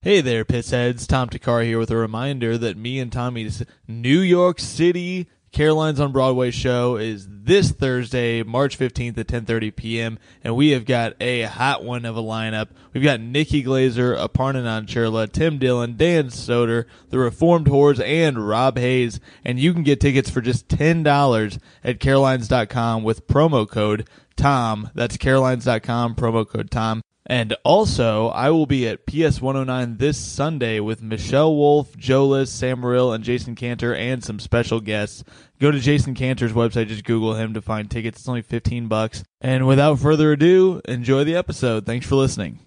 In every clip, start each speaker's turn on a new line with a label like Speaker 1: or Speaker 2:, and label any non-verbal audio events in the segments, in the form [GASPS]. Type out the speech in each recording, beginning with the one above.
Speaker 1: Hey there, pissheads. Tom Takar here with a reminder that me and Tommy's New York City Carolines on Broadway show is this Thursday, March 15th at 10:30 p.m. and we have got a hot one of a lineup. We've got Nikki Glazer, Aparna Nancherla, Tim Dillon, Dan Soder, The Reformed Whores, and Rob Hayes. And you can get tickets for just $10 at carolines.com with promo code TOM. That's carolines.com, promo code TOM. And also, I will be at PS 109 this Sunday with Michelle Wolf, Joe Liz, Sam Morrill, and Jason Cantor, and some special guests. Go to Jason Cantor's website, just Google him to find tickets. It's only 15 bucks. And without further ado, enjoy the episode. Thanks for listening.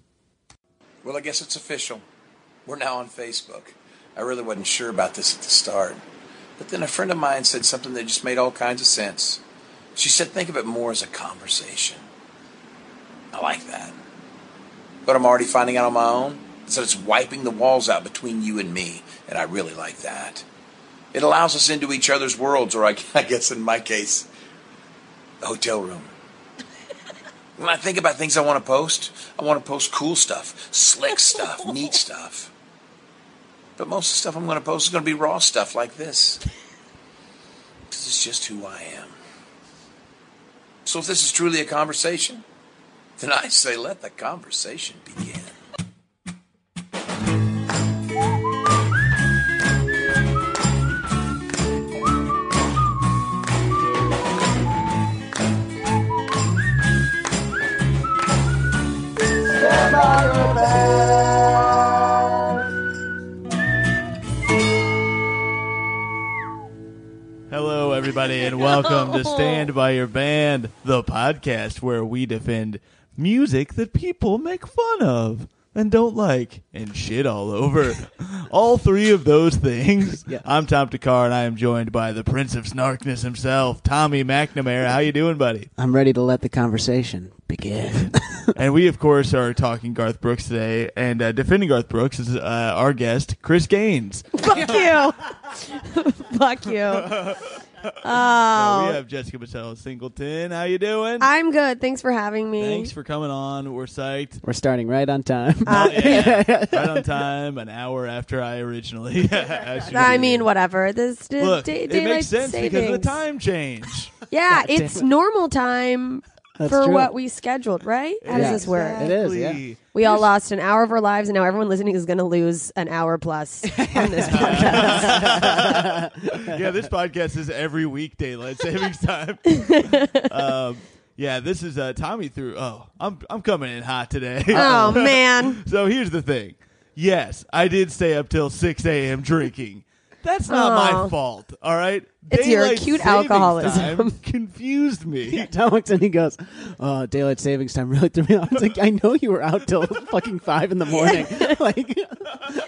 Speaker 2: Well, I guess it's official. We're now on Facebook. I really wasn't sure about this at the start. But then a friend of mine said something that just made all kinds of sense. She said, think of it more as a conversation. I like that. But I'm already finding out on my own that it's wiping the walls out between you and me, and I really like that. It allows us into each other's worlds, or I, [LAUGHS] I guess in my case, a hotel room. When I think about things I want to post, I want to post cool stuff, slick stuff, neat stuff. But most of the stuff I'm going to post is going to be raw stuff like this. This is just who I am. So if this is truly a conversation, then I say let the conversation begin.
Speaker 1: Hello, everybody, and welcome to Stand By Your Band, the podcast where we defend music that people make fun of and don't like and shit all over. all three of those things. I'm Tom Takar, and I am joined by the Prince of Snarkness himself, Tommy McNamara. How you doing, buddy?
Speaker 3: I'm ready to let the conversation begin. [LAUGHS]
Speaker 1: and we, of course, are talking Garth Brooks today, and uh, defending Garth Brooks is uh, our guest, Chris Gaines.
Speaker 4: Fuck you. [LAUGHS] Fuck you.
Speaker 1: Uh, We have Jessica Battelle Singleton. How you doing?
Speaker 4: I'm good. Thanks for having me.
Speaker 1: Thanks for coming on. We're psyched.
Speaker 3: We're starting right on time.
Speaker 1: Yeah, right on time, an hour after I originally. [LAUGHS] as you
Speaker 4: I
Speaker 1: do.
Speaker 4: mean, whatever. This d-
Speaker 1: look,
Speaker 4: day,
Speaker 1: it
Speaker 4: daylight
Speaker 1: makes sense
Speaker 4: savings.
Speaker 1: because of the time change.
Speaker 4: [LAUGHS] Yeah, it's normal time
Speaker 3: That's
Speaker 4: for
Speaker 3: true.
Speaker 4: what we scheduled, right? How
Speaker 3: Yeah.
Speaker 4: does this work?
Speaker 3: It is, yeah.
Speaker 1: Exactly.
Speaker 4: We all lost an hour of our lives, and now everyone listening is going to lose an
Speaker 1: [LAUGHS]
Speaker 4: hour plus on this podcast.
Speaker 1: yeah, this podcast is every week daylight
Speaker 4: [LAUGHS]
Speaker 1: savings time. um, yeah, this is uh, Tommy through. Oh, I'm I'm coming in hot today. [LAUGHS]
Speaker 4: oh man,
Speaker 1: So here's the thing. Yes, I did stay up till 6 a.m. drinking. That's not my
Speaker 4: Aw.
Speaker 1: fault. All right.
Speaker 4: Oh. It's your acute
Speaker 1: savings
Speaker 4: alcoholism.
Speaker 1: time confused
Speaker 4: [LAUGHS]
Speaker 1: me.
Speaker 3: Tom looks and [LAUGHS] he goes, "Oh, daylight savings time really threw me off." It's like I know you were out till fucking five in the morning. [LAUGHS] like,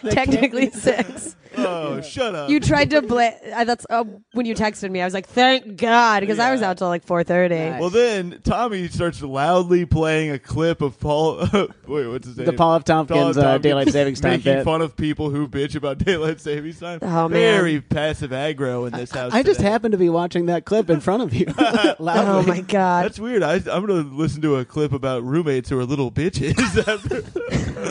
Speaker 1: [LAUGHS]
Speaker 4: technically six.
Speaker 1: Oh, shut up.
Speaker 4: You tried to blame. That's uh, when you texted me. I was like, "Thank God," because I was
Speaker 1: Yeah.
Speaker 4: out till like four thirty.
Speaker 1: well, then Tommy starts loudly playing a clip of Paul. [LAUGHS] wait, what's his name?
Speaker 3: The Paul F. Tompkins, uh, daylight savings time
Speaker 1: Making
Speaker 3: bit.
Speaker 1: fun of people who bitch about [LAUGHS] daylight savings time.
Speaker 4: Oh, man.
Speaker 1: Very passive aggro in this house.
Speaker 3: I just
Speaker 1: today.
Speaker 3: happened to be watching that clip in front of you.
Speaker 4: oh
Speaker 3: [LAUGHS]
Speaker 1: [LAUGHS]
Speaker 3: Loudly.
Speaker 4: my God,
Speaker 1: That's weird. I, I'm going to listen to a clip about roommates who are little
Speaker 3: [LAUGHS]
Speaker 1: bitches. [LAUGHS] after-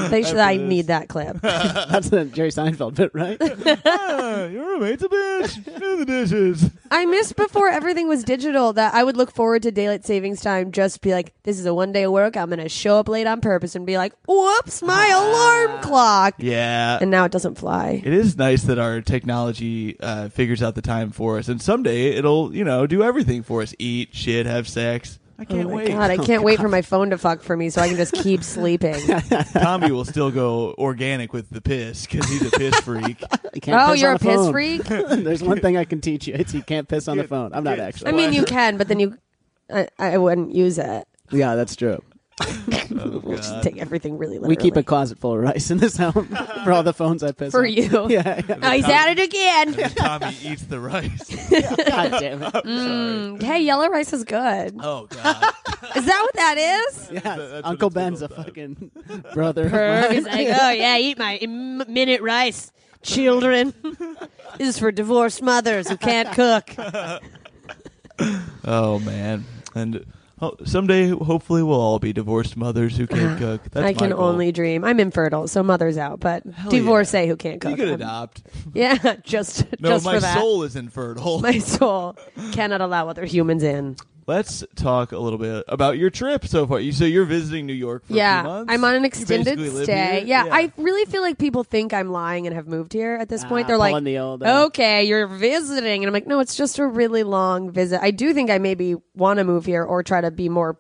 Speaker 4: they should. I
Speaker 1: this.
Speaker 4: need that clip.
Speaker 3: [LAUGHS] That's the Jerry Seinfeld bit, right?
Speaker 1: Ah, your roommate's a bitch. Do the dishes.
Speaker 4: I missed before everything was digital that I would look forward to daylight savings time just be like, this is a one day of work. I'm going to show up late on purpose and be like, whoops, my
Speaker 3: Ah.
Speaker 4: alarm clock.
Speaker 1: Yeah.
Speaker 4: And now it doesn't fly.
Speaker 1: it is nice that our technology uh, figures out the time for us, and someday it'll, you know, do everything for us: eat, shit, have sex. I can't
Speaker 4: Oh my
Speaker 1: wait.
Speaker 4: God,
Speaker 3: Oh
Speaker 4: I can't wait for my phone to fuck for me so I can
Speaker 3: [LAUGHS]
Speaker 4: just keep sleeping.
Speaker 1: Tommy will still go organic with the piss because he's a piss freak.
Speaker 4: [LAUGHS]
Speaker 3: I can't
Speaker 4: oh,
Speaker 3: piss
Speaker 4: you're
Speaker 3: on
Speaker 4: a
Speaker 3: the
Speaker 4: piss
Speaker 3: phone. [LAUGHS]
Speaker 4: freak?
Speaker 3: There's one thing I can teach you. It's you can't piss on the phone. I'm not actually.
Speaker 4: I mean, you can, but then you, I, I wouldn't use it.
Speaker 3: yeah, that's true. Oh
Speaker 4: We'll just take everything really
Speaker 3: We
Speaker 4: literally.
Speaker 3: keep a closet full of rice in this home [LAUGHS] for all the phones I piss
Speaker 4: for
Speaker 3: on.
Speaker 4: you.
Speaker 3: [LAUGHS] Yeah, yeah.
Speaker 4: Oh, he's at it again.
Speaker 1: Tommy eats the
Speaker 4: [LAUGHS]
Speaker 1: rice.
Speaker 3: [LAUGHS] God damn it.
Speaker 4: Mm, hey, yellow rice
Speaker 3: [LAUGHS]
Speaker 4: is good.
Speaker 1: Oh God!
Speaker 4: Is that what that is?
Speaker 3: Yes,
Speaker 1: that's what
Speaker 3: Uncle
Speaker 1: it's
Speaker 3: Ben's a fucking brother. of
Speaker 4: He's
Speaker 3: mine.
Speaker 4: like, oh [LAUGHS] yeah, eat my im- minute rice, children. [LAUGHS] this is for divorced mothers who can't cook.
Speaker 1: Oh man! And ho- someday, hopefully, we'll all be divorced mothers who
Speaker 4: [SIGHS]
Speaker 1: can't cook. That's
Speaker 4: I
Speaker 1: my
Speaker 4: can
Speaker 1: goal.
Speaker 4: only dream. I'm infertile, so mother's out, but
Speaker 1: yeah.
Speaker 4: divorcee who can't cook.
Speaker 1: You could
Speaker 4: I'm-
Speaker 1: adopt.
Speaker 4: Yeah, [LAUGHS] just
Speaker 1: No,
Speaker 4: just
Speaker 1: my
Speaker 4: for that.
Speaker 1: soul is infertile.
Speaker 4: [LAUGHS]
Speaker 1: [LAUGHS]
Speaker 4: My soul cannot allow other humans in.
Speaker 1: Let's talk a little bit about your trip so far. You so you're visiting New York for a few
Speaker 4: yeah,
Speaker 1: months.
Speaker 4: I'm on an
Speaker 1: You
Speaker 4: extended
Speaker 1: basically live
Speaker 4: stay.
Speaker 1: here?
Speaker 4: Yeah, I really feel like people think I'm lying and have moved here at this point.
Speaker 3: Ah,
Speaker 4: They're like,
Speaker 3: pulling the old, uh,
Speaker 4: okay, you're visiting. And I'm like, no, it's just a really long visit. I do think I maybe want to move here or try to be more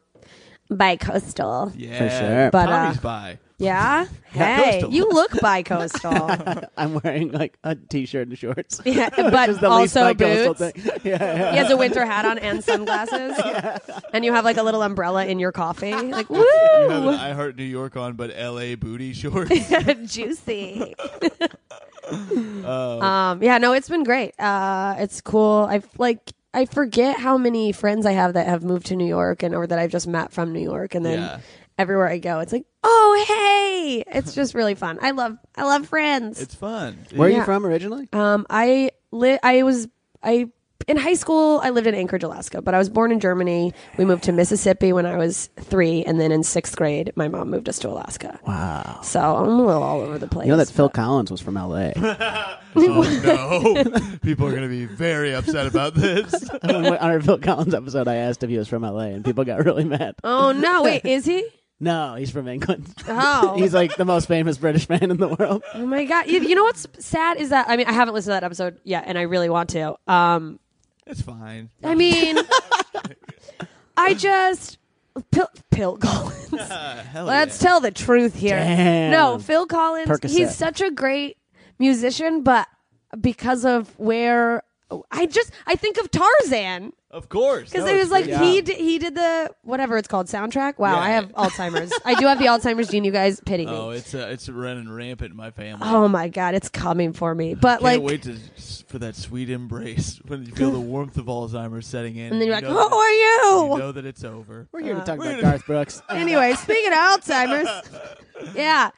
Speaker 4: bi-coastal.
Speaker 1: yeah,
Speaker 3: For sure.
Speaker 4: But, uh,
Speaker 1: Tommy's by. [LAUGHS]
Speaker 4: Yeah?
Speaker 1: Yeah,
Speaker 4: Hey,
Speaker 1: coastal.
Speaker 4: you
Speaker 1: [LAUGHS]
Speaker 4: look bi-coastal.
Speaker 3: [LAUGHS] I'm wearing like a t-shirt and shorts.
Speaker 4: yeah,
Speaker 3: Which is
Speaker 4: but
Speaker 3: the least
Speaker 4: also
Speaker 3: like coastal
Speaker 4: boots.
Speaker 3: thing. [LAUGHS] Yeah, yeah.
Speaker 4: He has a winter hat
Speaker 1: [LAUGHS]
Speaker 4: on and sunglasses. And you have like a little umbrella in your
Speaker 1: [LAUGHS]
Speaker 4: coffee. Like, woo!
Speaker 1: You have an I Heart New York on, but L.A. booty shorts.
Speaker 4: [LAUGHS] juicy. um, yeah, no, it's been great. Uh, it's cool. I've like I forget how many friends I have that have moved to New York and or that I've just met from New York, and then
Speaker 1: Yeah.
Speaker 4: everywhere I go, it's like, oh hey, it's just really fun. I love I love friends.
Speaker 1: it's fun.
Speaker 3: Where are
Speaker 4: Yeah.
Speaker 3: you from originally?
Speaker 4: Um, I li- I was I in high school I lived in Anchorage, Alaska, but I was born in Germany. We moved to Mississippi when I was three, and then in sixth grade, my mom moved us to Alaska. Wow! So I'm a little all over the place.
Speaker 3: You know that Phil Collins was from [LAUGHS] L.A.
Speaker 4: [LAUGHS]
Speaker 1: Oh, no, people are going to be very upset about this.
Speaker 3: on our Phil Collins episode, I asked if he was from LA, and people got really mad.
Speaker 4: oh no!
Speaker 3: [LAUGHS]
Speaker 4: Wait, is he?
Speaker 3: No, he's from England.
Speaker 4: Oh,
Speaker 3: [LAUGHS] he's like the most famous British man in the world.
Speaker 4: oh my god! You, you know what's sad is that I mean I haven't listened to that episode yet, and I really want to. Um,
Speaker 1: It's [LAUGHS] fine.
Speaker 4: I
Speaker 3: [LAUGHS]
Speaker 4: mean, I just Pil, Pil Collins.
Speaker 3: [LAUGHS]
Speaker 1: Uh, hell
Speaker 4: Let's
Speaker 1: yeah.
Speaker 4: tell the truth here.
Speaker 3: Damn.
Speaker 4: No, Phil Collins,
Speaker 3: Percocet.
Speaker 4: he's such a great musician, but because of where I just I think of Tarzan
Speaker 1: of course.
Speaker 4: because
Speaker 1: No,
Speaker 4: it
Speaker 1: it's
Speaker 4: was like
Speaker 1: great.
Speaker 4: he did, he did the whatever it's called soundtrack. Wow,
Speaker 1: Yeah.
Speaker 4: I have Alzheimer's. I do
Speaker 1: [LAUGHS]
Speaker 4: have the Alzheimer's gene. You guys pity me.
Speaker 1: Oh,
Speaker 4: Oh,
Speaker 1: it's uh, it's running rampant in my family.
Speaker 4: my god, it's coming for me.
Speaker 1: Can't
Speaker 4: But Oh, like,
Speaker 1: wait to, for that sweet embrace [LAUGHS] when you feel the warmth of Alzheimer's setting in.
Speaker 4: and then you're like, "Oh,
Speaker 1: you know
Speaker 4: who are
Speaker 1: that-
Speaker 4: you?
Speaker 1: [LAUGHS]
Speaker 4: [LAUGHS]
Speaker 1: You know that it's over.
Speaker 3: We're here to talk
Speaker 1: we're gonna-
Speaker 3: about Garth [LAUGHS] Brooks.
Speaker 4: anyway, speaking of
Speaker 1: [LAUGHS]
Speaker 4: Alzheimer's, yeah,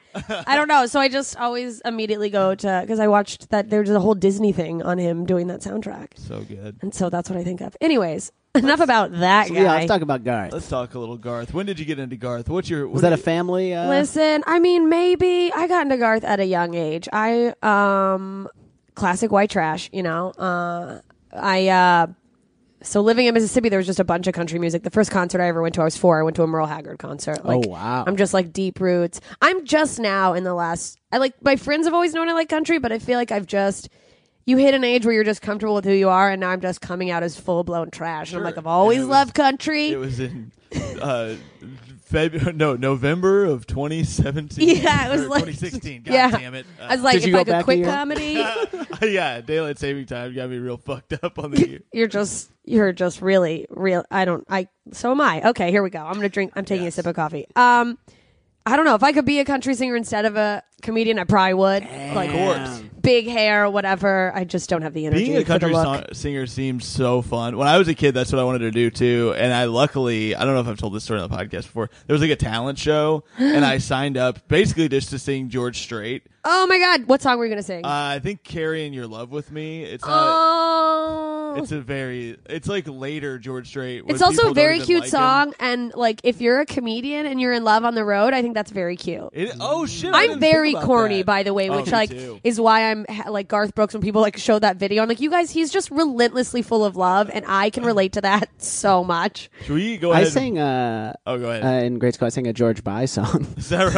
Speaker 4: I don't know. So I just always immediately go to because I watched that there was a whole Disney thing on him doing that soundtrack,
Speaker 1: So good.
Speaker 4: and so that's what I think of. Anyways, enough about that
Speaker 3: So,
Speaker 4: guy.
Speaker 3: yeah, let's talk about Garth.
Speaker 1: Let's talk a little Garth. When did you get into Garth? What's your
Speaker 3: Was that a family? Uh,
Speaker 4: Listen, I mean, maybe I got into Garth at a young age. I um, classic white trash, you know. Uh, I uh, so living in Mississippi, there was just a bunch of country music. The first concert I ever went to, I was four. I went to a Merle Haggard concert. Like,
Speaker 3: Oh, wow.
Speaker 4: I'm just like deep roots. I'm just now in the last. I like my friends have always known I like country, but I feel like I've just. You hit an age where you're just comfortable with who you are, and now I'm just coming out as full blown trash. And I'm
Speaker 1: Sure.
Speaker 4: like, I've always
Speaker 1: And it was-
Speaker 4: loved country.
Speaker 1: It was in uh, Feb- [LAUGHS] no November of 2017.
Speaker 4: [LAUGHS] Yeah, it was
Speaker 1: Or
Speaker 4: like-
Speaker 1: 2016. God
Speaker 4: [LAUGHS] yeah.
Speaker 1: damn it. Uh,
Speaker 4: I was like,
Speaker 3: Did you
Speaker 4: if I
Speaker 3: go back a
Speaker 4: could quit
Speaker 3: year?
Speaker 1: [LAUGHS]
Speaker 4: comedy,
Speaker 1: yeah, daylight saving time got me real fucked up on
Speaker 4: [LAUGHS]
Speaker 1: the year.
Speaker 4: you're just you're just really real i don't i so am i okay here we go i'm gonna drink i'm taking a sip of coffee um i don't know if i could be a country singer instead of a comedian i probably would like
Speaker 1: course.
Speaker 4: big hair whatever i just don't have the energy
Speaker 1: Being a country
Speaker 4: for the
Speaker 1: song-
Speaker 4: look.
Speaker 1: singer seems so fun. When I was a kid, that's what I wanted to do too. And I luckily, I don't know if I've told this story on the podcast before. There was like a talent show, and
Speaker 4: [GASPS]
Speaker 1: I signed up basically just to sing George Strait.
Speaker 4: oh my god what song were you gonna sing
Speaker 1: Uh, I think "Carrying Your Love with Me." It's not.
Speaker 4: oh
Speaker 1: It's a very. It's like later George Strait. when
Speaker 4: it's also
Speaker 1: uh, people
Speaker 4: a
Speaker 1: don't
Speaker 4: very
Speaker 1: even
Speaker 4: cute
Speaker 1: like him.
Speaker 4: song and like if you're a comedian and you're in love on the road i think that's very cute
Speaker 1: It, oh shit! I
Speaker 4: I'm
Speaker 1: didn't think
Speaker 4: very
Speaker 1: about
Speaker 4: corny,
Speaker 1: that.
Speaker 4: by the way,
Speaker 1: Oh,
Speaker 4: which
Speaker 1: me
Speaker 4: like
Speaker 1: too.
Speaker 4: is why I'm ha- like Garth Brooks when people like show that video. I'm like, you guys, he's just relentlessly full of love, and I can relate to that [LAUGHS] so much.
Speaker 1: Should we go
Speaker 3: I
Speaker 1: ahead?
Speaker 3: sang uh,
Speaker 1: oh, go ahead.
Speaker 3: uh, in grade school. I sang a George By song. [LAUGHS]
Speaker 1: Is that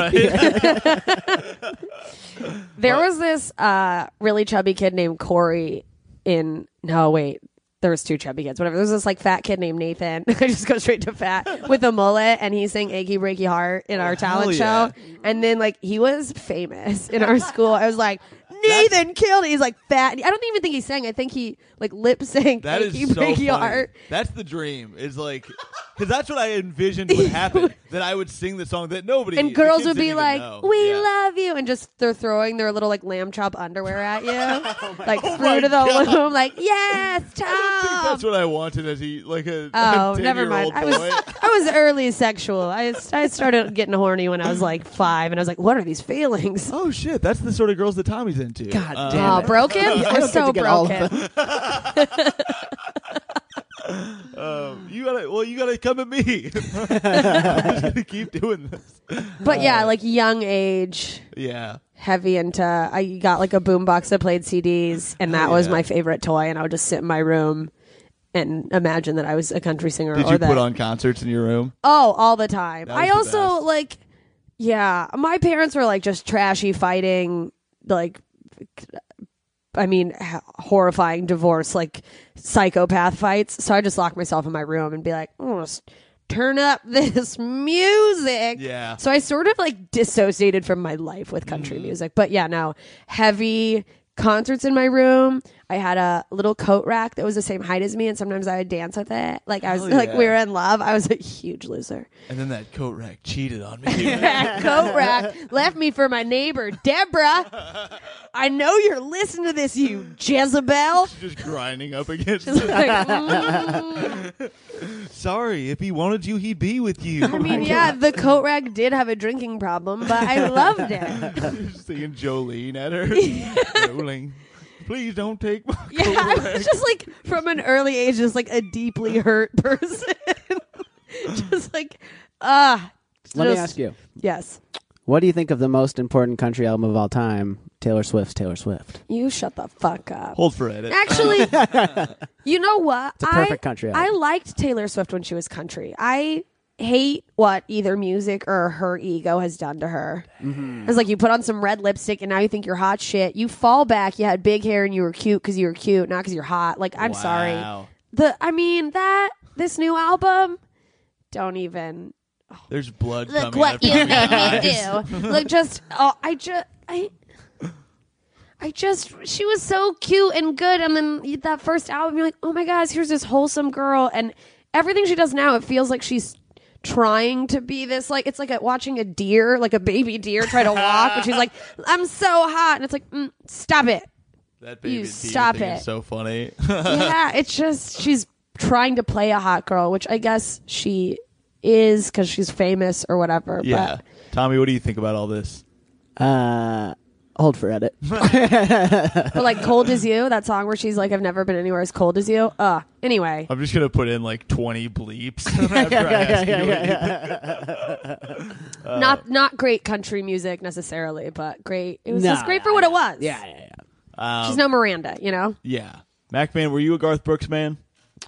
Speaker 4: [LAUGHS]
Speaker 1: right?
Speaker 4: There was this uh, really chubby kid named Corey in no wait. There was two chubby kids, whatever. There was this like fat kid named Nathan. [LAUGHS] I just go straight
Speaker 1: [LAUGHS]
Speaker 4: to fat with a mullet, and he sang "Achy Breaky Heart" in our talent
Speaker 1: Oh, hell
Speaker 4: show. And then like he was famous
Speaker 1: [LAUGHS]
Speaker 4: in our school. I was like, Nathan killed it. He's like fat. I don't even think he sang. I think he like lip synced
Speaker 1: That is
Speaker 4: "Achy
Speaker 1: so
Speaker 4: Breaky
Speaker 1: funny.
Speaker 4: Heart."
Speaker 1: That's the dream. Is like, because that's what I envisioned
Speaker 4: [LAUGHS]
Speaker 1: would happen. that I would sing the song that nobody
Speaker 4: And
Speaker 1: the
Speaker 4: girls
Speaker 1: kids
Speaker 4: would be
Speaker 1: didn't even
Speaker 4: like,
Speaker 1: know.
Speaker 4: "We
Speaker 1: Yeah.
Speaker 4: love you," and just they're throwing their little like lamb chop underwear
Speaker 1: [LAUGHS]
Speaker 4: at you, [LAUGHS] like
Speaker 1: Oh my
Speaker 4: through to the
Speaker 1: God.
Speaker 4: [LAUGHS] loom, like yes,
Speaker 1: I think
Speaker 4: Tom.
Speaker 1: that's what I wanted as he like a
Speaker 4: Oh,
Speaker 1: 10
Speaker 4: never
Speaker 1: year
Speaker 4: mind.
Speaker 1: old
Speaker 4: I was
Speaker 1: boy.
Speaker 4: [LAUGHS] I was early sexual. I I started getting horny when I was like five, and I was like, "What are these
Speaker 1: [LAUGHS]
Speaker 4: feelings?"
Speaker 1: oh shit, that's the sort of girls that Tommy's into.
Speaker 3: God
Speaker 1: Uh,
Speaker 3: damn
Speaker 4: Oh,
Speaker 1: [LAUGHS]
Speaker 3: it.
Speaker 4: broken?
Speaker 3: I
Speaker 4: We're
Speaker 3: don't get
Speaker 4: so
Speaker 3: to get all of
Speaker 4: broken.
Speaker 1: Um, You gotta. Well, you gotta come at me. [LAUGHS] I'm
Speaker 4: [LAUGHS]
Speaker 1: just gonna keep doing this.
Speaker 4: But yeah, like young age,
Speaker 1: Yeah.
Speaker 4: heavy into. I got like a boombox that played CDs, and that was
Speaker 1: Oh, yeah.
Speaker 4: my favorite toy. And I would just sit in my room and imagine that I was a country singer.
Speaker 1: Did
Speaker 4: or
Speaker 1: you
Speaker 4: that.
Speaker 1: put on concerts in your room?
Speaker 4: Oh, all the time.
Speaker 1: was
Speaker 4: I
Speaker 1: the
Speaker 4: also
Speaker 1: best.
Speaker 4: like, yeah, my parents were like just trashy fighting, like, I mean, h- horrifying divorce, like psychopath fights. So I just locked myself in my room and be like, I'm gonna s- turn up [LAUGHS] this music.
Speaker 1: Yeah.
Speaker 4: So I sort of like dissociated from my life with
Speaker 1: Mm.
Speaker 4: country music. But yeah, no, heavy concerts in my room. I had a little coat rack that was the same height as me, and sometimes I would dance with it. Like I was
Speaker 1: Hell
Speaker 4: like we
Speaker 1: yeah.
Speaker 4: were in love. I was a
Speaker 1: [LAUGHS]
Speaker 4: huge loser. [LAUGHS]
Speaker 1: And then that coat rack cheated on me.
Speaker 4: That coat rack left me for my neighbor Deborah. I know you're listening to this, you Jezebel.
Speaker 1: just grinding up against. it. [LAUGHS]
Speaker 4: Like,
Speaker 1: Oh
Speaker 4: mm.
Speaker 1: Sorry, if he wanted you, he'd be with you.
Speaker 4: I mean, yeah, the coat rack did have a drinking problem, but I loved
Speaker 1: [LAUGHS]
Speaker 4: it.
Speaker 1: singing Jolene at her.
Speaker 4: [LAUGHS]
Speaker 1: Rolling. Please don't take my
Speaker 4: Yeah, I was just like from an early age, just like a
Speaker 3: [LAUGHS]
Speaker 4: deeply hurt person. [LAUGHS] just like, ah.
Speaker 3: Let me
Speaker 4: just-
Speaker 3: ask you.
Speaker 4: Yes.
Speaker 3: What do you think of the most important country album of all time? Taylor Swift's Taylor Swift.
Speaker 4: You shut the fuck
Speaker 1: [LAUGHS]
Speaker 4: up.
Speaker 1: Hold for edit.
Speaker 3: [LAUGHS]
Speaker 4: [LAUGHS] Actually, you know what?
Speaker 3: a perfect country
Speaker 4: I, I
Speaker 3: album.
Speaker 4: liked Taylor Swift when she was country. I hate what either music or her ego has done to her.
Speaker 3: Mm-hmm.
Speaker 4: It's like you put on some red lipstick and now you think you're hot shit. You fall back. You had big hair and you were cute because you were cute, not because you're hot. Like I'm sorry.
Speaker 1: Wow.
Speaker 4: The I mean that this new album. Don't even
Speaker 1: There's blood
Speaker 4: look
Speaker 1: coming
Speaker 4: what
Speaker 1: after
Speaker 4: you
Speaker 1: my
Speaker 4: made me
Speaker 1: eyes.
Speaker 4: do. Look, just oh, I just I. I just, she was so cute and good. And then that first album, you're like, oh my gosh, here's this wholesome girl. And everything she does now, it feels like she's trying to be this, like, it's like a, watching a deer, like a baby deer try to walk. but she's [LAUGHS] like, I'm so hot. And it's like, mm, stop it.
Speaker 1: That baby
Speaker 4: You
Speaker 1: Diva
Speaker 4: stop
Speaker 1: thing is
Speaker 4: it.
Speaker 1: so funny.
Speaker 4: yeah, it's just, she's trying to play a hot girl, which I guess she is because she's famous or whatever. But
Speaker 1: [LAUGHS] yeah. Tommy, what do you think about all this?
Speaker 3: Uh, hold for edit.
Speaker 4: But like cold as you, that song where she's like, "I've never been anywhere as cold as you." Uh. Anyway,
Speaker 1: I'm just gonna put in like 20 bleeps
Speaker 4: [LAUGHS]
Speaker 1: [LAUGHS] after I ask you. what you Uh,
Speaker 4: not not great country music necessarily, but great. It was
Speaker 3: No,
Speaker 4: just great
Speaker 3: yeah,
Speaker 4: for what it was.
Speaker 3: Yeah, yeah, yeah.
Speaker 4: she's no Miranda, you know.
Speaker 1: Yeah. Macman, were you a Garth Brooks man?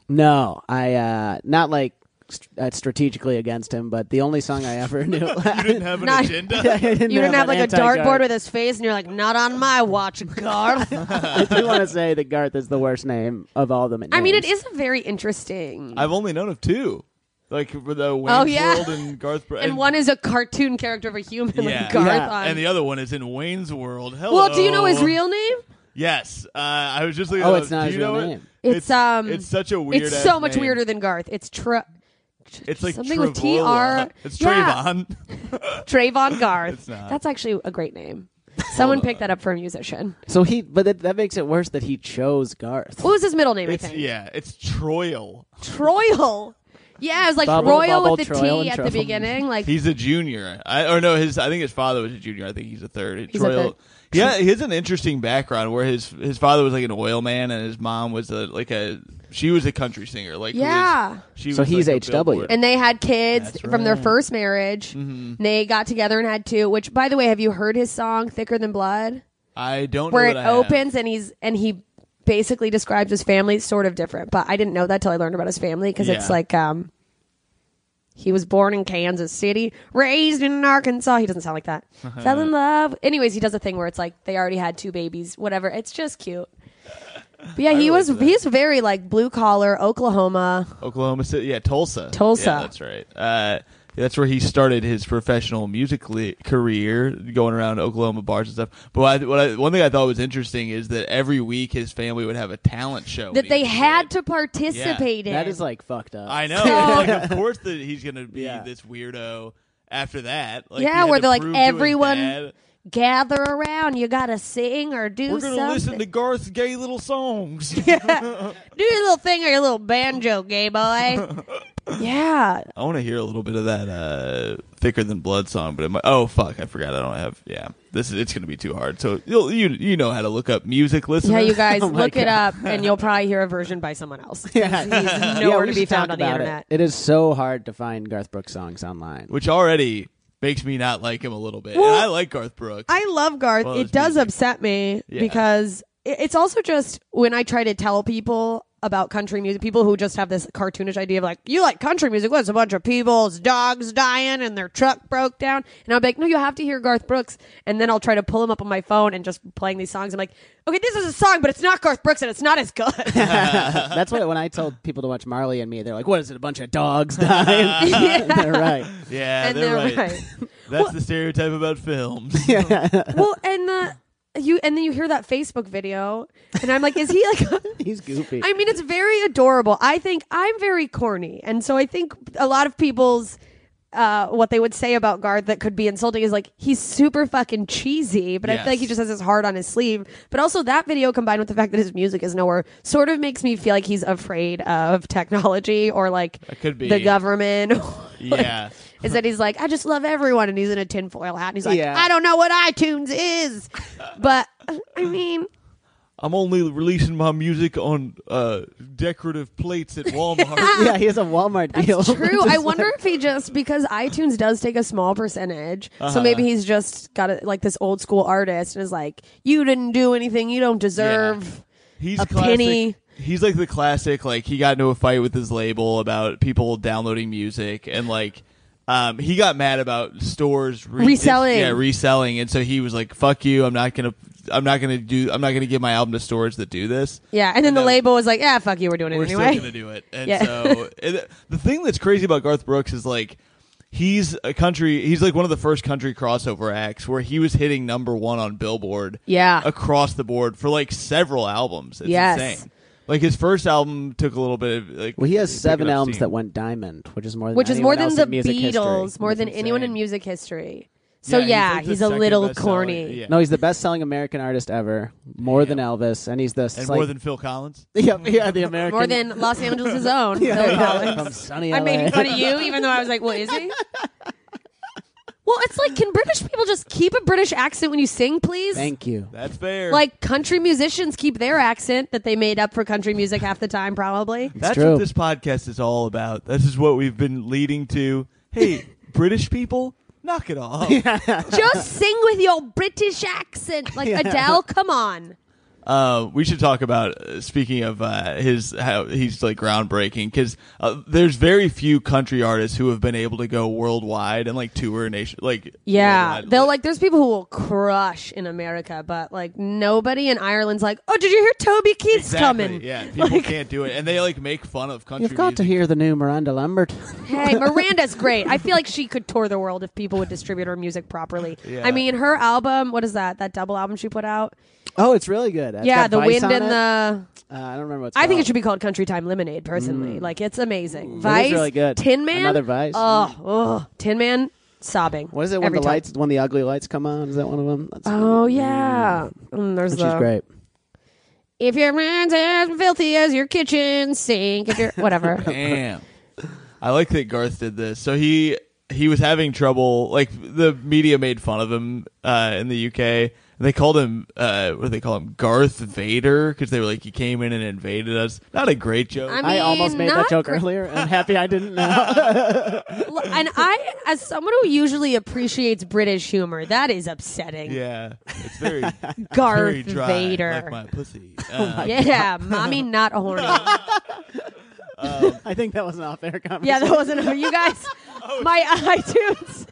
Speaker 3: No, I uh, not like st- uh, strategically against him, but the only song I ever knew. [LAUGHS]
Speaker 1: You didn't have an
Speaker 4: [LAUGHS] Not-
Speaker 1: agenda.
Speaker 3: you
Speaker 4: You didn't have like a dartboard with his face, and you're like, "Not on my watch,
Speaker 1: [LAUGHS]
Speaker 4: Garth." [LAUGHS]
Speaker 3: I do want to say that Garth is the worst name of all the names.
Speaker 4: I mean, it is a very interesting.
Speaker 1: I've only known of two, like for the Wayne's
Speaker 4: Oh, yeah.
Speaker 1: World and Garth Brooks.
Speaker 4: [LAUGHS] and one is a cartoon character of a human,
Speaker 1: Yeah.
Speaker 4: like Garth.
Speaker 3: Yeah.
Speaker 4: On.
Speaker 1: and the other one is in Wayne's World. Hello.
Speaker 4: well, do you know his real name?
Speaker 1: Yes, uh, I was just looking.
Speaker 3: Oh,
Speaker 1: it up.
Speaker 3: it's not
Speaker 1: Do
Speaker 3: his
Speaker 1: you
Speaker 3: real
Speaker 1: know it?
Speaker 3: name.
Speaker 4: It's, um,
Speaker 1: it's such a weird.
Speaker 4: It's so
Speaker 1: ass
Speaker 4: much
Speaker 1: name.
Speaker 4: weirder than Garth. It's tra-
Speaker 1: It's like
Speaker 4: something
Speaker 1: Travola.
Speaker 4: with
Speaker 1: [LAUGHS]
Speaker 4: TR.
Speaker 1: It's
Speaker 4: Yeah.
Speaker 1: Trayvon.
Speaker 4: Trayvon Garth.
Speaker 1: not.
Speaker 4: That's actually a great name. Someone picked that up for a musician.
Speaker 3: So he, but that, that makes it worse that he chose Garth.
Speaker 4: What was his middle name? I
Speaker 1: It's
Speaker 4: think
Speaker 1: yeah. It's Troil.
Speaker 4: Troil. Yeah, it was like
Speaker 3: Bubble,
Speaker 4: Royal
Speaker 3: bubble,
Speaker 4: with the
Speaker 3: Troil, and
Speaker 4: T at the
Speaker 3: Trouble.
Speaker 4: beginning. Like
Speaker 1: He's a junior. I or no, his I think his father was a junior. I think he's a third.
Speaker 4: He's a
Speaker 1: Troil.
Speaker 4: third.
Speaker 1: Yeah, he has an interesting background where his his father was like an oil man and his mom was a like a she was a country singer. Like who was-
Speaker 4: Yeah.
Speaker 1: she
Speaker 3: So
Speaker 1: was,
Speaker 3: he's
Speaker 1: like, a
Speaker 3: HW.
Speaker 1: Billboard-
Speaker 4: and they had kids
Speaker 1: That's
Speaker 4: from
Speaker 1: right.
Speaker 4: their
Speaker 1: Mm-hmm.
Speaker 4: first marriage. They got together and had two. Which, by the way, have you heard his song "Thicker Than Blood,"
Speaker 1: I don't
Speaker 4: where
Speaker 1: know
Speaker 4: it
Speaker 1: that I have.
Speaker 4: opens and he's and he basically describes his family sort of different. But I didn't know that till I learned about his family because
Speaker 1: Yeah.
Speaker 4: it's like um, he was born in Kansas City, raised in Arkansas. He doesn't sound like that.
Speaker 1: Uh-huh.
Speaker 4: Fell in love. Anyways, he does a thing where it's like they already had two babies. Whatever. It's just cute.
Speaker 1: [LAUGHS]
Speaker 4: But yeah, he
Speaker 1: relate
Speaker 4: was.
Speaker 1: to that. Oh,
Speaker 4: He's very like blue collar Oklahoma.
Speaker 1: Oklahoma City. Yeah, Tulsa.
Speaker 4: Tulsa.
Speaker 1: Yeah, that's right. Uh, that's where he started his professional music li- career, going around Oklahoma bars and stuff. But I, what I, one thing I thought was interesting is that every week his family would have a talent show when
Speaker 4: that
Speaker 1: he
Speaker 4: they
Speaker 1: was a
Speaker 4: had
Speaker 1: kid.
Speaker 4: to Oh. participate in.
Speaker 3: That is like fucked up.
Speaker 1: I
Speaker 4: [LAUGHS]
Speaker 1: know. Like, of course, that he's gonna be
Speaker 3: Yeah.
Speaker 1: this weirdo after that. Like, he
Speaker 4: yeah,
Speaker 1: had
Speaker 4: where
Speaker 1: to
Speaker 4: they're like
Speaker 1: prove to his
Speaker 4: everyone
Speaker 1: dad,
Speaker 4: gather around. You gotta sing or do
Speaker 1: We're gonna
Speaker 4: something.
Speaker 1: listen to Garth's gay
Speaker 4: [LAUGHS]
Speaker 1: little songs.
Speaker 3: [LAUGHS]
Speaker 4: do your little thing or your little banjo, gay boy. Yeah.
Speaker 1: I want to hear a little bit of that uh, thicker than blood song, but it might, oh fuck, I forgot. I don't have. Yeah, this is it's gonna be too hard. So you'll, you you know how to look up music listeners.
Speaker 3: [LAUGHS]
Speaker 4: Yeah, you guys
Speaker 3: Oh my
Speaker 4: look it
Speaker 3: God.
Speaker 4: up, and you'll probably hear a version by someone else.
Speaker 3: [LAUGHS]
Speaker 4: [LAUGHS]
Speaker 3: Yeah.
Speaker 4: He's nowhere
Speaker 3: we
Speaker 4: to be
Speaker 3: should talk
Speaker 4: found on the
Speaker 3: about it.
Speaker 4: internet.
Speaker 3: it is so hard to find Garth Brooks songs
Speaker 4: [LAUGHS]
Speaker 3: online.
Speaker 1: which already makes me not like him a little bit.
Speaker 4: Well,
Speaker 1: and I like Garth Brooks.
Speaker 4: I love Garth.
Speaker 1: Well,
Speaker 4: it
Speaker 1: it's
Speaker 4: does
Speaker 1: music.
Speaker 4: upset me
Speaker 1: Yeah.
Speaker 4: because i- it's also just when I try to tell people about country music, people who just have this cartoonish idea of like, you like country music? What's a bunch of people's dogs dying and their truck broke down? And I'll be like, no, you have to hear Garth Brooks. And then I'll try to pull him up on my phone and just playing these songs. I'm like, okay, this is a song, but it's not Garth Brooks and it's not as good.
Speaker 3: That's why when I told people to watch Marley and Me, they're like, "What is it? A bunch of dogs [LAUGHS]
Speaker 4: [LAUGHS]
Speaker 3: dying?" they're right.
Speaker 1: yeah,
Speaker 4: and
Speaker 1: they're,
Speaker 4: they're
Speaker 1: right.
Speaker 4: right.
Speaker 1: That's the stereotype about films. [LAUGHS]
Speaker 4: well, and the. You and then you hear that Facebook video, and I'm like, is he like [LAUGHS]
Speaker 3: He's goofy.
Speaker 4: I mean, it's very adorable. I think I'm very corny, and so I think a lot of people's uh, what they would say about Garth that could be insulting is like he's super fucking cheesy, but I
Speaker 1: Yes.
Speaker 4: feel like he just has his heart on his sleeve. But also that video combined with the fact that his music is nowhere sort of makes me feel like he's afraid of technology or like
Speaker 1: That could be.
Speaker 4: the government. [LAUGHS] [LAUGHS] Like,
Speaker 1: yeah,
Speaker 4: is that he's like, I just love everyone, and he's in a tinfoil hat, and he's like,
Speaker 3: Yeah.
Speaker 4: I don't know what iTunes is, but I mean,
Speaker 1: I'm only releasing my music on uh, decorative plates at
Speaker 4: [LAUGHS]
Speaker 1: Walmart.
Speaker 3: [LAUGHS] yeah, he has a Walmart deal.
Speaker 4: True.
Speaker 3: [LAUGHS] Just
Speaker 4: I
Speaker 3: like-
Speaker 4: wonder if he just because iTunes does take a small percentage, so maybe he's just got it like this old school artist and is like, "You didn't do anything. You don't deserve."
Speaker 1: He's
Speaker 4: A
Speaker 1: classic.
Speaker 4: penny.
Speaker 1: He's like the classic. Like he got into a fight with his label about people downloading music, and like um, he got mad about stores re-
Speaker 4: Reselling.
Speaker 1: Yeah, reselling, and so he was like, "Fuck you! I'm not gonna, I'm not gonna do, I'm not gonna give my album to stores that do this."
Speaker 4: Yeah, and then the
Speaker 1: No.
Speaker 4: label was like, "Yeah, fuck you. We're doing it
Speaker 1: We're
Speaker 4: anyway." [LAUGHS]
Speaker 1: still gonna do it. And
Speaker 4: Yeah. [LAUGHS]
Speaker 1: so and the thing that's crazy about Garth Brooks is like he's a country. He's like one of the first country crossover acts where he was hitting number one on Billboard.
Speaker 4: Yeah.
Speaker 1: across the board for like several albums. It's
Speaker 4: Yes.
Speaker 1: insane. Like his first album touk a little bit of like.
Speaker 3: Well, he has
Speaker 1: picking
Speaker 3: seven
Speaker 1: up
Speaker 3: albums
Speaker 1: steam.
Speaker 3: that went diamond, which is more than
Speaker 4: Which is
Speaker 3: anyone
Speaker 4: more than
Speaker 3: else
Speaker 4: the
Speaker 3: in music history.
Speaker 4: Beatles, more than
Speaker 1: That's
Speaker 4: anyone in
Speaker 1: insane.
Speaker 4: music history. So
Speaker 1: Yeah, he's,
Speaker 4: yeah,
Speaker 1: like,
Speaker 4: he's,
Speaker 1: the
Speaker 4: a
Speaker 1: second
Speaker 4: little
Speaker 1: best-selling-
Speaker 4: corny.
Speaker 1: yeah.
Speaker 3: No, he's the best-selling American artist ever, more than Elvis, and he's the
Speaker 1: and
Speaker 3: like,
Speaker 1: more
Speaker 3: [LAUGHS]
Speaker 1: than Phil Collins.
Speaker 3: yeah, yeah, the American
Speaker 4: More than Los Angeles'
Speaker 3: [LAUGHS]
Speaker 4: own.
Speaker 3: yeah,
Speaker 4: Phil
Speaker 3: yeah,
Speaker 4: Collins.
Speaker 3: from sunny
Speaker 4: I'm
Speaker 3: LA.
Speaker 4: making fun of you, even though I was like, "What is he?" [LAUGHS] well, it's like, can British people just keep a British accent when you sing, please?
Speaker 3: Thank you.
Speaker 1: That's fair.
Speaker 4: Like country musicians keep their accent that they made up for country music half the time, probably.
Speaker 1: that's
Speaker 3: true.
Speaker 1: what this podcast is all about. This is what we've been leading to.
Speaker 4: [LAUGHS]
Speaker 1: Hey, British people, knock it off.
Speaker 4: Just sing with your British accent, like Adele. Come on.
Speaker 1: Uh, we should talk about uh, speaking of uh, his how he's like groundbreaking because uh, there's very few country artists who have been able to go worldwide and like tour a nation like
Speaker 4: Yeah,
Speaker 1: worldwide.
Speaker 4: they'll like. There's people who will crush in America, but like nobody in Ireland's like, oh, did you hear Toby Keith's
Speaker 1: exactly,
Speaker 4: coming?
Speaker 1: yeah people
Speaker 4: Like-
Speaker 1: can't do it and they like make fun of country
Speaker 3: You've got to
Speaker 4: [LAUGHS]
Speaker 1: music.
Speaker 3: hear the new Miranda Lambert. [LAUGHS]
Speaker 4: Hey, Miranda's great. I feel like she could tour the world if people would distribute her music properly.
Speaker 1: Yeah.
Speaker 4: I mean, her album, what is that? That double album she put out?
Speaker 3: oh, it's really good. It's
Speaker 4: yeah,
Speaker 3: got
Speaker 4: The
Speaker 3: Vice
Speaker 4: Wind
Speaker 3: on
Speaker 4: and
Speaker 3: it.
Speaker 4: the.
Speaker 3: Uh, I don't remember what's.
Speaker 4: I think it should be called Country Time Lemonade. Personally, like it's amazing.
Speaker 3: That
Speaker 4: Vice,
Speaker 3: Mm. is really good.
Speaker 4: Tin Man,
Speaker 3: Another Vice.
Speaker 4: Oh, oh, Tin Man, sobbing.
Speaker 3: What is it when
Speaker 4: every
Speaker 3: the
Speaker 4: time.
Speaker 3: lights, when the ugly lights come on? Is that one of them? That's,
Speaker 4: Oh yeah, Mm, there's
Speaker 3: which
Speaker 4: the.
Speaker 3: is great.
Speaker 4: If your mind's as filthy as your kitchen sink, if you're
Speaker 3: [LAUGHS]
Speaker 4: whatever.
Speaker 1: Damn. I like that Garth did this. So he he was having trouble. Like the media made fun of him uh, in the UK. They called him uh, what do they call him? Garth Vader because they were like he came in and invaded us. Not a great joke.
Speaker 4: I'm-
Speaker 3: I almost
Speaker 4: mean,
Speaker 3: made that
Speaker 4: not
Speaker 3: joke
Speaker 4: gr-
Speaker 3: earlier. I'm happy I didn't
Speaker 4: [LAUGHS]
Speaker 3: know.
Speaker 4: L- and I, as someone who usually appreciates British humor, that is upsetting.
Speaker 1: yeah, it's very
Speaker 4: Garth
Speaker 1: very dry,
Speaker 4: Vader.
Speaker 1: like my
Speaker 4: [LAUGHS]
Speaker 1: pussy. Uh,
Speaker 4: Yeah, mommy
Speaker 1: [LAUGHS]
Speaker 4: not horny.
Speaker 3: I think that was an off-air comment.
Speaker 4: yeah, that wasn't you
Speaker 1: [LAUGHS]
Speaker 4: guys.
Speaker 1: Oh,
Speaker 4: My [LAUGHS] iTunes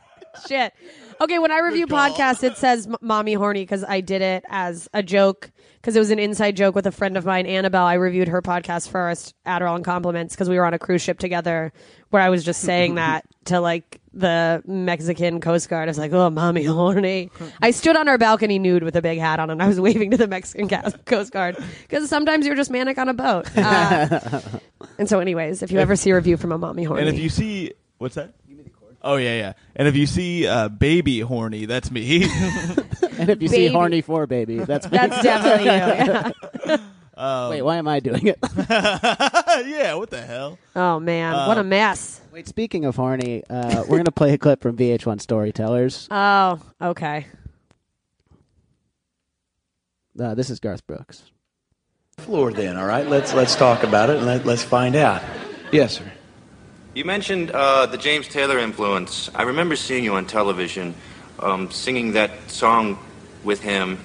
Speaker 4: shit. Okay, when I review podcasts, it says m- "mommy horny" because I did it as a joke because it was an inside joke with a friend of mine, Annabelle. I reviewed her podcast first, Adderall and Compliments, because we were on a cruise ship together. Where I was
Speaker 1: [LAUGHS]
Speaker 4: just saying that to like the Mexican Coast Guard. I was like, "Oh, mommy horny." I stood on our balcony nude with a big hat on, and I was [LAUGHS] waving to the Mexican ca- Coast Guard because sometimes you're just manic on
Speaker 1: [LAUGHS]
Speaker 4: a boat. Uh, and so, anyways, if you ever see a review from a mommy horny,
Speaker 1: and if you see what's that? Oh yeah, yeah. And if you see uh, baby horny, that's me. [LAUGHS]
Speaker 3: And if you see
Speaker 4: Baby. [LAUGHS]
Speaker 3: horny four baby, that's me.
Speaker 1: [LAUGHS]
Speaker 4: That's definitely you. yeah.
Speaker 3: Wait, why am I doing it? [LAUGHS]
Speaker 1: yeah, what the hell?
Speaker 4: Oh man, what a mess.
Speaker 3: Wait, speaking of horny, uh, we're gonna play a clip from VH1 Storytellers.
Speaker 4: Oh, okay.
Speaker 3: Uh, this is Garth Brooks.
Speaker 2: Floor then, all right? Let's let's talk about it and let, let's find out. Yes, sir.
Speaker 5: You mentioned uh, the James Taylor influence. I remember seeing you on television um, singing that song with him,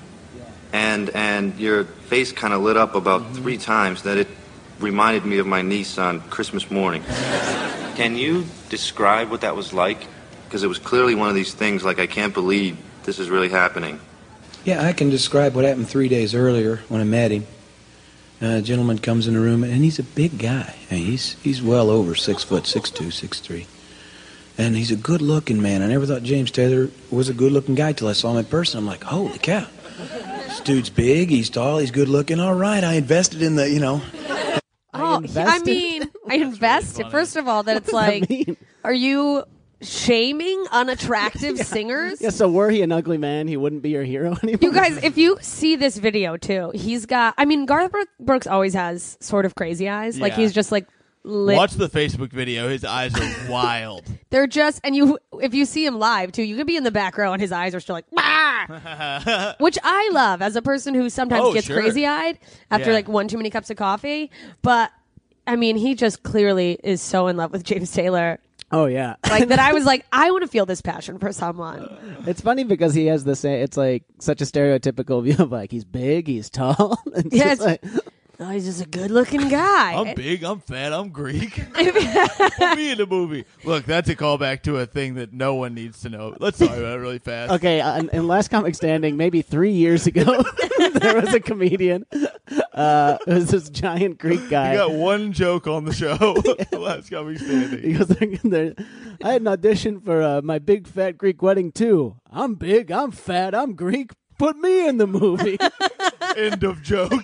Speaker 5: and and your face kind of lit up about three times. That it reminded me of my niece on Christmas morning. Can you describe what that was like? Because it was clearly one of these things like I can't believe this is really happening.
Speaker 2: Yeah, I can describe what happened three days earlier when I met him. Uh, a gentleman comes in the room, and he's a big guy. And he's he's well over six foot, six two, six three, and he's a good-looking man. I never thought James Taylor was a good-looking guy till I saw him in person. I'm like, holy cow, this dude's big, he's tall, he's good-looking. All right, I invested in the, you know.
Speaker 4: oh, he- I
Speaker 3: invested? [LAUGHS]
Speaker 4: mean, I invested.
Speaker 1: funny.
Speaker 4: First of all, that it's
Speaker 3: I
Speaker 4: like,
Speaker 3: mean,
Speaker 4: are you shaming unattractive
Speaker 3: [LAUGHS]
Speaker 4: singers?
Speaker 3: yeah. So were he an ugly man, he wouldn't be your hero [LAUGHS] anymore.
Speaker 4: You guys, if you see this video too, he's got. I mean, Garth Bro- Brooks always has sort of crazy eyes. Like
Speaker 1: Yeah.
Speaker 4: he's just like lit.
Speaker 1: Watch the Facebook video. His eyes are
Speaker 4: [LAUGHS]
Speaker 1: wild.
Speaker 4: They're just, and you, if you see him live too, you could be in the back row and his eyes are still like,
Speaker 1: [LAUGHS]
Speaker 4: "Ah!" which I love as a person who sometimes
Speaker 1: Oh,
Speaker 4: gets
Speaker 1: sure.
Speaker 4: crazy eyed after
Speaker 1: Yeah.
Speaker 4: like one too many cups of coffee. But I mean, he just clearly is so in love with James Taylor.
Speaker 3: Oh yeah. [LAUGHS]
Speaker 4: Like that, I was like, [LAUGHS] I want to feel this passion for someone.
Speaker 3: It's funny because he has the same. It's like such a stereotypical view of like he's big, he's tall. [LAUGHS] It's just
Speaker 4: Yes.
Speaker 3: like-
Speaker 4: Oh, he's just a good-looking guy.
Speaker 1: I'm big. I'm fat. I'm Greek.
Speaker 4: [LAUGHS]
Speaker 1: Put me in the movie. Look, that's a callback to a thing that no one needs to know. Let's talk about it really fast.
Speaker 3: okay, uh, in, in Last Comic Standing, maybe three years ago, [LAUGHS] there was a comedian. Uh, it was this giant Greek
Speaker 1: You got
Speaker 3: guy.
Speaker 1: one joke on the show. [LAUGHS] Last comic standing.
Speaker 4: [LAUGHS]
Speaker 3: He goes, "There- I had an audition for uh, my big fat Greek wedding too. I'm big, I'm fat, I'm Greek. Put me in the [LAUGHS] movie.
Speaker 1: End of joke. [LAUGHS]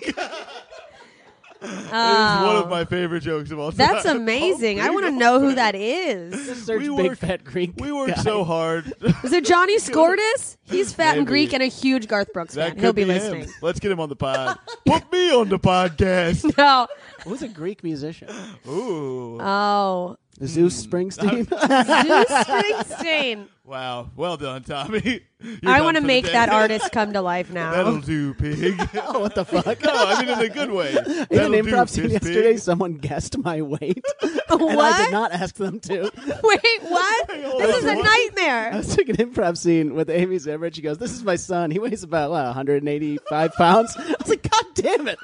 Speaker 1: it is [LAUGHS] one of my favorite jokes of all time.
Speaker 4: Um,
Speaker 1: [LAUGHS]
Speaker 4: Oh. That's amazing. I want to know who that is.
Speaker 3: Search
Speaker 1: We
Speaker 3: big
Speaker 1: work-
Speaker 3: fat Greek.
Speaker 1: We work
Speaker 3: guy.
Speaker 1: so
Speaker 4: [LAUGHS]
Speaker 1: hard.
Speaker 4: Is it Johnny Scortis? He's fat and
Speaker 1: Maybe.
Speaker 4: Greek and a huge Garth Brooks
Speaker 1: That
Speaker 4: fan.
Speaker 1: could
Speaker 4: He'll be,
Speaker 1: be, him.
Speaker 4: listening.
Speaker 1: Let's get him on the pod.
Speaker 4: [LAUGHS]
Speaker 1: Put me on the podcast.
Speaker 4: No.
Speaker 3: Who's a Greek musician?
Speaker 1: Ooh.
Speaker 4: Oh.
Speaker 1: [LAUGHS]
Speaker 3: Zeus Springsteen. [LAUGHS]
Speaker 4: Zeus Springsteen.
Speaker 1: wow. Well done, Tommy. [LAUGHS] You're
Speaker 4: I
Speaker 1: done
Speaker 4: want
Speaker 1: for
Speaker 4: to
Speaker 1: the
Speaker 4: make
Speaker 1: day.
Speaker 4: that artist come to life
Speaker 1: That'll
Speaker 4: [LAUGHS] now.
Speaker 1: do, pig. [LAUGHS] no,
Speaker 3: oh, what the fuck?
Speaker 1: I mean
Speaker 4: [LAUGHS]
Speaker 1: in a good way.
Speaker 3: In
Speaker 1: That'll
Speaker 3: an
Speaker 1: do,
Speaker 3: improv scene
Speaker 1: piss pig.
Speaker 3: yesterday, someone guessed my weight, [LAUGHS] and I
Speaker 4: What?
Speaker 3: did not ask them to.
Speaker 4: Wait,
Speaker 1: [LAUGHS]
Speaker 4: what?
Speaker 1: hold
Speaker 4: This
Speaker 1: on.
Speaker 4: is a
Speaker 1: What?
Speaker 3: I
Speaker 4: nightmare.
Speaker 3: was doing an improv scene with Amy Zimmer. She goes, "This is my son. He weighs about what, 185 pounds." I was like, "God damn it!"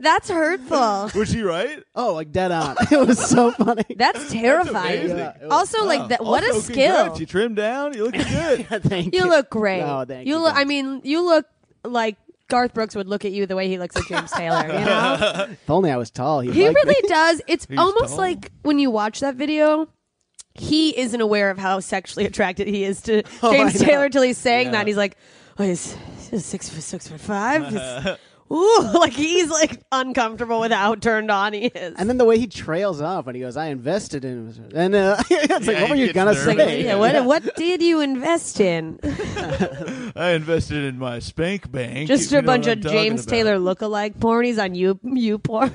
Speaker 4: That's hurtful.
Speaker 1: Was she right?
Speaker 3: Oh, like dead on. [LAUGHS] It was so funny.
Speaker 4: That's terrifying.
Speaker 1: amazing. Yeah, it was-
Speaker 4: also, like that. What a
Speaker 1: Also,
Speaker 4: skill.
Speaker 1: congrats, You trimmed down. You're looking good.
Speaker 4: [LAUGHS]
Speaker 3: [LAUGHS] Thank
Speaker 4: You look great.
Speaker 3: Oh, thank
Speaker 4: you
Speaker 3: you.
Speaker 4: look. I mean, you look like Garth Brooks would look at you the way he looks at James Taylor.
Speaker 1: [LAUGHS]
Speaker 4: You know.
Speaker 3: If only I was tall. He'd
Speaker 4: He
Speaker 3: like me.
Speaker 4: really does. It's almost
Speaker 1: tall.
Speaker 4: like when you watch that video, he isn't aware of how sexually [LAUGHS] attracted he is to
Speaker 1: Oh,
Speaker 4: James
Speaker 3: know.
Speaker 4: Taylor till he's saying that. He's like, oh, he's, he's six foot six foot
Speaker 1: [LAUGHS]
Speaker 4: five. He's- Ooh, [LAUGHS] like he's like uncomfortable with how turned on he is.
Speaker 3: [LAUGHS] And then the way he trails off when he goes, "I invested in," him." and uh, [LAUGHS] it's like,
Speaker 1: Yeah,
Speaker 3: "What were
Speaker 1: he
Speaker 3: you
Speaker 1: gets
Speaker 3: gonna
Speaker 1: nervous.
Speaker 4: It's
Speaker 3: say?"
Speaker 4: like, yeah, what, what did you
Speaker 1: [LAUGHS]
Speaker 4: invest in?
Speaker 1: I invested in my spank bank.
Speaker 4: Just
Speaker 1: You
Speaker 4: a
Speaker 1: know
Speaker 4: bunch
Speaker 1: what
Speaker 4: of
Speaker 1: I'm talking
Speaker 4: James
Speaker 1: about.
Speaker 4: Taylor lookalike pornies on you, you porn.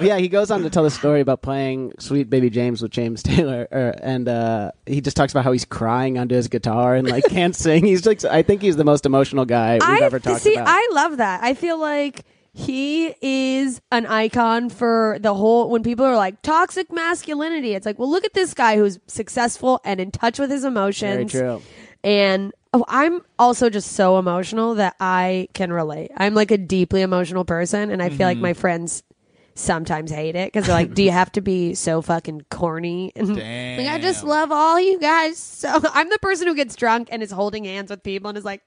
Speaker 3: yeah, he goes on to tell the story about playing "Sweet Baby James" with James Taylor, [LAUGHS] er, and uh, he just talks about how he's crying onto his guitar and like
Speaker 4: [LAUGHS]
Speaker 3: can't sing. He's like, I think he's the most emotional guy we've
Speaker 4: I
Speaker 3: ever talked
Speaker 4: see.
Speaker 3: about.
Speaker 4: I love that. I feel like he is an icon for the whole. When people are like toxic masculinity, it's like, well, look at this guy who's successful and in touch with his
Speaker 3: Very
Speaker 4: emotions.
Speaker 3: true.
Speaker 4: And oh, I'm also just so emotional that I can relate. I'm like a deeply emotional person, and I feel like my friends sometimes hate it because they're like, "Do you have to be so fucking corny?" And like, I just
Speaker 1: Damn.
Speaker 4: love all you guys. So [LAUGHS] I'm the person who gets drunk and is holding hands with people and is like,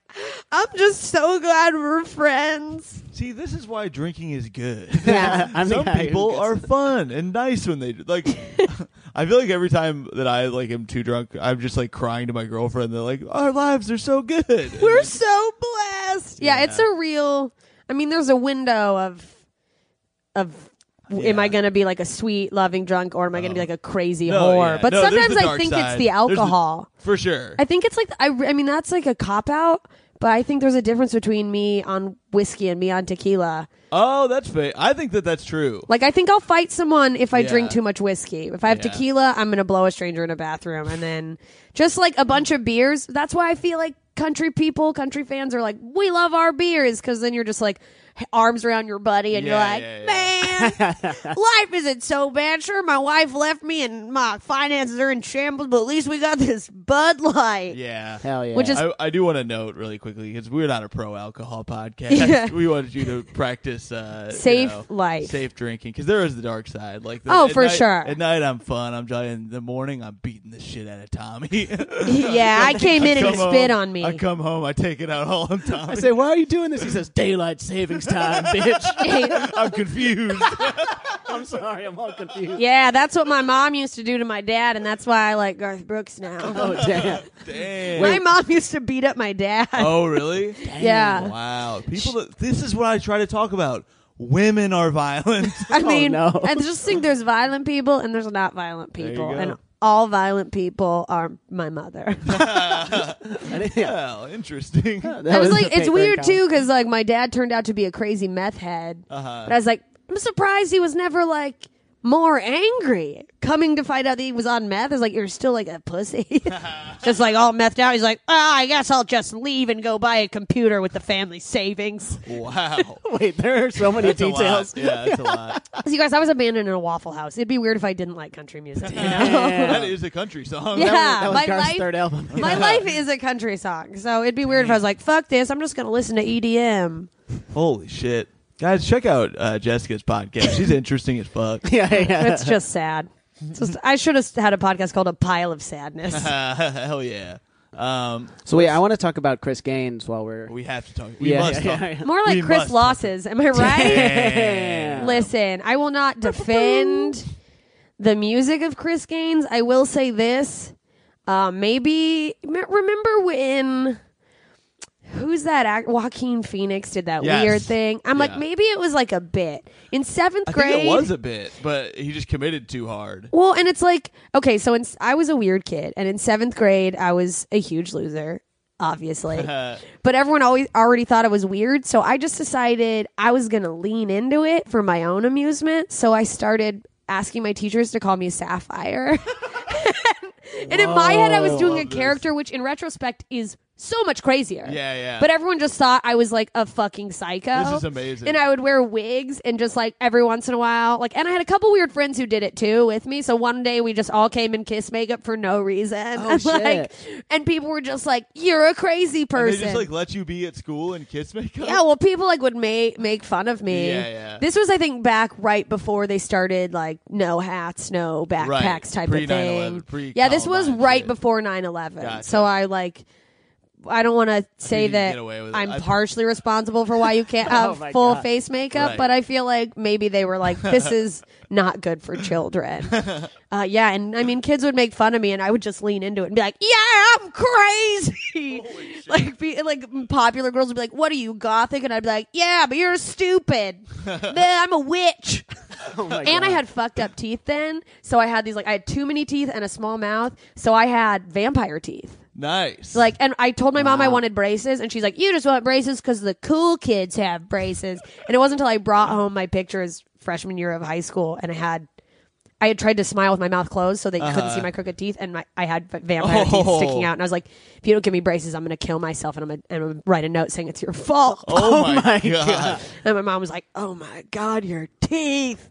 Speaker 4: "I'm just so glad we're friends."
Speaker 1: See, this is why drinking is good.
Speaker 4: [LAUGHS] Yeah.
Speaker 1: [LAUGHS]
Speaker 3: I'm the
Speaker 1: Some
Speaker 3: guy who
Speaker 1: people
Speaker 3: gets-
Speaker 1: are fun and nice when they
Speaker 4: [LAUGHS]
Speaker 1: like. [LAUGHS] I feel like every time that I like am too drunk, I'm just like crying to my girlfriend. They're like, "Our lives are so good." [LAUGHS]
Speaker 4: We're so blessed. Yeah, it's a real. I mean, there's a window of of. w Am
Speaker 1: Yeah. Oh.
Speaker 4: I going to be like a sweet, loving drunk, or am I going to be like a crazy
Speaker 1: No,
Speaker 4: whore?
Speaker 1: yeah.
Speaker 4: But
Speaker 1: No, there's
Speaker 4: sometimes
Speaker 1: the
Speaker 4: I
Speaker 1: dark
Speaker 4: think it's
Speaker 1: side.
Speaker 4: the
Speaker 1: There's the-
Speaker 4: alcohol.
Speaker 1: for sure.
Speaker 4: I think it's like I. I mean, that's like a cop out. But I think there's a difference between me on whiskey and me on tequila.
Speaker 1: Oh, that's fake. I think that that's true.
Speaker 4: Like I think I'll fight someone if I drink
Speaker 1: Yeah.
Speaker 4: too much whiskey. If I have
Speaker 1: Yeah.
Speaker 4: tequila, I'm gonna blow a stranger in a bathroom, and then just like a bunch of beers. That's why I feel like country people, country fans are like, we love our beers because then you're just like h- arms around your buddy, and
Speaker 1: Yeah,
Speaker 4: you're
Speaker 1: yeah,
Speaker 4: like,
Speaker 1: [LAUGHS]
Speaker 4: man, life isn't so bad. Sure, my wife left me, and my finances are in shambles, but at least we got this Bud Light.
Speaker 1: Yeah.
Speaker 3: Hell yeah.
Speaker 4: Which is-
Speaker 1: I, I do want to note really quickly because we're not a pro alcohol podcast. [LAUGHS] We wanted you to practice uh, you
Speaker 4: Safe
Speaker 1: know,
Speaker 4: life.
Speaker 1: safe drinking because there is the dark side. Like the,
Speaker 4: Oh,
Speaker 1: at
Speaker 4: for
Speaker 1: night-
Speaker 4: sure.
Speaker 1: At night I'm fun. I'm jolly. In the morning I'm beating the shit out of Tommy. [LAUGHS]
Speaker 4: [LAUGHS] yeah, I came in and
Speaker 1: Come
Speaker 4: he spit
Speaker 1: home,
Speaker 4: on me.
Speaker 1: I
Speaker 4: [LAUGHS]
Speaker 1: come home. I take it out all on Tommy.
Speaker 3: I say, why are you doing this? He says, daylight savings time,
Speaker 4: [LAUGHS]
Speaker 3: bitch.
Speaker 1: [LAUGHS] I'm
Speaker 3: [LAUGHS]
Speaker 1: confused.
Speaker 3: I'm sorry, I'm all confused.
Speaker 4: yeah, that's what my mom used to do to my dad, and that's why I like Garth Brooks now.
Speaker 3: Oh
Speaker 4: [LAUGHS]
Speaker 3: damn!
Speaker 1: Damn.
Speaker 4: my mom used to beat up my dad.
Speaker 1: [LAUGHS] Oh, really?
Speaker 4: [LAUGHS] yeah.
Speaker 1: Wow. People. That, this is what I try to talk about. Women are violent. [LAUGHS]
Speaker 4: I mean, [LAUGHS]
Speaker 3: no.
Speaker 4: I just think there's violent people and there's not violent
Speaker 1: you
Speaker 4: people.
Speaker 1: go.
Speaker 4: And all violent people are
Speaker 1: [LAUGHS]
Speaker 4: my mother.
Speaker 3: I didn't- yeah.
Speaker 1: well, interesting.
Speaker 4: I
Speaker 3: That
Speaker 4: was
Speaker 3: was
Speaker 4: like,
Speaker 3: a
Speaker 4: it's
Speaker 3: paper
Speaker 4: weird
Speaker 3: income.
Speaker 4: too, because like my dad turned out to be a crazy meth head.
Speaker 1: Uh-huh.
Speaker 4: But I was like, I'm surprised he was never like more angry. Coming to find out that he was on meth is like, you're still like a
Speaker 1: [LAUGHS]
Speaker 4: pussy. [LAUGHS] just like all methed out. He's like, ah, I guess I'll just leave and go buy a computer with the
Speaker 1: [LAUGHS]
Speaker 4: family savings.
Speaker 3: [LAUGHS]
Speaker 1: Wow.
Speaker 3: Wait, there are so many
Speaker 1: That's a lot.
Speaker 3: details.
Speaker 1: Yeah, that's a lot.
Speaker 4: So you guys, I was abandoned in a Waffle House. It'd be weird if I didn't like country
Speaker 1: [LAUGHS]
Speaker 4: music. you
Speaker 3: [LAUGHS]
Speaker 4: know?
Speaker 3: Yeah.
Speaker 1: Oh, That is a country song.
Speaker 4: Yeah.
Speaker 3: that was
Speaker 4: my
Speaker 3: Garth's
Speaker 4: life-
Speaker 3: third album. [LAUGHS]
Speaker 4: My life is a country song, so it'd be weird if I was like, "Fuck this! I'm just gonna listen to E EDM."
Speaker 1: Holy shit. Guys, check out uh, Jessica's podcast.
Speaker 3: [LAUGHS]
Speaker 1: She's interesting as fuck. [LAUGHS]
Speaker 3: yeah, yeah.
Speaker 4: It's just sad. It's just, I should have had a podcast called "A Pile of Sadness."
Speaker 1: [LAUGHS] Uh, hell yeah. Um,
Speaker 3: So wait, I want to talk about Chris Gaines while we're.
Speaker 1: we have to talk. We
Speaker 3: [LAUGHS] yeah,
Speaker 1: must
Speaker 3: yeah,
Speaker 1: talk. [LAUGHS]
Speaker 3: yeah,
Speaker 4: More like
Speaker 1: We
Speaker 4: Chris
Speaker 1: must
Speaker 4: losses. Am I right?
Speaker 1: Damn.
Speaker 4: Listen, I will not defend the music of Chris Gaines. I will say this. Uh, maybe m- remember when who's that act Joaquin Phoenix did that
Speaker 1: Yes.
Speaker 4: weird thing. I'm like
Speaker 1: Yeah.
Speaker 4: maybe it was like a bit. In 7th
Speaker 1: I
Speaker 4: grade
Speaker 1: think it was a bit, but he just committed too hard.
Speaker 4: Well, and it's like okay, so in, I was a weird kid, and in seventh grade, I was a huge loser,
Speaker 1: [LAUGHS]
Speaker 4: obviously. but everyone always already thought I was weird, so I just decided I was gonna lean into it for my own amusement. So I started asking my teachers to call me Sapphire, [LAUGHS] and in my head, I was doing a character which, in retrospect, is so much crazier.
Speaker 1: Yeah, yeah.
Speaker 4: But everyone just thought I was like a fucking psycho.
Speaker 1: This is amazing.
Speaker 4: And I would wear wigs and just like every once in a while, like, and I had a couple weird friends who did it too with me. So one day we just all came in kiss makeup for no reason. and, [LAUGHS] like, and people were just like, "You're a crazy
Speaker 1: Oh, And they
Speaker 4: person."
Speaker 1: just like let you be at school and kiss makeup.
Speaker 4: yeah, well, people like would make make fun of me.
Speaker 1: Yeah, yeah.
Speaker 4: This was, I think, back right before they started like no hats, no backpacks
Speaker 1: Right.
Speaker 4: type of thing.
Speaker 1: Pre-9/11, pre-
Speaker 4: yeah, this was
Speaker 1: Columbine
Speaker 4: right
Speaker 1: shit.
Speaker 4: before 9-11.
Speaker 1: Gotcha.
Speaker 4: So I like. I don't want to say
Speaker 1: you can
Speaker 4: that
Speaker 1: get away with it.
Speaker 4: I'm
Speaker 1: I- Oh
Speaker 4: partially responsible for why you
Speaker 1: [LAUGHS]
Speaker 4: can't have
Speaker 3: my
Speaker 4: full
Speaker 3: God.
Speaker 4: face makeup,
Speaker 1: Right.
Speaker 4: but I feel like maybe they were like,
Speaker 3: [LAUGHS]
Speaker 4: "This is not good for children." uh, yeah, and I mean, kids would make fun of me, and I would just lean into it and be like, "Yeah, I'm crazy." [LAUGHS] like, be, like popular girls would be like, "What are you gothic?" And I'd be like, "Yeah, but
Speaker 3: [LAUGHS]
Speaker 4: you're stupid. Nah, I'm a witch."
Speaker 3: Oh my
Speaker 4: [LAUGHS] and I
Speaker 3: God.
Speaker 4: had fucked up teeth then, so I had these like I had too many teeth and a small mouth, so I had vampire teeth.
Speaker 1: Nice.
Speaker 4: Like, and I told my mom I wanted braces, and she's like, "You just want braces because the cool kids have braces." and it wasn't until I brought home my pictures freshman year of high school, and I had, I had tried to smile with my mouth closed so that you couldn't see my crooked teeth, and my, I had v- vampire teeth
Speaker 1: Uh-huh. Oh.
Speaker 4: sticking out, and I was like, "If you don't give me braces, I'm gonna kill myself, and I'm gonna, and I'm gonna write a note saying it's your fault."
Speaker 1: oh, my,
Speaker 3: God.
Speaker 4: [LAUGHS] And my mom was like, "Oh my god, your teeth!"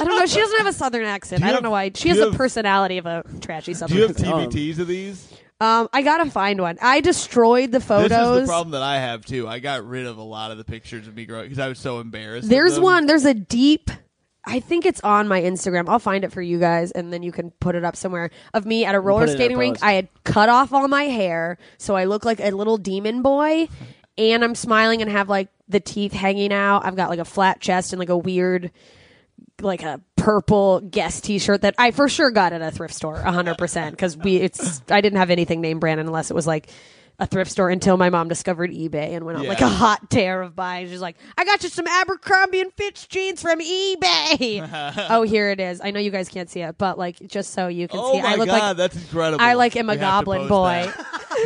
Speaker 4: I don't know. She doesn't have a southern accent.
Speaker 1: Do you
Speaker 4: I don't
Speaker 1: have-
Speaker 4: know why. She
Speaker 1: do
Speaker 4: has
Speaker 1: you
Speaker 4: the
Speaker 1: have-
Speaker 4: personality of a trashy
Speaker 1: Do
Speaker 4: southern.
Speaker 1: you have
Speaker 4: accent.
Speaker 1: TBTs of these?
Speaker 4: Um, I gotta find one. I destroyed the photos.
Speaker 1: This is the problem that I have too. I got rid of a lot of the pictures of me growing because I was so embarrassed. of
Speaker 4: There's
Speaker 1: them.
Speaker 4: one. There's a deep. I think it's on my Instagram. I'll find it for you guys, and then you can put it up somewhere of me at a roller
Speaker 3: put it in our
Speaker 4: skating rink.
Speaker 3: post.
Speaker 4: I had cut off all my hair, so I look like a little demon boy, and I'm smiling and have like the teeth hanging out. I've got like a flat chest and like a weird, like a purple guest T-shirt that I for sure got at a thrift store, hundred percent. Because we, it's I didn't have anything name brand unless it was like. A thrift store until my mom discovered eBay and went on
Speaker 1: Yeah.
Speaker 4: like a hot tear of buying. She's like, I got you some Abercrombie and Fitch jeans
Speaker 1: [LAUGHS]
Speaker 4: from eBay. oh, here it is. I know you guys can't see it, but like just so you can
Speaker 1: Oh
Speaker 4: see,
Speaker 1: my
Speaker 4: I look
Speaker 1: god,
Speaker 4: like
Speaker 1: that's incredible!
Speaker 4: I like am
Speaker 1: We
Speaker 4: a
Speaker 1: have to post [LAUGHS]
Speaker 4: goblin boy.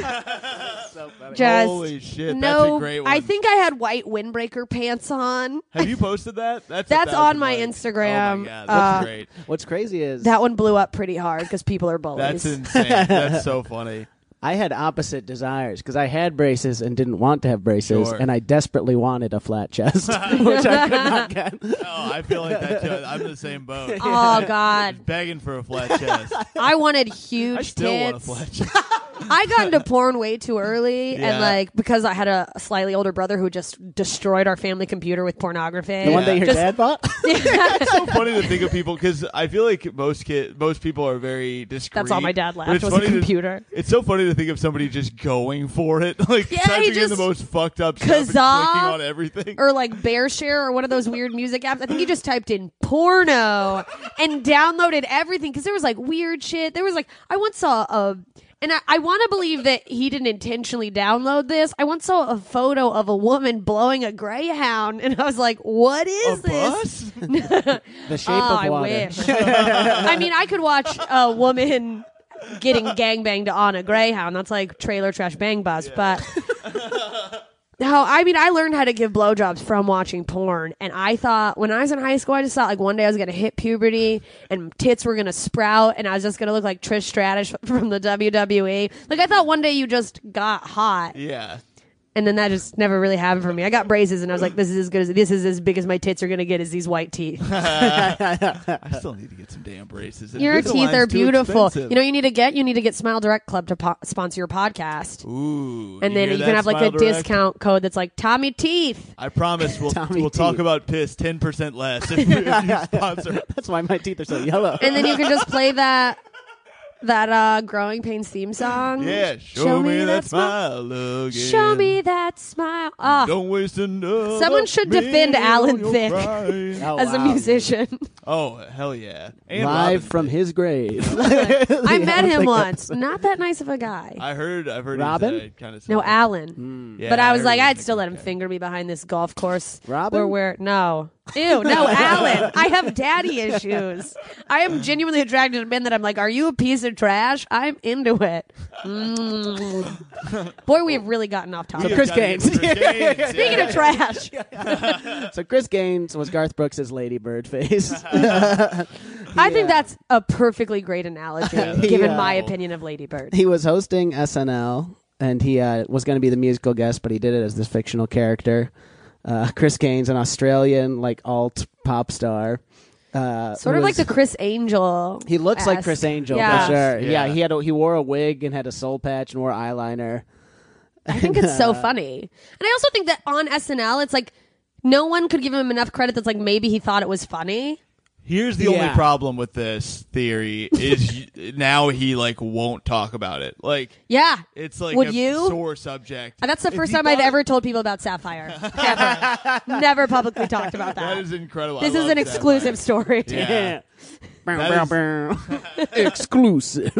Speaker 1: that.
Speaker 4: [LAUGHS]
Speaker 1: [LAUGHS]
Speaker 3: so funny.
Speaker 4: Just
Speaker 1: Holy shit, that's
Speaker 4: No,
Speaker 1: a great one.
Speaker 4: I think I had white windbreaker pants on.
Speaker 1: Have you posted that? That's a
Speaker 4: That's
Speaker 1: thousand
Speaker 4: on my
Speaker 1: likes. Oh
Speaker 4: Instagram.
Speaker 1: my god, that's
Speaker 4: Uh,
Speaker 1: great.
Speaker 3: What's crazy is
Speaker 4: That one blew up pretty hard because people are bullies.
Speaker 1: That's insane.
Speaker 4: [LAUGHS]
Speaker 1: that's so funny.
Speaker 3: I had opposite desires because I had braces and didn't want to have braces,
Speaker 1: Sure.
Speaker 3: and I desperately wanted a flat chest, [LAUGHS] which I could
Speaker 4: [LAUGHS]
Speaker 3: not get.
Speaker 1: Oh, I feel like that too. I'm in the same boat.
Speaker 4: oh God,
Speaker 1: Begging for a flat chest.
Speaker 4: I wanted huge
Speaker 1: I still
Speaker 4: tits.
Speaker 1: want a flat
Speaker 4: [LAUGHS]
Speaker 1: chest.
Speaker 4: I got into porn way too early,
Speaker 1: Yeah.
Speaker 4: and like because I had a slightly older brother who just destroyed our family computer with pornography.
Speaker 3: The one that your
Speaker 4: Just-
Speaker 3: dad
Speaker 4: [LAUGHS]
Speaker 3: bought.
Speaker 1: it's so funny to think of people because I feel like most kid, most people are very discreet.
Speaker 4: That's all my dad
Speaker 1: but
Speaker 4: left
Speaker 1: it's
Speaker 4: was a
Speaker 1: funny to-
Speaker 4: computer.
Speaker 1: it's so funny to think of somebody just going for it, [LAUGHS] like
Speaker 4: Yeah,
Speaker 1: typing
Speaker 4: he
Speaker 1: in the
Speaker 4: just-
Speaker 1: most fucked up stuff and clicking
Speaker 4: Kazaa
Speaker 1: on everything.
Speaker 4: or like Bear Share or one of those weird music apps. I think he just typed in porno and downloaded everything because there was like weird shit. There was like I once saw a and I, I want to believe that he didn't intentionally download this. I once saw a photo of a woman blowing a greyhound, and I was like, "What
Speaker 1: a
Speaker 4: is this?"
Speaker 1: bus?
Speaker 3: the shape
Speaker 4: oh,
Speaker 3: of water.
Speaker 4: I wish. I mean, I could watch a woman getting gangbanged on a greyhound. That's like trailer trash bang bus. But [LAUGHS] no, I mean, I learned how to give blowjobs from watching porn, and I thought when I was in high school, I just thought like one day I was gonna hit puberty and tits were gonna sprout, and I was just gonna look like Trish Stratus [LAUGHS] from the WWE. Like I thought one day you just got hot,
Speaker 1: Yeah.
Speaker 4: and then that just never really happened for me. I got braces, and I was like, this is as good as this is as big as my tits are gonna get as these white teeth.
Speaker 1: I still need to get some damn braces.
Speaker 4: Your teeth
Speaker 1: Invisalign's
Speaker 4: are
Speaker 1: too
Speaker 4: beautiful.
Speaker 1: expensive.
Speaker 4: You know, what you need to get you need to get Smile Direct Club to po- sponsor your podcast,
Speaker 1: Ooh,
Speaker 4: and then
Speaker 1: hear
Speaker 4: you can
Speaker 1: that,
Speaker 4: have like
Speaker 1: Smile
Speaker 4: a
Speaker 1: Direct?
Speaker 4: discount code that's like Tommy Teeth.
Speaker 1: I promise
Speaker 4: [LAUGHS]
Speaker 1: we'll
Speaker 3: Tommy
Speaker 1: we'll talk
Speaker 3: Teeth.
Speaker 1: about piss ten percent less if, if you
Speaker 4: [LAUGHS]
Speaker 1: sponsor.
Speaker 3: [LAUGHS] That's why my teeth are so yellow.
Speaker 4: And then you can just
Speaker 1: [LAUGHS]
Speaker 4: play that that uh Growing Pains theme song.
Speaker 1: Yeah, show, me, that smile again.
Speaker 4: Show me that smile. Ah,
Speaker 1: Don't waste another.
Speaker 4: Someone should defend
Speaker 1: minute
Speaker 4: Alan
Speaker 1: on your
Speaker 4: Thicke.
Speaker 1: crying.
Speaker 3: Oh,
Speaker 4: [LAUGHS] as a
Speaker 3: wow.
Speaker 1: [LAUGHS]
Speaker 4: musician,
Speaker 1: Oh hell yeah! And
Speaker 3: Live
Speaker 1: Robin [LAUGHS]
Speaker 3: from
Speaker 1: Thicke.
Speaker 3: his grave. [LAUGHS]
Speaker 4: I met him once. Not that nice of a guy.
Speaker 1: [LAUGHS] I Hmm. heard. I've heard.
Speaker 3: Robin?
Speaker 1: Kind of.
Speaker 4: no, Alan. but I was like, I'd still let him
Speaker 1: think.
Speaker 4: finger me behind this golf course.
Speaker 3: Robin?
Speaker 4: Where we're no, ew, no,
Speaker 3: [LAUGHS]
Speaker 4: Alan. I have daddy issues. I am genuinely attracted to men that I'm like, are you a piece of trash? I'm into it. Mm. Boy, we have really gotten off topic.
Speaker 3: Chris Gaines.
Speaker 4: [LAUGHS] Speaking of
Speaker 3: [LAUGHS]
Speaker 4: trash,
Speaker 3: so Chris Gaines was Garth Brooks' ladybird face.
Speaker 1: [LAUGHS]
Speaker 4: I think that's a perfectly great analogy, given
Speaker 3: Yeah.
Speaker 4: my opinion of Lady Bird.
Speaker 3: he was hosting SNL, and he uh, was going to be the musical guest, but he did it as this fictional character. Uh, Chris Gaines, an Australian like alt pop star, uh,
Speaker 4: Sort of
Speaker 3: who
Speaker 4: like
Speaker 3: was-
Speaker 4: the Chris Angel.
Speaker 3: He looks like
Speaker 4: esque.
Speaker 3: Chris Angel
Speaker 4: Yeah.
Speaker 3: for sure.
Speaker 1: Yeah.
Speaker 3: Yeah. he had a, he wore a wig and had a soul patch and wore eyeliner.
Speaker 4: I think it's [LAUGHS] so funny. And I also think that on SNL, it's like no one could give him enough credit that's like maybe he thought it was funny.
Speaker 1: Here's the only
Speaker 3: Yeah.
Speaker 1: problem with this theory is y- now he like won't talk about it. Like
Speaker 4: Yeah.
Speaker 1: it's like
Speaker 4: Would
Speaker 1: a
Speaker 4: you?
Speaker 1: sore subject.
Speaker 4: Uh, That's the
Speaker 1: If
Speaker 4: first
Speaker 1: he
Speaker 4: time I've
Speaker 1: thought-
Speaker 4: ever told people
Speaker 1: [LAUGHS]
Speaker 4: about Sapphire. Ever. Never publicly talked about that.
Speaker 1: That is incredible. I
Speaker 4: this is
Speaker 1: love
Speaker 4: an
Speaker 1: that
Speaker 4: exclusive
Speaker 1: line.
Speaker 4: story.
Speaker 1: Yeah.
Speaker 3: Uh,
Speaker 1: [LAUGHS]
Speaker 3: Bow, bow, bow. Exclusive.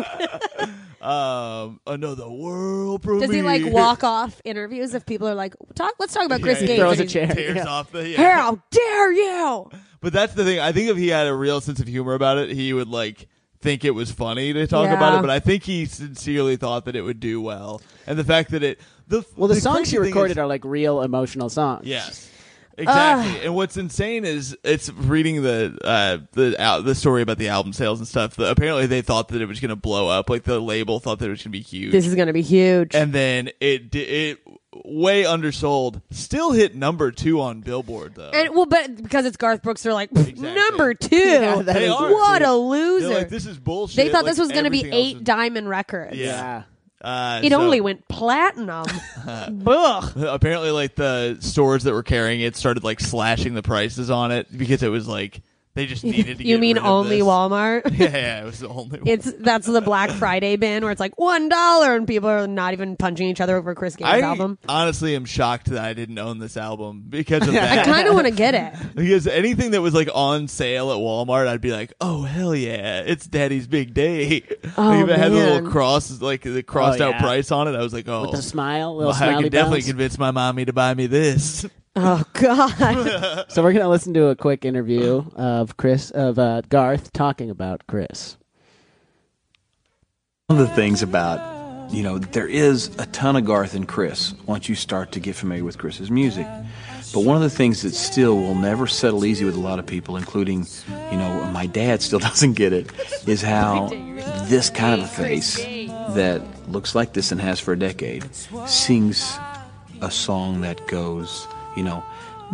Speaker 1: Um, another world premiere.
Speaker 4: [LAUGHS] Does he
Speaker 1: [LAUGHS]
Speaker 4: like walk off interviews if people are like, talk? Let's talk about
Speaker 1: Yeah,
Speaker 4: Chris
Speaker 1: yeah,
Speaker 4: Gaines.
Speaker 1: yeah.
Speaker 3: Throws
Speaker 4: and
Speaker 3: a
Speaker 4: he's,
Speaker 3: chair.
Speaker 1: Tears
Speaker 3: Yeah.
Speaker 1: off the. Yeah.
Speaker 4: How dare you?
Speaker 1: But that's the thing. I think if he had a real sense of humor about it, he would like think it was funny to talk
Speaker 4: Yeah.
Speaker 1: about it. But I think he sincerely thought that it would do well, and the fact that it the
Speaker 3: Well, the, songs
Speaker 1: crazy
Speaker 3: she
Speaker 1: thing
Speaker 3: recorded
Speaker 1: is-
Speaker 3: are like real emotional songs.
Speaker 1: yes. Exactly, and what's insane is it's reading the uh, the al- the story about the album sales and stuff. The, apparently, they thought that it was going to blow up. Like the label thought that it was going to be huge,
Speaker 4: This is going to be huge.
Speaker 1: and then it di- it way undersold. Still hit number two on Billboard though.
Speaker 4: And well, but because it's Garth Brooks, they're like
Speaker 1: Exactly.
Speaker 4: number two.
Speaker 3: Yeah, that
Speaker 1: They is- are.
Speaker 4: what a
Speaker 1: They're
Speaker 4: loser!
Speaker 1: like, this is bullshit.
Speaker 4: they thought
Speaker 1: Like,
Speaker 4: this was going to be
Speaker 1: everything else
Speaker 4: eight
Speaker 1: is-
Speaker 4: diamond records.
Speaker 1: Yeah.
Speaker 3: Yeah.
Speaker 1: Uh,
Speaker 4: It
Speaker 1: so-
Speaker 4: only went
Speaker 1: [LAUGHS]
Speaker 4: platinum. Ugh.
Speaker 1: apparently like the stores that were carrying it started like slashing the prices on it because it was like they
Speaker 4: [LAUGHS]
Speaker 1: just needed to.
Speaker 4: You
Speaker 1: get
Speaker 4: mean
Speaker 1: rid of
Speaker 4: only
Speaker 1: this.
Speaker 4: Walmart?
Speaker 1: [LAUGHS] Yeah, yeah, it was the only. one.
Speaker 4: It's that's the Black Friday bin where it's like one dollar and people are not even punching each other over Chris Gaines'
Speaker 1: I
Speaker 4: album.
Speaker 1: honestly am shocked that I didn't own this album because of
Speaker 4: [LAUGHS] I
Speaker 1: that.
Speaker 4: kind of want to
Speaker 1: [LAUGHS]
Speaker 4: get it.
Speaker 1: because anything that was like on sale at Walmart, I'd be like, "Oh hell yeah, it's Daddy's big day!" [LAUGHS]
Speaker 4: Oh,
Speaker 1: like, if it had the little
Speaker 4: man.
Speaker 1: cross, like the crossed
Speaker 3: Oh,
Speaker 1: out
Speaker 3: yeah.
Speaker 1: price on it, I was like, "Oh,
Speaker 3: With the smile,
Speaker 1: well,
Speaker 3: little
Speaker 1: I
Speaker 3: smiley
Speaker 1: can definitely
Speaker 3: bounce.
Speaker 1: convince my mommy to buy me this." [LAUGHS]
Speaker 4: Oh God!
Speaker 3: So we're gonna listen to a quick interview of Chris of uh, Garth talking about Chris.
Speaker 6: One of the things about
Speaker 2: you know, there is a ton of Garth and Chris once you start to get familiar with Chris's music. But one of the things that still will never settle easy with a lot of people, including, you know, my dad still [LAUGHS] doesn't get it, is how this kind of a face that looks like this and has for a decade sings a song that goes, you know,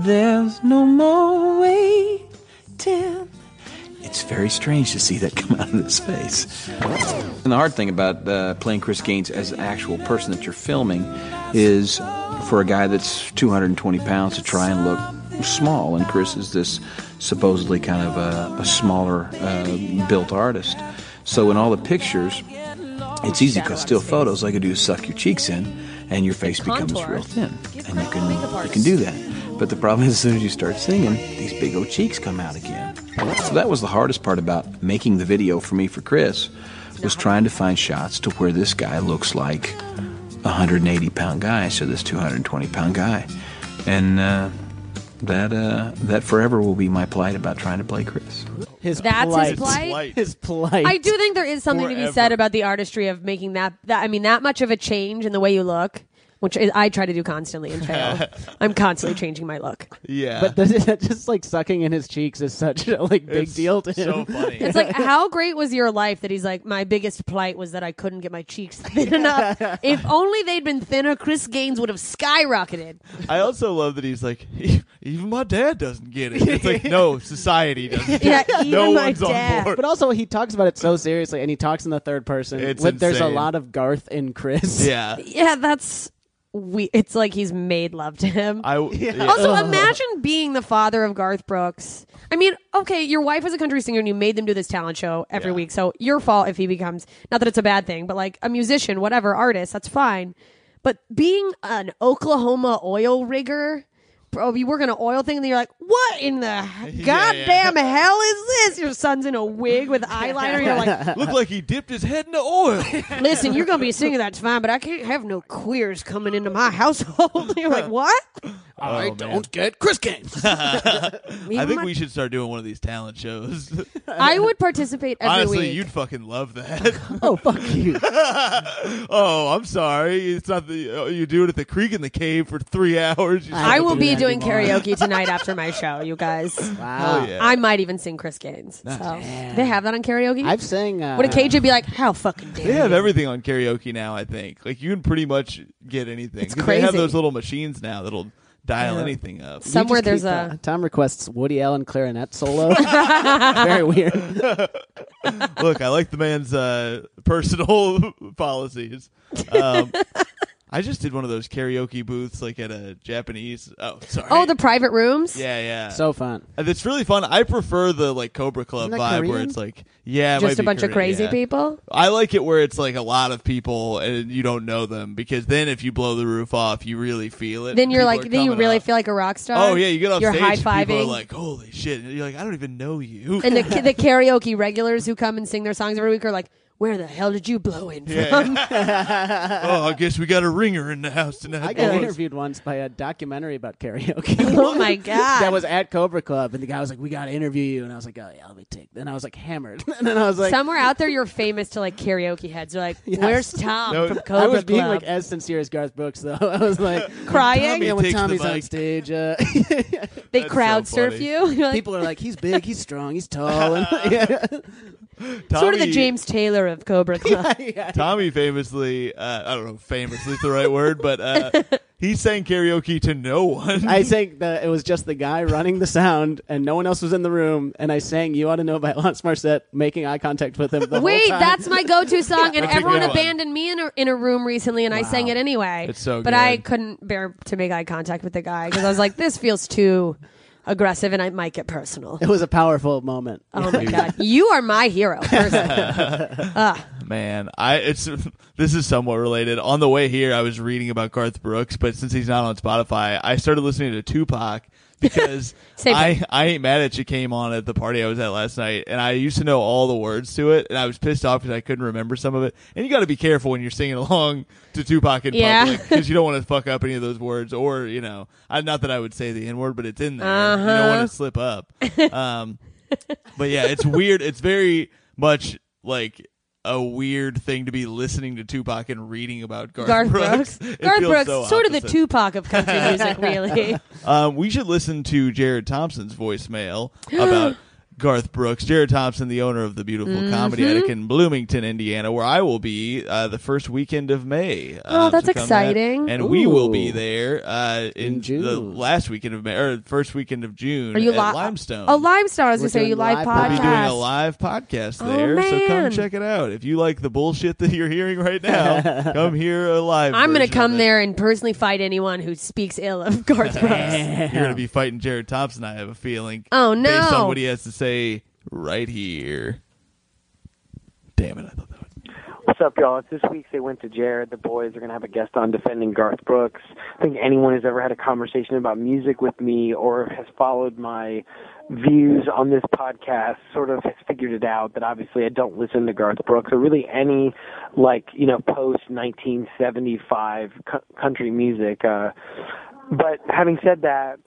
Speaker 2: there's no more waiting. It's very strange to see that come out of this face. And the hard thing about uh, playing Chris Gaines as an actual person that you're filming is for a guy that's 220 pounds to try and look small. And Chris is this supposedly kind of a, a smaller uh, built artist. So in all the pictures, it's easy because still photos, all you can do is suck your cheeks in, and your face becomes
Speaker 4: contour.
Speaker 2: real thin.
Speaker 4: Give
Speaker 2: And you
Speaker 4: Chris
Speaker 2: can
Speaker 4: a makeup
Speaker 2: you can
Speaker 4: artist.
Speaker 2: do that. But the problem is, as soon as you start singing, these big old cheeks come out again. So that was the hardest part about making the video for me for Chris, was trying to find shots to where this guy looks like a 180 pound guy instead of this 220 pound guy, and uh, that uh, that forever will be my plight about trying to play Chris.
Speaker 3: His
Speaker 4: [LAUGHS] That's
Speaker 3: plight.
Speaker 4: his plight?
Speaker 3: His plight.
Speaker 4: I do
Speaker 3: [LAUGHS]
Speaker 4: think there is something to be said
Speaker 1: Forever.
Speaker 4: about the artistry of making that, that. I mean, that much of a change in the way you look, which is, I try to do constantly
Speaker 1: [LAUGHS]
Speaker 4: and fail. I'm constantly changing my look.
Speaker 1: Yeah.
Speaker 3: But this is, just like sucking in his cheeks is such a like big
Speaker 1: It's
Speaker 3: deal to
Speaker 1: So
Speaker 3: him.
Speaker 1: funny.
Speaker 4: It's like, how great was your life that he's like, my biggest plight was that I couldn't get my cheeks [LAUGHS]
Speaker 1: [LAUGHS]
Speaker 4: thin enough. If only they'd been thinner, Chris Gaines would have skyrocketed.
Speaker 1: I also love that he's like, [LAUGHS] "E- even my dad doesn't get it. It's like, no, society doesn't. Get
Speaker 4: Yeah,
Speaker 1: it.
Speaker 4: even
Speaker 1: No
Speaker 4: my
Speaker 1: one's on
Speaker 4: dad.
Speaker 1: board.
Speaker 3: [LAUGHS] But also, he talks about it so seriously, and he talks in the third person.
Speaker 1: It's
Speaker 3: With- there's a
Speaker 1: insane.
Speaker 3: lot of Garth in Chris.
Speaker 1: yeah,
Speaker 4: Yeah, that's we. It's like he's made love to him.
Speaker 1: I. Yeah.
Speaker 4: [LAUGHS] also, imagine being the father of Garth Brooks. I mean, okay, your wife was a country singer and you made them do this talent show every
Speaker 1: Yeah.
Speaker 4: week. So, your fault if he becomes not that it's a bad thing, but like a musician, whatever, artist, that's fine. But being an Oklahoma oil rigger, bro, you work on an oil thing and then you're like, what in the
Speaker 1: [LAUGHS] Yeah,
Speaker 4: h-
Speaker 1: yeah.
Speaker 4: goddamn hell is this? Your son's in a
Speaker 1: [LAUGHS]
Speaker 4: wig with eyeliner. You're like,
Speaker 1: Looked like he dipped his head in
Speaker 4: [LAUGHS]
Speaker 1: oil.
Speaker 4: listen, you're going to be a singer, that's fine, but I can't have no queers coming into my household. [LAUGHS]
Speaker 1: [LAUGHS]
Speaker 4: you're like, what?
Speaker 1: I don't.
Speaker 3: get
Speaker 1: [LAUGHS]
Speaker 3: Chris Gaines.
Speaker 1: Oh, I think
Speaker 4: my-
Speaker 1: we should start doing one of these talent shows.
Speaker 4: I would participate every
Speaker 1: [LAUGHS] Honestly,
Speaker 4: week.
Speaker 1: you'd fucking love that. [LAUGHS]
Speaker 3: oh fuck you!
Speaker 1: oh, I'm sorry. It's not the oh, you do it at the creek in the cave for three [LAUGHS] hours. You
Speaker 4: I
Speaker 3: could
Speaker 4: will
Speaker 3: do
Speaker 4: be
Speaker 3: that
Speaker 4: doing
Speaker 3: tomorrow.
Speaker 4: karaoke tonight after my show,
Speaker 1: [LAUGHS]
Speaker 4: you guys.
Speaker 3: [LAUGHS] Wow.
Speaker 1: oh, yeah.
Speaker 4: I might even sing Chris Gaines. So. They have that on karaoke?
Speaker 3: I've sang. Uh,
Speaker 4: Would a KJ be like, how fucking dare
Speaker 1: They
Speaker 4: you?
Speaker 1: have everything on karaoke now. I think like you can pretty much get anything.
Speaker 4: It's
Speaker 1: 'Cause They have
Speaker 4: crazy.
Speaker 1: those little machines now that'll dial anything up.
Speaker 3: You
Speaker 4: Somewhere
Speaker 3: just
Speaker 4: there's
Speaker 3: keep,
Speaker 4: a-
Speaker 3: uh, Tom requests Woody Allen clarinet
Speaker 4: [LAUGHS]
Speaker 3: solo. Very weird.
Speaker 1: Look, I like the man's uh, personal [LAUGHS] policies. Um, I just did one of those karaoke booths, like at a Japanese. Oh, sorry.
Speaker 4: Oh, the private rooms?
Speaker 1: yeah, yeah.
Speaker 3: So fun.
Speaker 1: And it's really fun. I prefer the like Cobra Club
Speaker 3: Isn't
Speaker 1: vibe,
Speaker 3: that
Speaker 1: where
Speaker 3: Korean?
Speaker 1: it's like, yeah, it
Speaker 4: Just
Speaker 1: might
Speaker 4: a
Speaker 1: be
Speaker 4: bunch of
Speaker 1: Korean,
Speaker 4: crazy
Speaker 1: yeah.
Speaker 4: people?
Speaker 1: I like it where it's like a lot of people and you don't know them because then if you blow the roof off, you really feel it.
Speaker 4: Then you're
Speaker 1: People
Speaker 4: like,
Speaker 1: are
Speaker 4: then you
Speaker 1: coming
Speaker 4: really
Speaker 1: up.
Speaker 4: feel like a rock star.
Speaker 1: Oh yeah, you get off
Speaker 4: You're
Speaker 1: stage.
Speaker 4: high
Speaker 1: and people are
Speaker 4: fiving.
Speaker 1: like, holy shit! And you're like, I don't even know you.
Speaker 4: and the,
Speaker 3: [LAUGHS]
Speaker 4: the karaoke regulars who come and sing their songs every week are like, where the hell did you blow in from?
Speaker 1: [LAUGHS] oh, I guess we got a ringer in the house tonight.
Speaker 3: I got
Speaker 1: boys.
Speaker 3: interviewed once by a documentary about karaoke.
Speaker 4: [LAUGHS] [LAUGHS] Oh my god!
Speaker 3: [LAUGHS] That was at Cobra Club, and the guy was like, "We got to interview you," and I was like, "Oh yeah, let me take." And I was like, hammered, [LAUGHS] and then I was like,
Speaker 4: somewhere out there. You're famous to like karaoke heads. You're like, where's Tom
Speaker 1: No,
Speaker 4: from
Speaker 1: I
Speaker 4: Cobra
Speaker 3: I was being
Speaker 4: Club?
Speaker 3: like as sincere as Garth Brooks, though. [LAUGHS] I was like
Speaker 4: Crying?
Speaker 3: Yeah, when
Speaker 1: Tommy takes the
Speaker 3: Tommy's on
Speaker 1: mic.
Speaker 3: stage, uh, [LAUGHS]
Speaker 4: they
Speaker 1: That's so
Speaker 4: crowd surf
Speaker 1: funny.
Speaker 4: you. [LAUGHS] You're like,
Speaker 3: people are like, "He's big, he's strong, he's tall." And, [LAUGHS] yeah.
Speaker 4: sort of the
Speaker 1: Tommy-
Speaker 4: James Taylor of
Speaker 3: [LAUGHS]
Speaker 4: Cobra Club.
Speaker 1: Tommy famously, uh, I don't know, if famously is the right word, but uh, he sang karaoke to no one.
Speaker 3: I sang the. It was just the guy running the sound, and no one else was in the room. And I sang "You Ought to Know" by [LAUGHS] Lance Morissette, making eye contact with him. The whole
Speaker 4: Wait,
Speaker 3: time.
Speaker 4: that's my go-to song, and
Speaker 1: That's a
Speaker 4: everyone
Speaker 1: good one.
Speaker 4: abandoned me in a, in a room recently, and I sang it anyway.
Speaker 1: It's so
Speaker 4: but I
Speaker 1: good.
Speaker 4: couldn't bear to make eye contact with the guy because I was like, this feels too aggressive, and I might
Speaker 3: [LAUGHS]
Speaker 4: get personal.
Speaker 3: It was a powerful moment.
Speaker 4: Oh my god, you are
Speaker 3: [LAUGHS]
Speaker 4: my hero. person.
Speaker 1: Man, I it's [LAUGHS] this is somewhat related. On the way here, I was reading about Garth Brooks, but since he's not on Spotify, I started listening to
Speaker 4: [LAUGHS]
Speaker 1: Tupac because
Speaker 4: Same
Speaker 1: I
Speaker 4: thing.
Speaker 1: I ain't mad at you came on at the party I was at last night, and I used to know all the words to it, and I was pissed off because I couldn't remember some of it. And you got to be careful when you're singing along to Tupac in
Speaker 4: Yeah.
Speaker 1: public because you don't want to fuck up any of those words, or you know, I, not that I would say the n word, but it's in there. You don't
Speaker 4: Uh-huh.
Speaker 1: want to slip up. Um, but yeah, it's weird. It's very much like a weird thing to be listening to Tupac and reading about Garth,
Speaker 4: Garth
Speaker 1: Brooks.
Speaker 4: Brooks.
Speaker 1: [LAUGHS] It
Speaker 4: Garth
Speaker 1: feels
Speaker 4: Brooks,
Speaker 1: so
Speaker 4: sort of the
Speaker 1: opposite.
Speaker 4: Tupac
Speaker 1: [LAUGHS]
Speaker 4: of country music, really.
Speaker 1: Um, we should listen to Jared Thompson's
Speaker 4: [GASPS]
Speaker 1: voicemail about Garth Brooks. Jared Thompson, the owner of the beautiful
Speaker 4: Mm-hmm.
Speaker 1: comedy attic in Bloomington, Indiana, where I will be uh, the first weekend of May.
Speaker 4: Oh,
Speaker 1: um,
Speaker 4: that's
Speaker 1: to come back.
Speaker 4: exciting.
Speaker 1: And we will be
Speaker 3: Ooh.
Speaker 1: there uh, in,
Speaker 3: In June.
Speaker 1: the last weekend of May or first weekend of June
Speaker 4: Are you
Speaker 1: at
Speaker 4: li-
Speaker 1: Limestone.
Speaker 4: Oh, Limestone. I
Speaker 3: We're
Speaker 4: was going to say, you
Speaker 3: doing live
Speaker 4: live
Speaker 3: podcast.
Speaker 1: We'll be doing
Speaker 4: podcast.
Speaker 1: a live podcast
Speaker 4: Oh,
Speaker 1: there, so come
Speaker 4: man.
Speaker 1: check it out. If you like the bullshit that you're hearing right
Speaker 4: [LAUGHS]
Speaker 1: now, come hear a live.
Speaker 4: I'm going
Speaker 1: version
Speaker 4: to come
Speaker 1: of it.
Speaker 4: there and personally fight anyone who speaks
Speaker 1: [LAUGHS]
Speaker 4: ill of Garth Brooks.
Speaker 1: You're going to be fighting Jared Thompson, I have a feeling.
Speaker 4: Oh, no.
Speaker 1: Based on what he has to say right here. Damn it, I thought that was.
Speaker 6: What's up, y'all? It's this week they went to Jared. The boys are going to have a guest on defending Garth Brooks. I think anyone who's ever had a conversation about music with me or has followed my views on this podcast sort of has figured it out that obviously I don't listen to Garth Brooks or really any like, you know, post 1975 co- country music. Uh, but having said that,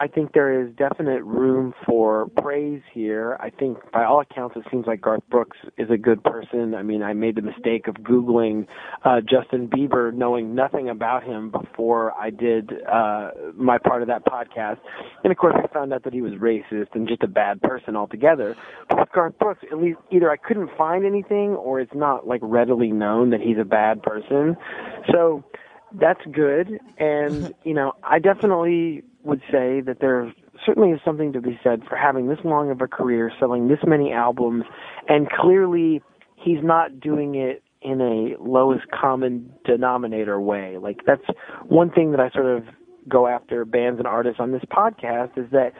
Speaker 6: I think there is definite room for praise here. I think by all accounts, it seems like Garth Brooks is a good person. I mean, I made the mistake of Googling uh, Justin Bieber, knowing nothing about him before I did uh, my part of that podcast. And of course, I found out that he was racist and just a bad person altogether. But with Garth Brooks, at least either I couldn't find anything or it's not like readily known that he's a bad person. So, that's good. And, you know, I definitely would say that there certainly is something to be said for having this long of a career, selling this many albums, and clearly he's not doing it in a lowest common denominator way. Like, that's one thing that I sort of go after bands and artists on this podcast is that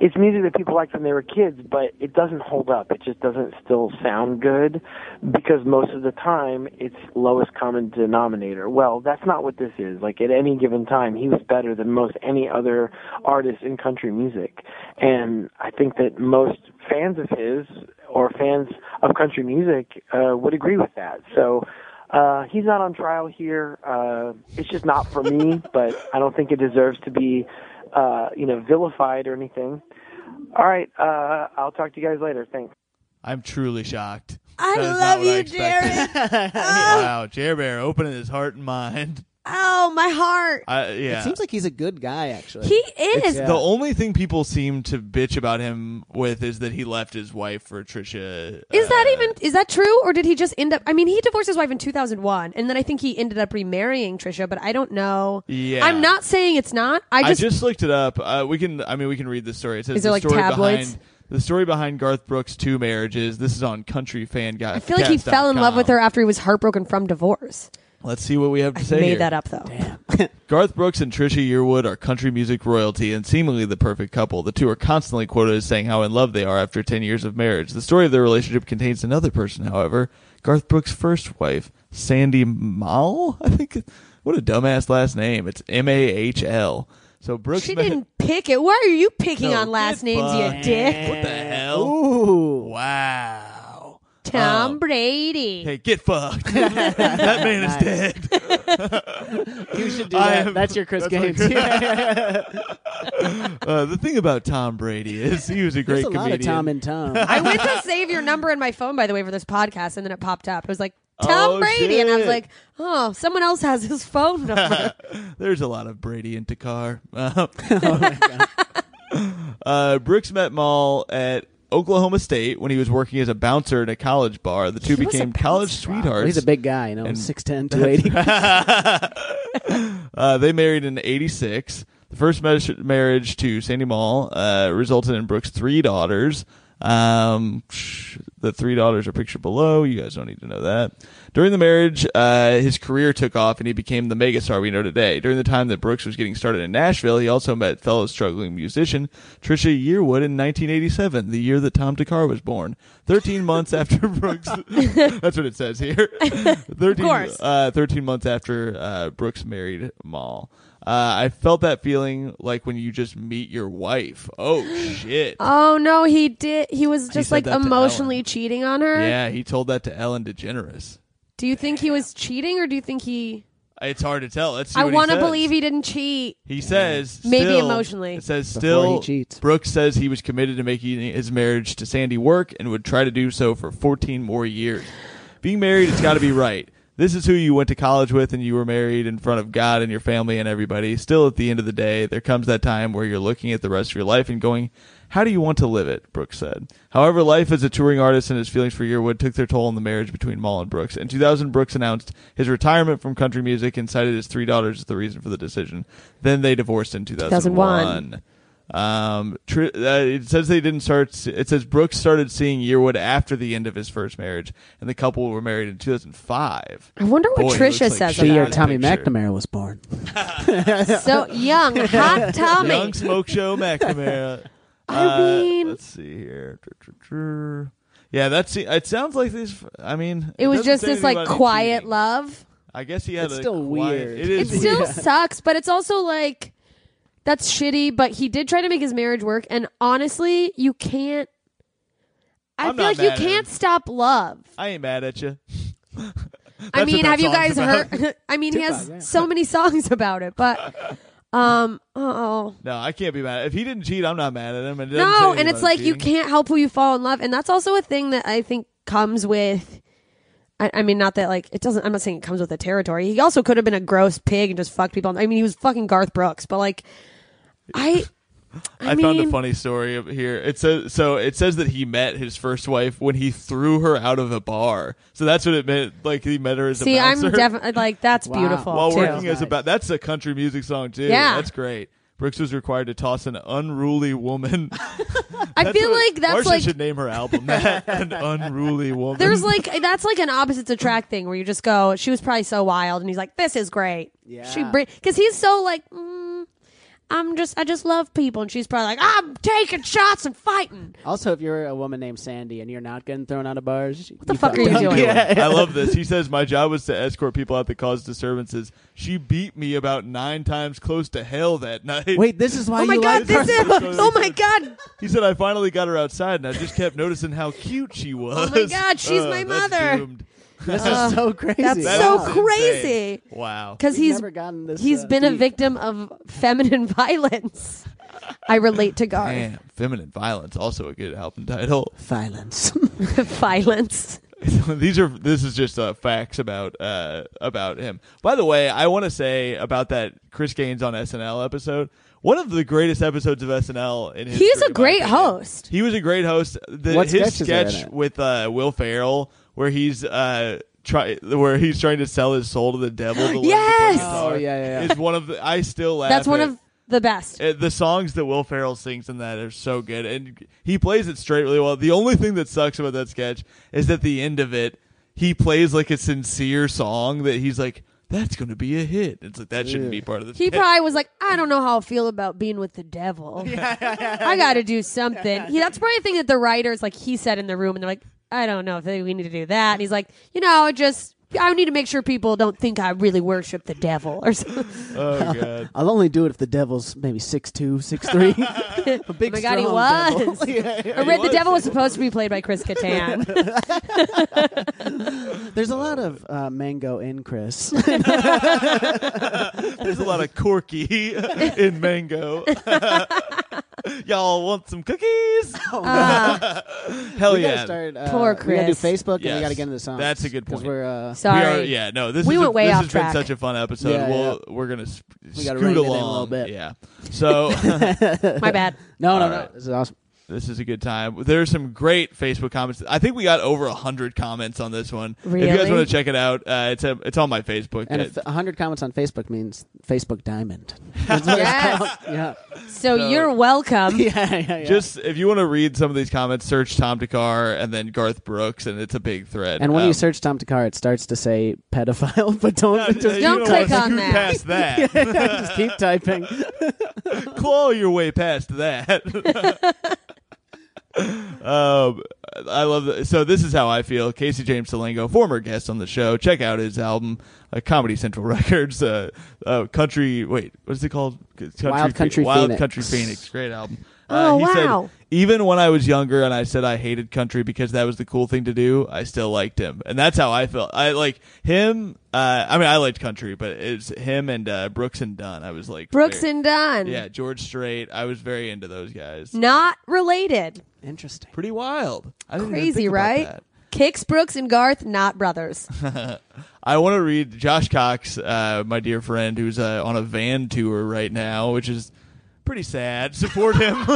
Speaker 6: it's music that people liked when they were kids, but it doesn't hold up. It just doesn't still sound good because most of the time it's lowest common denominator. Well, that's not what this is. Like at any given time, he was better than most any other artist in country music. And I think that most fans of his or fans of country music uh, would agree with that. So, uh, he's not on trial here. Uh, it's just not for me, but I don't think it deserves to be, uh, you know, vilified or anything. All right, uh, I'll talk to you guys later. Thanks.
Speaker 1: I'm truly shocked.
Speaker 4: I
Speaker 1: That is not
Speaker 4: love
Speaker 1: what I
Speaker 4: you,
Speaker 1: expected.
Speaker 4: Jared.
Speaker 1: [LAUGHS]
Speaker 4: [LAUGHS]
Speaker 1: wow, Jer Bear opening his heart and mind.
Speaker 4: oh, my heart.
Speaker 1: I, yeah.
Speaker 3: It seems like he's a good guy, actually.
Speaker 4: He is.
Speaker 1: The only thing people seem to bitch about him with is that he left his wife for Trisha.
Speaker 4: Is
Speaker 1: uh,
Speaker 4: that even is that true or did he just end up I mean he divorced his wife in 2001 and then I think he ended up remarrying Trisha but I don't know.
Speaker 1: Yeah.
Speaker 4: I'm not saying it's not. I
Speaker 1: I
Speaker 4: just,
Speaker 1: just, looked it up. Uh, we can. I mean, we can read the story. It says
Speaker 4: Is there,
Speaker 1: the
Speaker 4: like,
Speaker 1: story
Speaker 4: tabloids?
Speaker 1: behind the story behind Garth Brooks' two marriages. This is on Country Fan Guy.
Speaker 4: I feel like he fell in love with her after he was heartbroken from divorce.
Speaker 1: Let's see what we have to
Speaker 4: I
Speaker 1: say.
Speaker 4: made
Speaker 1: here.
Speaker 4: that up though.
Speaker 1: Garth Brooks and Trisha Yearwood are country music royalty and seemingly the perfect couple. The two are constantly quoted as saying how in love they are after 10 years of marriage. The story of their relationship contains another person, however, Garth Brooks' first wife, Sandy Mal. [LAUGHS] I think what a dumbass last name. It's M A H L. So Brooks
Speaker 4: She
Speaker 1: met- [LAUGHS]
Speaker 4: didn't pick it. Why are you picking
Speaker 1: No,
Speaker 4: on last
Speaker 1: get
Speaker 4: names, you
Speaker 1: fucked.
Speaker 4: dick?
Speaker 1: What the hell?
Speaker 3: Ooh.
Speaker 1: Wow.
Speaker 4: Tom Brady.
Speaker 1: Oh. Hey, get fucked.
Speaker 4: [LAUGHS]
Speaker 1: that man is dead.
Speaker 3: You should do
Speaker 1: I
Speaker 3: that.
Speaker 1: am-
Speaker 3: that's your Chris
Speaker 1: [LAUGHS] that's
Speaker 3: Gaines.
Speaker 1: my- Uh, the thing about Tom Brady is he was a great
Speaker 3: [LAUGHS] There's a
Speaker 1: comedian.
Speaker 3: lot of Tom and
Speaker 1: [LAUGHS]
Speaker 3: Tom.
Speaker 4: I went to save your number in my phone, by the way, for this podcast, and then it popped up. It was like Tom
Speaker 1: Oh,
Speaker 4: Brady, and I was
Speaker 1: shit.
Speaker 4: like, oh, someone else has
Speaker 1: [LAUGHS]
Speaker 4: his phone number.
Speaker 1: There's a lot of Brady and
Speaker 4: [LAUGHS]
Speaker 1: Takar. Uh,
Speaker 4: Oh
Speaker 1: [LAUGHS] uh, Brooks met Mall at Oklahoma State when he was working as a bouncer at a college bar. The two
Speaker 4: He was a
Speaker 1: became college
Speaker 4: bouncer.
Speaker 1: sweethearts.
Speaker 3: he's a big guy, you know,
Speaker 1: And- [LAUGHS]
Speaker 3: 6'10", 280.
Speaker 1: uh, they married in '86. The first mes- marriage to Sandy Mall uh, resulted in Brooks' three daughters. Um, sh- the three daughters are pictured below. You guys don't need to know that. During the marriage, uh, his career took off and he became the megastar we know today. During the time that Brooks was getting started in Nashville, he also met fellow struggling musician Trisha Yearwood in 1987, the year that Tom Takar was born. 13 months after [LAUGHS] Brooks, that's what it says here. 13,
Speaker 4: course.
Speaker 1: uh, 13 months after uh, Brooks married Mall. Uh, I felt that feeling like when you just meet your wife. Oh
Speaker 4: [GASPS]
Speaker 1: shit!
Speaker 4: oh no, he did. He was just
Speaker 1: said
Speaker 4: like
Speaker 1: that to
Speaker 4: emotionally
Speaker 1: Ellen.
Speaker 4: cheating on her.
Speaker 1: yeah, he told that to Ellen DeGeneres.
Speaker 4: Do you think he was cheating, or do you think he?
Speaker 1: It's hard to tell. Let's see.
Speaker 4: I
Speaker 1: want to
Speaker 4: believe he didn't
Speaker 1: [LAUGHS]
Speaker 4: cheat.
Speaker 1: He says
Speaker 4: Maybe
Speaker 1: still-
Speaker 4: emotionally.
Speaker 1: It says
Speaker 3: Before
Speaker 1: still.
Speaker 3: he cheats.
Speaker 1: Brooks says he was committed to making his marriage to Sandy work and would try to do so for 14 more years. being married, it's got to be right. This is who you went to college with, and you were married in front of God and your family and everybody. Still, at the end of the day, there comes that time where you're looking at the rest of your life and going, "How do you want to live it?" Brooks said. However, life as a touring artist and his feelings for Yearwood took their toll on the marriage between Maul and Brooks. In 2000, Brooks announced his retirement from country music and cited his three daughters as the reason for the decision. Then they divorced in 2001.
Speaker 4: 2001.
Speaker 1: Um, tr- uh, it says they didn't start. s- It says Brooks started seeing Yearwood after the end of his first marriage, and the couple were married in 2005.
Speaker 4: I wonder what
Speaker 1: Boy, he looks
Speaker 4: Trisha
Speaker 1: like
Speaker 4: says
Speaker 1: shit
Speaker 3: the
Speaker 4: about
Speaker 1: out
Speaker 3: year
Speaker 1: of
Speaker 4: it.
Speaker 3: Tommy
Speaker 1: picture.
Speaker 3: McNamara was born.
Speaker 4: So young, hot
Speaker 1: [LAUGHS]
Speaker 4: Tommy.
Speaker 1: Young Smoke
Speaker 4: [LAUGHS]
Speaker 1: Show McNamara.
Speaker 4: I
Speaker 1: Uh,
Speaker 4: mean-
Speaker 1: let's see here. Tr- tr- tr. Yeah, that's it. Sounds like these. I mean,
Speaker 4: it was
Speaker 1: doesn't
Speaker 4: just
Speaker 1: say
Speaker 4: this
Speaker 1: anything
Speaker 4: like
Speaker 1: about any
Speaker 4: quiet
Speaker 1: cheating.
Speaker 4: love.
Speaker 1: I guess he had
Speaker 3: It's
Speaker 1: a
Speaker 3: still
Speaker 1: quiet-
Speaker 3: weird.
Speaker 1: It is
Speaker 4: It still
Speaker 1: weird.
Speaker 4: sucks, but it's also like that's shitty. But he did try to make his marriage work, and honestly, you can't. I
Speaker 1: I'm
Speaker 4: feel
Speaker 1: not
Speaker 4: like you
Speaker 1: mad at
Speaker 4: can't
Speaker 1: him.
Speaker 4: stop love.
Speaker 1: I ain't mad at you.
Speaker 4: I
Speaker 1: That's
Speaker 4: mean,
Speaker 1: what that
Speaker 4: have you
Speaker 1: song's
Speaker 4: guys
Speaker 1: about.
Speaker 4: heard? [LAUGHS] I mean, he has
Speaker 3: Tupac, yeah.
Speaker 4: so many [LAUGHS] songs about it, but um, oh
Speaker 1: No, I can't be mad. If he didn't cheat, I'm not mad at him. It doesn't say
Speaker 4: no,
Speaker 1: anything
Speaker 4: and it's
Speaker 1: about
Speaker 4: like you
Speaker 1: cheating.
Speaker 4: can't help who you fall in love, and that's also a thing that I think comes with. I, I mean, not that like it doesn't. I'm not saying it comes with the territory. He also could have been a gross pig and just fucked people. I mean, he was fucking Garth Brooks, but like, I.
Speaker 1: I,
Speaker 4: I,
Speaker 1: found a
Speaker 4: mean-
Speaker 1: funny story up here. It says so. It says that he met his first wife when he threw her out of a bar. So that's what it meant. Like he met her as
Speaker 4: See,
Speaker 1: a
Speaker 4: I'm
Speaker 1: bouncer
Speaker 4: definitely like that's
Speaker 3: Wow.
Speaker 1: [LAUGHS]
Speaker 4: beautiful
Speaker 1: while
Speaker 4: too.
Speaker 1: working as a
Speaker 3: Nice.
Speaker 1: ba- that's a country music song too.
Speaker 4: Yeah.
Speaker 1: that's great. Brooks was required to toss an unruly woman.
Speaker 4: [LAUGHS] I feel like that's
Speaker 1: Marcia
Speaker 4: like
Speaker 1: should name her album [LAUGHS] that an unruly woman.
Speaker 4: there's like that's like an opposites attract thing where you just go. She was probably so wild, and he's like, "This is great."
Speaker 3: Yeah.
Speaker 4: she because he's so like, mm, I'm just I just love people, and she's probably like, I'm taking shots and fighting.
Speaker 3: Also, if you're a woman named Sandy and you're not getting thrown out of bars, what
Speaker 4: the fuck are you doing?
Speaker 1: I love this. He says, My job was to escort people out that caused disturbances. She beat me about nine times close to hell that night.
Speaker 3: Wait, this is why
Speaker 4: Oh my
Speaker 3: you
Speaker 4: god,
Speaker 3: like
Speaker 4: this is
Speaker 1: her. [LAUGHS]
Speaker 4: oh my god,
Speaker 1: He said, I finally got her outside and I just kept noticing how cute
Speaker 4: [LAUGHS]
Speaker 1: she was.
Speaker 4: Oh my God, she's
Speaker 1: [LAUGHS]
Speaker 4: my
Speaker 1: that's
Speaker 4: mother.
Speaker 1: doomed.
Speaker 3: this is so crazy.
Speaker 4: uh, that's
Speaker 1: That
Speaker 4: so
Speaker 1: is insane.
Speaker 4: crazy.
Speaker 1: Wow.
Speaker 4: because
Speaker 3: We've
Speaker 4: he's
Speaker 3: never gotten this,
Speaker 4: he's
Speaker 3: uh,
Speaker 4: been a
Speaker 3: deep.
Speaker 4: victim of feminine [LAUGHS] violence. I relate to Garth.
Speaker 1: Damn, feminine violence, also a good album title.
Speaker 3: violence.
Speaker 4: [LAUGHS] violence.
Speaker 1: [LAUGHS] These are this is just uh, facts about uh, about him. By the way, I want to say about that Chris Gaines on SNL episode. One of the greatest episodes of SNL in history.
Speaker 4: He's a
Speaker 1: in my
Speaker 4: great
Speaker 1: opinion.
Speaker 4: host.
Speaker 1: He was a great host. The,
Speaker 3: What
Speaker 1: his
Speaker 3: sketch is there in
Speaker 1: sketch
Speaker 3: it?
Speaker 1: with uh, Will Ferrell, where he's uh, try where he's trying to sell his soul to the devil. To learn to play
Speaker 4: Yes!
Speaker 1: guitar,
Speaker 3: [LAUGHS] Oh, yeah, yeah, yeah.
Speaker 1: Is one of the, I still laugh.
Speaker 4: That's one
Speaker 1: at-
Speaker 4: of the best.
Speaker 1: uh, the songs that Will Ferrell sings in that are so good, and he plays it straight really well. The only thing that sucks about that sketch is that the end of it, he plays like a sincere song that he's like, "That's going to be a hit." It's like that shouldn't be part of the.
Speaker 4: He
Speaker 1: sketch.
Speaker 4: probably was like, I don't know how I feel about being with
Speaker 1: [LAUGHS]
Speaker 4: the devil. I got to do something. He, that's probably a thing that the writers, like he said in the room, and they're like, I don't know if they- we need to do that. And he's like, you know, it just I need to make sure people don't think I really worship the devil
Speaker 1: [LAUGHS]
Speaker 4: or something.
Speaker 1: oh god.
Speaker 3: I'll only do it if the devil's maybe six two, six
Speaker 4: [LAUGHS]
Speaker 3: three. a big
Speaker 4: Oh my God, he
Speaker 3: strong devil. [LAUGHS]
Speaker 4: was.
Speaker 3: Yeah, yeah.
Speaker 4: I read the devil was supposed to be played by Chris
Speaker 1: [LAUGHS]
Speaker 4: Kattan.
Speaker 3: There's a lot of uh, mango in Chris.
Speaker 1: There's a lot of corky [LAUGHS] in Mango. [LAUGHS] Y'all want some
Speaker 3: [LAUGHS]
Speaker 1: cookies?
Speaker 4: Uh-huh.
Speaker 1: [LAUGHS] Hell
Speaker 3: Oh, we
Speaker 1: yeah.
Speaker 3: gotta start. Uh,
Speaker 4: Oh, Poor
Speaker 3: We gotta do
Speaker 4: Chris.
Speaker 3: Facebook and
Speaker 1: Yes.
Speaker 3: we gotta get into the songs.
Speaker 1: That's a good
Speaker 3: 'Cause
Speaker 1: point.
Speaker 3: We're uh,
Speaker 1: We
Speaker 4: Sorry.
Speaker 1: are, yeah, no. This
Speaker 4: We
Speaker 1: is
Speaker 4: went
Speaker 1: a,
Speaker 4: way
Speaker 1: this
Speaker 4: off
Speaker 1: has
Speaker 4: track.
Speaker 1: been such a fun episode.
Speaker 3: Yeah,
Speaker 1: we'll we're gonna sp-
Speaker 3: gotta
Speaker 1: scoot
Speaker 3: rein it in a
Speaker 1: along.
Speaker 3: little bit.
Speaker 1: Yeah.
Speaker 3: [LAUGHS]
Speaker 1: So
Speaker 4: My bad.
Speaker 3: no, no,
Speaker 1: All
Speaker 3: no.
Speaker 1: right.
Speaker 3: This is awesome.
Speaker 1: This is a good time. There's some great Facebook comments. I think we got over hundred comments on this one. If you guys
Speaker 4: Really?
Speaker 1: want to check it out, uh, it's a, it's on my Facebook.
Speaker 3: And
Speaker 1: Uh,
Speaker 3: if 100 comments on Facebook means Facebook
Speaker 4: [LAUGHS]
Speaker 3: Diamond. [LAUGHS]
Speaker 4: Yes.
Speaker 3: yeah.
Speaker 4: So, you're welcome.
Speaker 3: Yeah, yeah, yeah.
Speaker 1: just if you want to read some of these comments, search Tom Dakar and then Garth Brooks, and it's a big thread.
Speaker 3: and when
Speaker 1: Um,
Speaker 3: you search Tom Takar, it starts to say pedophile, [LAUGHS] but don't
Speaker 1: uh,
Speaker 3: just,
Speaker 1: you
Speaker 4: Don't
Speaker 1: wanna
Speaker 4: click on
Speaker 1: scoot
Speaker 4: that.
Speaker 1: Past
Speaker 3: [LAUGHS]
Speaker 1: that,
Speaker 3: just
Speaker 1: [LAUGHS]
Speaker 3: keep typing.
Speaker 1: claw your way past that. [LAUGHS] um, I love that. So this is how I feel. Casey James Salengo, former guest on the show. Check out his album, uh, Comedy Central [LAUGHS] Records. Uh, uh, country. Wait, what's it called? Country
Speaker 3: Wild
Speaker 1: Phe-
Speaker 3: Country
Speaker 1: Wild
Speaker 3: Phoenix.
Speaker 1: Country Phoenix. Great album. Uh,
Speaker 4: Oh,
Speaker 1: he said,
Speaker 4: wow.
Speaker 1: Even when I was younger and I said I hated country because that was the cool thing to do, I still liked him, and that's how I felt. I like him. Uh, I mean, I liked country, but it's him and uh, Brooks and Dunn. I was like
Speaker 4: Brooks
Speaker 1: very-
Speaker 4: and Dunn.
Speaker 1: yeah, George Strait. I was very into those guys.
Speaker 4: Mm. Not related.
Speaker 3: Interesting.
Speaker 1: Pretty wild. I didn't even
Speaker 4: Crazy,
Speaker 1: think about
Speaker 4: right?
Speaker 1: that. Oh,
Speaker 4: Kicks Brooks and Garth, not brothers.
Speaker 1: I want to read Josh Cox, uh, my dear friend, who's uh, on a van tour right now, which is pretty sad. Support him. [LAUGHS]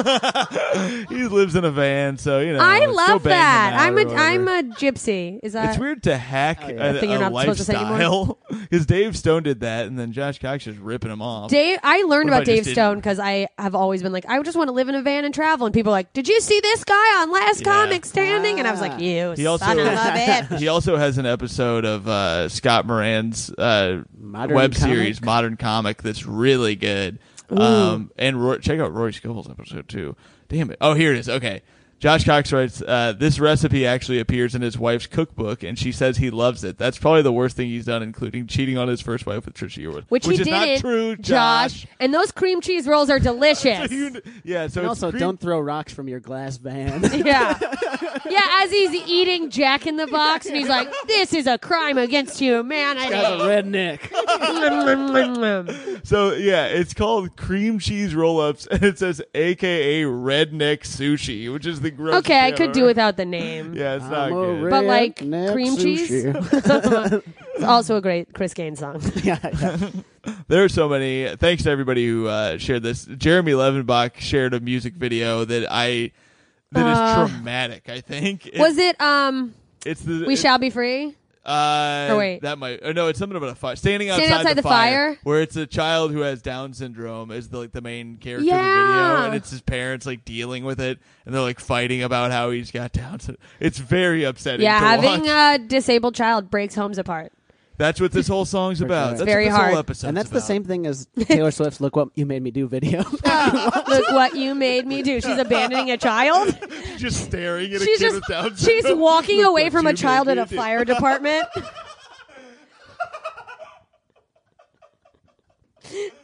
Speaker 1: he lives in a van, so you know.
Speaker 4: I
Speaker 1: go
Speaker 4: love
Speaker 1: bang him
Speaker 4: that.
Speaker 1: out
Speaker 4: I'm
Speaker 1: or
Speaker 4: a
Speaker 1: whatever.
Speaker 4: I'm a gypsy. Is that
Speaker 1: It's weird to hack
Speaker 3: yeah.
Speaker 1: a,
Speaker 4: Thing you're
Speaker 1: a
Speaker 4: not supposed to say
Speaker 1: lifestyle [LAUGHS] because Dave Stone did that, and then Josh Cox is ripping him off.
Speaker 4: Dave, I learned
Speaker 1: What if
Speaker 4: about
Speaker 1: I just
Speaker 4: Dave
Speaker 1: didn't?
Speaker 4: Stone because I have always been like, I just want to live in a van and travel. And people are like, Did you see this guy on Last
Speaker 1: Yeah.
Speaker 4: Comic Standing? And I was like, You
Speaker 1: He also- [LAUGHS]
Speaker 4: son of a bitch.
Speaker 1: he also has an episode of uh, Scott Moran's uh,
Speaker 3: Modern
Speaker 1: web
Speaker 3: comic?
Speaker 1: series, Modern Comic, that's really good. Um, and Roy, check out Roy Scovel's episode too. Damn it! Oh, here it is. Okay. Josh Cox writes, uh, "This recipe actually appears in his wife's cookbook, and she says he loves it. That's probably the worst thing he's done, including cheating on his first wife with Trisha Yearwood,
Speaker 4: Which, he
Speaker 1: is
Speaker 4: did
Speaker 1: not
Speaker 4: it,
Speaker 1: true, Josh. [LAUGHS]
Speaker 4: And those cream cheese rolls are delicious.
Speaker 1: You- yeah. [LAUGHS] So
Speaker 3: And
Speaker 1: it's
Speaker 3: also,
Speaker 1: cream-
Speaker 3: don't throw rocks from your
Speaker 1: [LAUGHS]
Speaker 3: glass van.
Speaker 4: yeah. Yeah, as he's eating Jack in the Box, and he's like, This is a crime against humanity.
Speaker 3: That's a redneck.
Speaker 1: So yeah, it's called cream cheese roll ups, [LAUGHS] and it says AKA redneck sushi, which is the gross.
Speaker 4: okay, I could do without the name.
Speaker 1: Yeah, it's not
Speaker 3: I'm a
Speaker 1: good.
Speaker 4: But, like,
Speaker 3: redneck
Speaker 4: cream cheese?
Speaker 3: sushi.
Speaker 4: [LAUGHS] It's also a great Chris Gaines
Speaker 1: [LAUGHS]
Speaker 4: song.
Speaker 3: [LAUGHS] yeah, yeah.
Speaker 1: there are so many. Thanks to everybody who uh, shared this. Jeremy Levenbach shared a music video that I that is traumatic. I think It-
Speaker 4: Uh, Was it um
Speaker 1: it's the
Speaker 4: We
Speaker 1: it-
Speaker 4: Shall Be Free?
Speaker 1: Uh,
Speaker 4: Or wait.
Speaker 1: that might. Or no, it's something about a fire. Standing outside,
Speaker 4: Standing Outside the Fire?
Speaker 1: where it's a child who has Down syndrome is the, like the main character of the video,
Speaker 4: Yeah.
Speaker 1: and it's his parents like dealing with it, and they're like fighting about how he's got Down syndrome. It's very upsetting.
Speaker 4: Yeah,
Speaker 1: to
Speaker 4: having
Speaker 1: watch.
Speaker 4: a disabled child breaks
Speaker 1: [LAUGHS]
Speaker 4: homes apart.
Speaker 1: That's what this whole song's about. That's
Speaker 4: very
Speaker 1: what this
Speaker 4: hard.
Speaker 1: whole episode's
Speaker 3: and that's the
Speaker 1: about. [LAUGHS]
Speaker 3: same thing as Taylor Swift's
Speaker 4: [LAUGHS]
Speaker 3: "Look What You Made Me Do" video. [LAUGHS]
Speaker 4: Look what you made me do. She's abandoning a child.
Speaker 1: Just staring at
Speaker 4: She's
Speaker 1: a kid
Speaker 4: just
Speaker 1: with Down
Speaker 4: she's
Speaker 1: syndrome.
Speaker 4: walking
Speaker 1: Look
Speaker 4: away
Speaker 1: what
Speaker 4: from
Speaker 1: you
Speaker 4: a
Speaker 1: made
Speaker 4: child
Speaker 1: me
Speaker 4: at a
Speaker 1: do.
Speaker 4: fire
Speaker 1: [LAUGHS]
Speaker 4: department.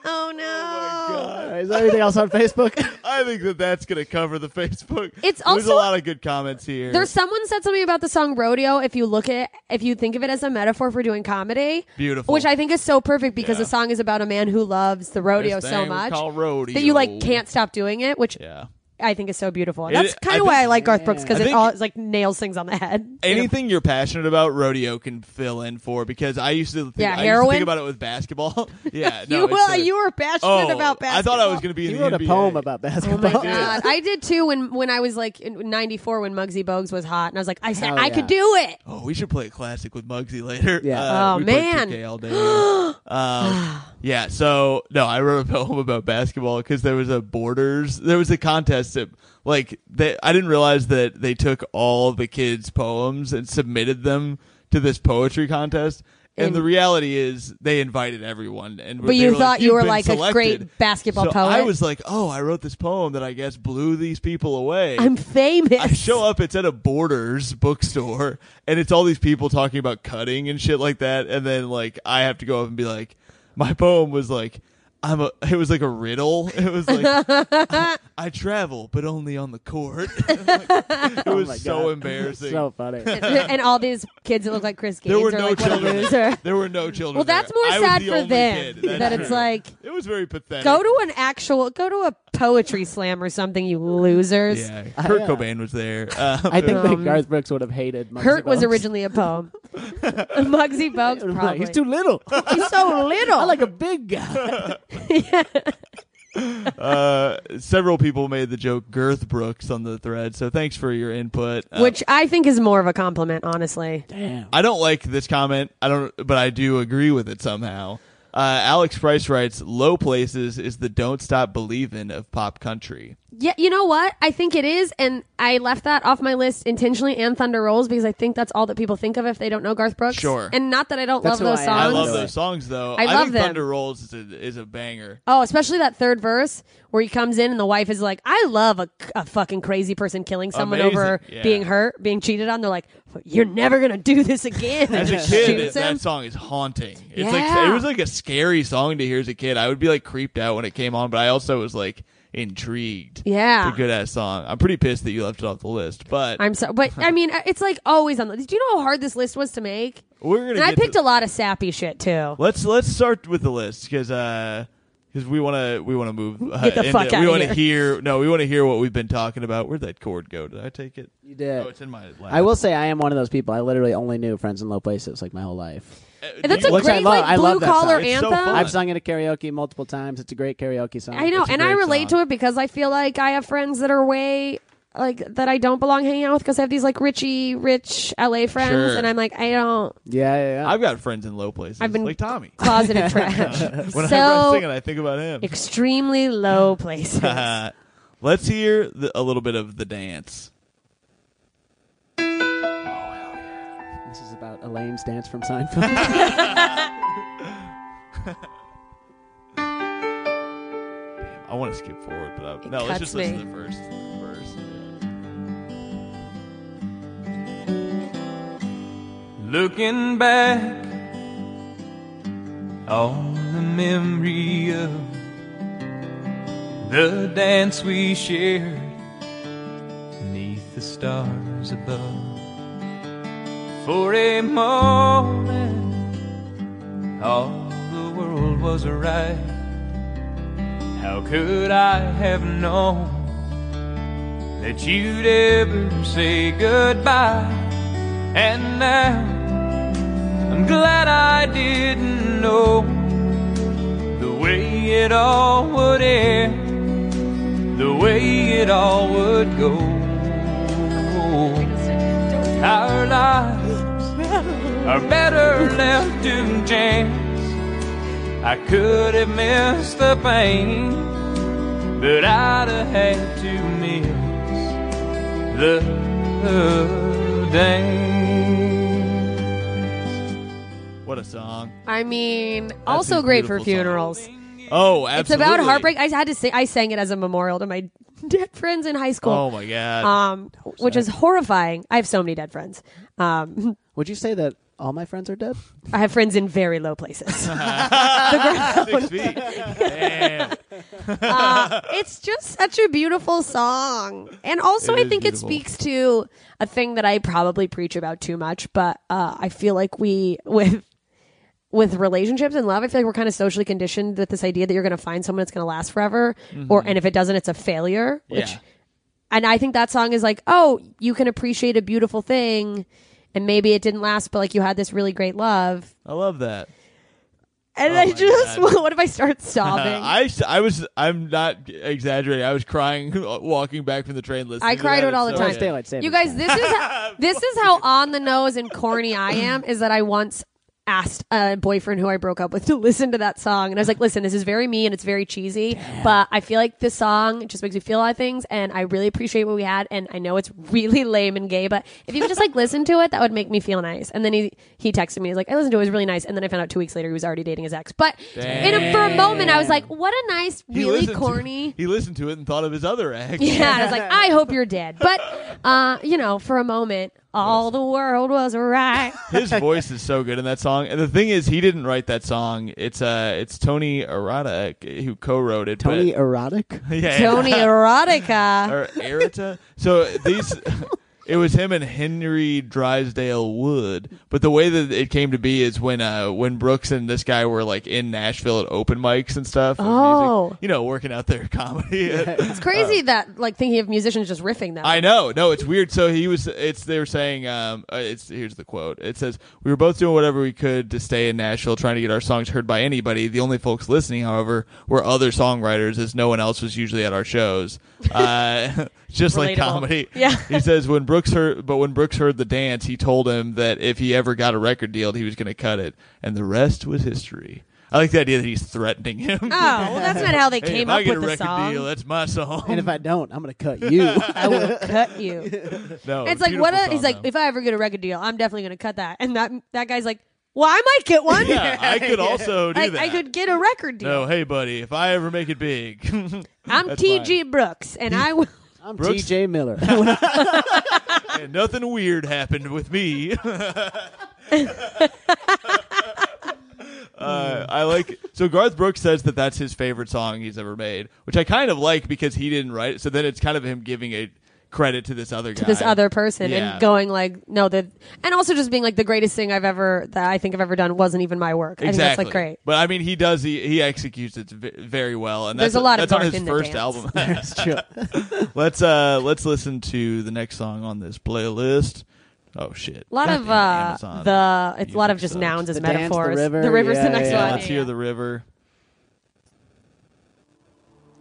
Speaker 4: oh no.
Speaker 3: All right, Is there anything else
Speaker 1: [LAUGHS]
Speaker 3: on Facebook?
Speaker 1: I think that that's going to cover the Facebook.
Speaker 4: It's
Speaker 1: There's a
Speaker 4: also-
Speaker 1: lot of good comments here.
Speaker 4: There's someone said something about the song rodeo. If you look at, if you think of it as a metaphor for doing comedy,
Speaker 1: Beautiful.
Speaker 4: which I think is so perfect because
Speaker 1: Yeah.
Speaker 4: the song is about a man who loves the rodeo
Speaker 1: This
Speaker 4: so
Speaker 1: thing we
Speaker 4: much
Speaker 1: call rodeo.
Speaker 4: that you like can't stop doing it, which
Speaker 1: Yeah.
Speaker 4: I think is so beautiful.
Speaker 1: It-
Speaker 4: That's
Speaker 1: I
Speaker 4: kind of why
Speaker 1: think-
Speaker 4: I like Garth Brooks because
Speaker 1: I
Speaker 4: it
Speaker 1: think-
Speaker 4: all it's like nails things on
Speaker 1: [LAUGHS]
Speaker 4: the head.
Speaker 1: Anything you're passionate about, rodeo can fill in for because I used to think,
Speaker 4: Yeah,
Speaker 1: I used to
Speaker 4: heroin?
Speaker 1: think about it with basketball. [LAUGHS] yeah, no,
Speaker 4: [LAUGHS] you
Speaker 1: it's
Speaker 4: well,
Speaker 1: a-
Speaker 4: you were
Speaker 1: oh,
Speaker 4: passionate about basketball.
Speaker 1: I thought I was going to be in
Speaker 3: he
Speaker 1: the
Speaker 3: wrote a
Speaker 1: NBA.
Speaker 3: poem about basketball. [LAUGHS]
Speaker 1: Yeah.
Speaker 4: Oh [LAUGHS] God, I did too when when I was like in '94 when Muggsy Bogues was hot, and I was like, I said
Speaker 3: Hell
Speaker 4: I
Speaker 3: yeah.
Speaker 4: could do it.
Speaker 1: Oh, we should play a classic with Muggsy later.
Speaker 3: Yeah.
Speaker 1: Uh,
Speaker 4: Oh,
Speaker 1: we played
Speaker 4: man.
Speaker 1: 2K all
Speaker 4: [GASPS]
Speaker 1: day.
Speaker 4: [SIGHS]
Speaker 1: um, yeah. So no, I wrote a poem about basketball because there was a Borders. There was a contest that like they, I didn't realize that they took all the kids' poems and submitted them to this poetry contest. And,
Speaker 4: And-
Speaker 1: the reality is, they invited everyone. And
Speaker 4: But
Speaker 1: they
Speaker 4: you
Speaker 1: were
Speaker 4: thought you
Speaker 1: "You've
Speaker 4: were
Speaker 1: been
Speaker 4: like a
Speaker 1: selected."
Speaker 4: great basketball
Speaker 1: so
Speaker 4: poet.
Speaker 1: I was like, oh, I wrote this poem that I guess blew these people away.
Speaker 4: I'm famous.
Speaker 1: I show up. It's at a Borders bookstore, and it's all these people talking about cutting and shit like that. And then like I have to go up and be like, my poem was like, I'm a. It was like a riddle. [LAUGHS] It was like I travel, but only on the court. [LAUGHS] it
Speaker 4: Oh
Speaker 1: was
Speaker 3: my
Speaker 1: so
Speaker 3: God.
Speaker 1: embarrassing.
Speaker 3: so
Speaker 1: [LAUGHS]
Speaker 3: funny.
Speaker 4: [LAUGHS] and all these kids that look like Chris Gaines
Speaker 1: there were
Speaker 4: are
Speaker 1: no
Speaker 4: like, what a
Speaker 1: children. [LAUGHS]
Speaker 4: loser.
Speaker 1: There were no children.
Speaker 4: Well, that's
Speaker 1: there.
Speaker 4: more
Speaker 1: I was
Speaker 4: sad
Speaker 1: the
Speaker 4: for
Speaker 1: only
Speaker 4: them
Speaker 1: kid. That's
Speaker 4: [LAUGHS] that it's
Speaker 1: true.
Speaker 4: like
Speaker 1: It was very pathetic.
Speaker 4: go to an actual go to a poetry slam or something, you losers.
Speaker 1: yeah. Kurt
Speaker 3: yeah.
Speaker 1: Cobain was there. Uh, [LAUGHS]
Speaker 3: I think
Speaker 4: Um,
Speaker 3: that Garth Brooks would have hated. Muggsy
Speaker 4: Hurt was
Speaker 3: Bogues.
Speaker 4: originally a poem.
Speaker 1: [LAUGHS]
Speaker 4: Muggsy Bogues,
Speaker 3: Like, [LAUGHS]
Speaker 4: probably.
Speaker 3: He's too little.
Speaker 4: [LAUGHS] He's so little.
Speaker 3: I [LAUGHS] like a big guy.
Speaker 1: uh, several people made the joke Girth Brooks on the thread, so thanks for your input. Uh,
Speaker 4: Which I think is more of a compliment, honestly.
Speaker 3: Damn.
Speaker 1: I don't like this comment. I don't, but I do agree with it somehow. Uh, Alex Price writes, "Low places is the don't stop believin' of pop country."
Speaker 4: Yeah, you know what? I think it is, and I left that off my list intentionally and Thunder Rolls because I think that's all that people think of if they don't know Garth Brooks.
Speaker 1: Sure.
Speaker 4: And not that I don't
Speaker 3: That's who
Speaker 4: love those
Speaker 3: I
Speaker 1: I
Speaker 3: am.
Speaker 4: songs.
Speaker 1: love
Speaker 3: Really?
Speaker 1: those songs though.
Speaker 4: I
Speaker 1: think
Speaker 4: love them.
Speaker 1: Thunder Rolls is a, is a banger.
Speaker 4: Oh, especially that third verse where he comes in and the wife is like, "I love a, a fucking crazy person killing someone
Speaker 1: Amazing.
Speaker 4: over
Speaker 1: Yeah.
Speaker 4: being hurt, being cheated on." They're like, "You're never gonna do this again." [LAUGHS]
Speaker 1: As a
Speaker 4: Shoots
Speaker 1: kid,
Speaker 4: him.
Speaker 1: that song is haunting. It's like
Speaker 4: Yeah.
Speaker 1: it was like a scary song to hear as a kid. I would be like creeped out when it came on, but I also was like intrigued.
Speaker 4: Yeah.
Speaker 1: it's a good ass song. I'm pretty pissed that you left it off the list, but
Speaker 4: I'm so, but I mean, it's like always on. The, do you know how hard this list was to make?
Speaker 1: we're gonna.
Speaker 4: And I
Speaker 1: get to-
Speaker 4: picked a lot of sappy shit too.
Speaker 1: Let's let's start with the list because uh, because we want to we want to move. Uh,
Speaker 4: Get the
Speaker 1: into-
Speaker 4: fuck outta
Speaker 1: We want to
Speaker 4: here.
Speaker 1: hear. No, we want to hear what we've been talking about. Where'd that cord go? Did I take it?
Speaker 3: You did.
Speaker 1: Oh, it's in my. Lap.
Speaker 3: I will say I am one of those people. I literally only knew Friends in Low Places like my whole life.
Speaker 1: Uh,
Speaker 4: And that's
Speaker 1: do you-
Speaker 4: a
Speaker 3: Which I
Speaker 4: great
Speaker 3: love- I
Speaker 4: like
Speaker 3: love
Speaker 4: blue
Speaker 3: that song.
Speaker 4: collar
Speaker 1: It's so
Speaker 4: anthem.
Speaker 1: fun.
Speaker 3: I've sung it at karaoke multiple times. It's a great karaoke song.
Speaker 4: I know,
Speaker 3: It's a
Speaker 4: and I
Speaker 3: great
Speaker 4: relate
Speaker 3: song.
Speaker 4: to it because I feel like I have friends that are way like that I don't belong hanging out with because I have these like richy, rich LA friends,
Speaker 1: Sure.
Speaker 4: and I'm like, I don't
Speaker 3: Yeah, yeah. yeah.
Speaker 1: I've got friends in low places.
Speaker 4: I've been-
Speaker 1: like Tommy.
Speaker 3: [LAUGHS]
Speaker 4: closeted trash.
Speaker 1: When I'm singing,
Speaker 4: so
Speaker 1: I think about him.
Speaker 4: extremely low places.
Speaker 1: [LAUGHS] Uh, let's hear the, a little bit of the dance.
Speaker 3: This is about Elaine's dance from Seinfeld. [LAUGHS]
Speaker 1: I want to skip forward, but I,
Speaker 4: It
Speaker 1: no, let's
Speaker 4: cuts
Speaker 1: just listen to
Speaker 4: me.
Speaker 1: the first verse.
Speaker 2: Looking back on the memory of the dance we shared neath the stars above. For a moment, all the world was right. How could I have known that you'd ever say goodbye? And now I'm glad I didn't know the way it all would end, the way it all would go. Our lives are better left to chance. I could have missed the pain, but I'd have had to miss the dance.
Speaker 1: What a song!
Speaker 4: I mean, also
Speaker 1: a
Speaker 4: great for
Speaker 1: beautiful song.
Speaker 4: funerals.
Speaker 1: Oh,
Speaker 4: It's
Speaker 1: absolutely.
Speaker 4: about heartbreak. I had to sing. I sang it as a memorial to my [LAUGHS] dead friends in high school.
Speaker 1: Oh my god!
Speaker 4: Um, which is horrifying. I have so many dead friends. Um,
Speaker 3: Would you say that all my friends are dead?
Speaker 4: I have friends in very
Speaker 1: [LAUGHS]
Speaker 4: low places. Uh,
Speaker 1: Six
Speaker 4: [LAUGHS]
Speaker 1: feet. Damn.
Speaker 4: it's just such a beautiful song. And also,
Speaker 1: It
Speaker 4: I
Speaker 1: is
Speaker 4: think
Speaker 1: beautiful.
Speaker 4: it speaks to a thing that I probably preach about too much, but uh, I feel like we, with with relationships and love, I feel like we're kind of socially conditioned with this idea that you're going to find someone that's going to last forever, or and if it doesn't, it's a failure. Which,
Speaker 1: Mm-hmm. Yeah.
Speaker 4: and I think that song is like, oh, you can appreciate a beautiful thing, and maybe it didn't last, but like you had this really great love,
Speaker 1: I love that.
Speaker 4: and
Speaker 1: Oh
Speaker 4: I
Speaker 1: my
Speaker 4: just,
Speaker 1: God.
Speaker 4: [LAUGHS] what if I start sobbing?
Speaker 1: Uh, [LAUGHS] I, s- I was I'm not exaggerating. I was crying [LAUGHS] walking back from the train. Listening,
Speaker 4: I
Speaker 1: to
Speaker 4: cried
Speaker 1: that.
Speaker 4: it all
Speaker 1: It's
Speaker 4: the
Speaker 1: so
Speaker 4: time.
Speaker 3: It's daylight savings.
Speaker 4: You guys, this
Speaker 1: [LAUGHS]
Speaker 4: is this is how on the nose and corny I am. Is that I once asked a boyfriend who I broke up with to listen to that song, and I was like, "Listen, this is very me and it's very cheesy, but I feel like this song just makes me feel a lot of things, and I really appreciate what we had. And I know it's really [LAUGHS] lame and gay, but if you could just like listen to it, that would make me feel nice." And then he he texted me, he's like, "I listened to it, it was really nice," and then I found out two weeks later he was already dating his ex. But in a, for a moment, I was like, "What a nice,
Speaker 1: He
Speaker 4: really
Speaker 1: listened to-
Speaker 4: corny."
Speaker 1: he listened to it and thought of his other ex.
Speaker 4: [LAUGHS] Yeah, I was like, I hope you're dead. But uh, you know, for a moment, all the world
Speaker 1: [LAUGHS]
Speaker 4: was right.
Speaker 1: [LAUGHS] His voice is so good in that song. And the thing is, he didn't write that song. It's uh, it's Tony Arata who co-wrote it.
Speaker 3: Tony
Speaker 1: but,
Speaker 3: erotic.
Speaker 1: [LAUGHS] yeah, [LAUGHS]
Speaker 4: Tony Erotica.
Speaker 1: or Arata. So these, [LAUGHS] it was him and Henry Drysdale Wood. But the way that it came to be is when uh when Brooks and this guy were like in Nashville at open mics and stuff. and music,
Speaker 4: Oh.
Speaker 1: you know, working out their [LAUGHS] comedy.
Speaker 4: It's crazy that like thinking of musicians just riffing them.
Speaker 1: I know. No, it's weird. So he was. It's they were saying. Um, uh, it's here's the quote. It says we were both doing whatever we could to stay in Nashville, trying to get our songs heard by anybody. The only folks listening, however, were other songwriters, as no one else was usually at our
Speaker 4: [LAUGHS]
Speaker 1: shows. Uh, [LAUGHS] just like
Speaker 4: Relatable.
Speaker 1: comedy.
Speaker 4: Yeah.
Speaker 1: he says when Brooks heard, but when Brooks heard the dance, he told him that if he ever got a record deal, he was going to cut it, and the rest was history. I like the idea that he's threatening him.
Speaker 4: oh, well, that's not how
Speaker 1: [LAUGHS]
Speaker 4: they
Speaker 1: Hey, if
Speaker 4: came
Speaker 1: I
Speaker 4: up
Speaker 1: get
Speaker 4: with
Speaker 1: a
Speaker 4: the
Speaker 1: record
Speaker 4: song.
Speaker 1: deal, [LAUGHS] that's my song.
Speaker 3: And if I don't, I'm gonna cut you.
Speaker 4: I will cut you.
Speaker 1: [LAUGHS] no,
Speaker 4: it's like what?
Speaker 1: beautiful
Speaker 4: A, he's
Speaker 1: song,
Speaker 4: like,
Speaker 1: though.
Speaker 4: if I ever get a record deal, I'm definitely going to cut that. And that that guy's like, well, I might get one.
Speaker 1: yeah, I could also do
Speaker 4: Like,
Speaker 1: that.
Speaker 4: I could get a record deal.
Speaker 1: No, Oh, hey, buddy, if I ever make it big, [LAUGHS]
Speaker 4: I'm
Speaker 1: that's
Speaker 4: T.G.
Speaker 1: [LAUGHS]
Speaker 4: Brooks, and I will.
Speaker 3: I'm
Speaker 1: Brooks-
Speaker 3: T.J. Miller.
Speaker 1: and nothing weird happened with me. [LAUGHS] uh, Uh, I like so Garth Brooks says that that's his favorite song he's ever made, which I kind of like because he didn't write it. So then it's kind of him giving a credit to this other guy.
Speaker 4: to this other person
Speaker 1: Yeah.
Speaker 4: and going like no the and also just being like the greatest thing I've ever that I think I've ever done wasn't even my work. I think that's
Speaker 1: Exactly.
Speaker 4: like great.
Speaker 1: But I mean, he does. He, he executes it v- very well, and
Speaker 4: There's
Speaker 1: that's
Speaker 4: a lot of
Speaker 1: that's on
Speaker 4: dark
Speaker 1: his
Speaker 4: in the
Speaker 1: first
Speaker 4: dance. [LAUGHS]
Speaker 1: album. [LAUGHS]
Speaker 3: That's true.
Speaker 1: let's uh let's listen to the next song on this playlist. Oh shit!
Speaker 4: A lot of uh
Speaker 1: Amazon
Speaker 4: the it's a lot of
Speaker 1: music
Speaker 4: just
Speaker 1: sucks.
Speaker 4: nouns as
Speaker 3: The dance, the
Speaker 4: metaphors.
Speaker 3: river,
Speaker 4: river's
Speaker 3: yeah,
Speaker 4: the next
Speaker 1: yeah,
Speaker 4: one.
Speaker 1: let's
Speaker 4: Yeah,
Speaker 1: hear
Speaker 4: yeah.
Speaker 1: the river.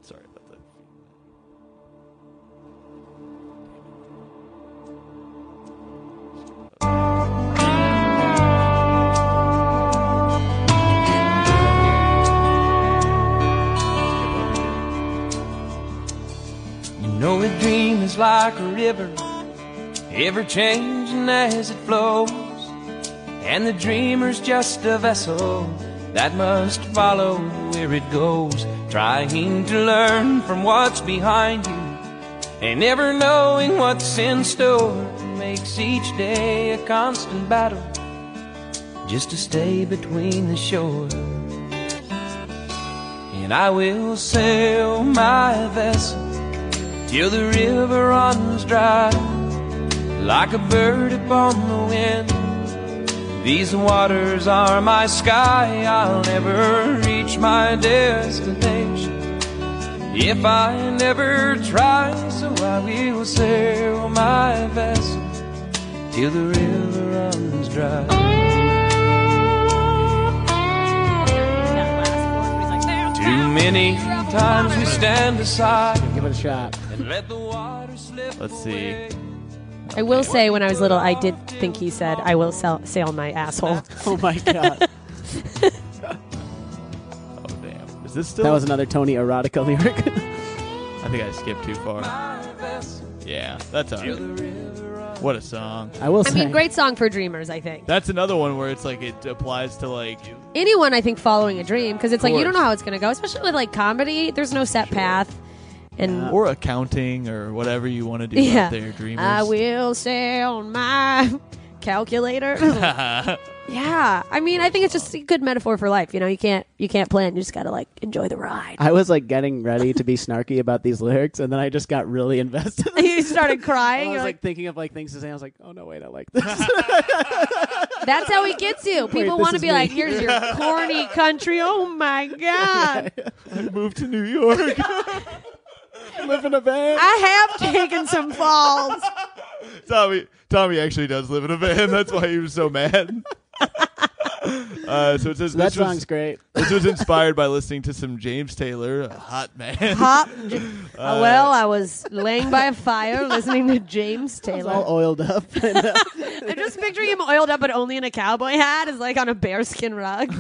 Speaker 1: Sorry about that.
Speaker 7: You know a dream is like a river, ever changing as it flows. And the dreamer's just a vessel that must follow where it goes, trying to learn from what's behind you. And never knowing what's in store makes each day a constant battle just to stay between the shores. And I will sail my vessel till the river runs dry like a bird upon the wind these waters are my sky i'll never reach my destination if i never try so i will sail my vessel till the river runs dry too many times we stand aside
Speaker 3: Give it a shot.
Speaker 7: and let the water slip
Speaker 1: Let's see.
Speaker 7: away.
Speaker 4: I will say when I was little I did think he said I will sell, sail my asshole.
Speaker 3: Oh my god,
Speaker 1: Oh damn! Is this still?
Speaker 3: that was another Tony erotica [LAUGHS] lyric.
Speaker 1: I think I skipped too far. Yeah, that's all right. What a song.
Speaker 3: I will
Speaker 4: I
Speaker 3: say.
Speaker 4: mean great song for dreamers I think.
Speaker 1: That's another one where it's like it applies to like
Speaker 4: Anyone I think following a dream because it's like you don't
Speaker 1: course.
Speaker 4: know how it's going to go especially with like comedy there's no set path. And
Speaker 1: or accounting or whatever you want to do out
Speaker 4: Uh,
Speaker 1: there, dreamers.
Speaker 4: I will sail my [LAUGHS] calculator. yeah, I mean, I think it's just a good metaphor for life. You know, you can't you can't plan. You just gotta like enjoy the ride. [LAUGHS]
Speaker 3: I was like getting ready to be snarky about these lyrics, and then I just got really
Speaker 4: [LAUGHS]
Speaker 3: invested.
Speaker 4: you started
Speaker 3: I
Speaker 4: crying.
Speaker 3: was
Speaker 4: You're
Speaker 3: like
Speaker 4: like,
Speaker 3: thinking of like things to say. I was like, oh no, wait, I like this. [LAUGHS]
Speaker 4: that's how he gets you. People
Speaker 3: this
Speaker 4: want to
Speaker 3: is
Speaker 4: be
Speaker 3: me.
Speaker 4: like, here's
Speaker 3: [LAUGHS]
Speaker 4: your corny country. Oh my god,
Speaker 1: [LAUGHS] Move to New
Speaker 4: [LAUGHS]
Speaker 1: York.
Speaker 3: Live in a van.
Speaker 4: I have taken some falls.
Speaker 1: Tommy Tommy actually does live in a van. That's why he was so
Speaker 4: [LAUGHS]
Speaker 1: mad. Uh, so it says
Speaker 3: that
Speaker 1: this was-
Speaker 3: song's great.
Speaker 1: This was inspired by listening to some James Taylor, a hot man.
Speaker 3: [LAUGHS]
Speaker 4: Pop. Uh, well, I was laying by a fire listening to
Speaker 3: [LAUGHS]
Speaker 4: James
Speaker 3: It's
Speaker 4: Taylor.
Speaker 3: all oiled
Speaker 4: [LAUGHS]
Speaker 3: up. And, uh,
Speaker 1: [LAUGHS]
Speaker 4: I'm just picturing him oiled up, but only in a cowboy hat, is like on a
Speaker 1: [LAUGHS]
Speaker 4: bearskin rug.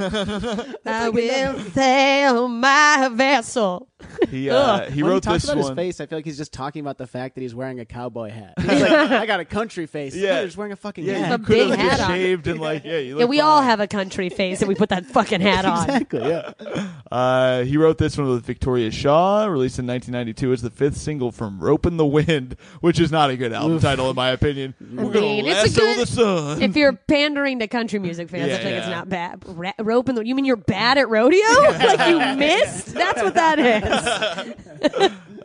Speaker 4: I will sail my vessel.
Speaker 1: He uh, he
Speaker 3: when he
Speaker 1: wrote
Speaker 3: talks
Speaker 1: this
Speaker 3: about
Speaker 1: one.
Speaker 3: his face, I feel like he's just talking about the fact that he's wearing a cowboy
Speaker 4: [LAUGHS]
Speaker 3: hat. He's like, I got a country face.
Speaker 1: Yeah.
Speaker 3: he's wearing a fucking
Speaker 1: Yeah,
Speaker 4: He's
Speaker 1: you
Speaker 4: a
Speaker 3: hat.
Speaker 1: could
Speaker 4: big
Speaker 1: have just
Speaker 4: hat on.
Speaker 1: shaved and like yeah. You
Speaker 4: Yeah,
Speaker 1: look
Speaker 4: we all have a country face, and we put that fucking
Speaker 1: [LAUGHS]
Speaker 4: hat on.
Speaker 3: Exactly. Yeah.
Speaker 1: Uh, he wrote this one with Victoria Shaw, released in 1992. It's the fifth single from "Rope in the Wind," which is not a good album title, in my opinion. We're gonna
Speaker 4: mean, it's
Speaker 1: lasso
Speaker 4: a good-
Speaker 1: the sun.
Speaker 4: If you're pandering to country music fans,
Speaker 1: Yeah,
Speaker 4: I think it's
Speaker 1: yeah.
Speaker 4: not bad. Ra- rope in the. You mean you're bad at
Speaker 1: [LAUGHS]
Speaker 4: rodeo? [LAUGHS] like you missed? That's what that is.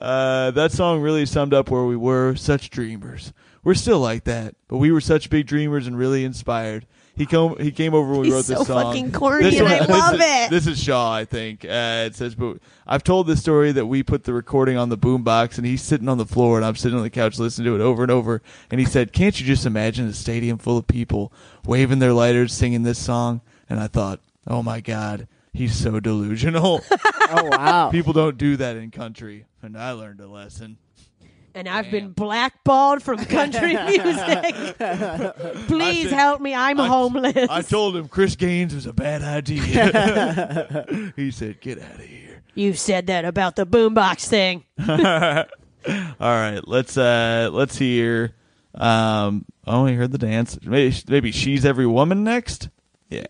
Speaker 1: Uh, that song really summed up where we were. Such dreamers. We're still like that, but we were such big dreamers and really inspired. He came. He came over when we
Speaker 4: He's
Speaker 1: wrote this
Speaker 4: so
Speaker 1: song.
Speaker 4: fucking corny,
Speaker 1: This
Speaker 4: and I
Speaker 1: this
Speaker 4: love
Speaker 1: is-
Speaker 4: it.
Speaker 1: This is Shaw, I think. Uh, it says, "But I've told the story that we put the recording on the boombox, and he's sitting on the floor, and I'm sitting on the couch listening to it over and over. And he said, "Can't you just imagine a stadium full of people waving their lighters, singing this song?" And I thought, "Oh my God, he's so delusional." [LAUGHS]
Speaker 3: Oh wow.
Speaker 1: People don't do that in country, and I learned a lesson.
Speaker 4: And I've been blackballed from country
Speaker 1: [LAUGHS]
Speaker 4: music. Please
Speaker 1: said-
Speaker 4: help me. I'm
Speaker 1: I-
Speaker 4: homeless.
Speaker 1: I told him Chris Gaines was a bad idea. he said, "Get out of here."
Speaker 4: you said that about the boombox thing.
Speaker 1: All right, let's uh let's hear. Um, I only heard the dance. Maybe, maybe she's every woman next. Yeah.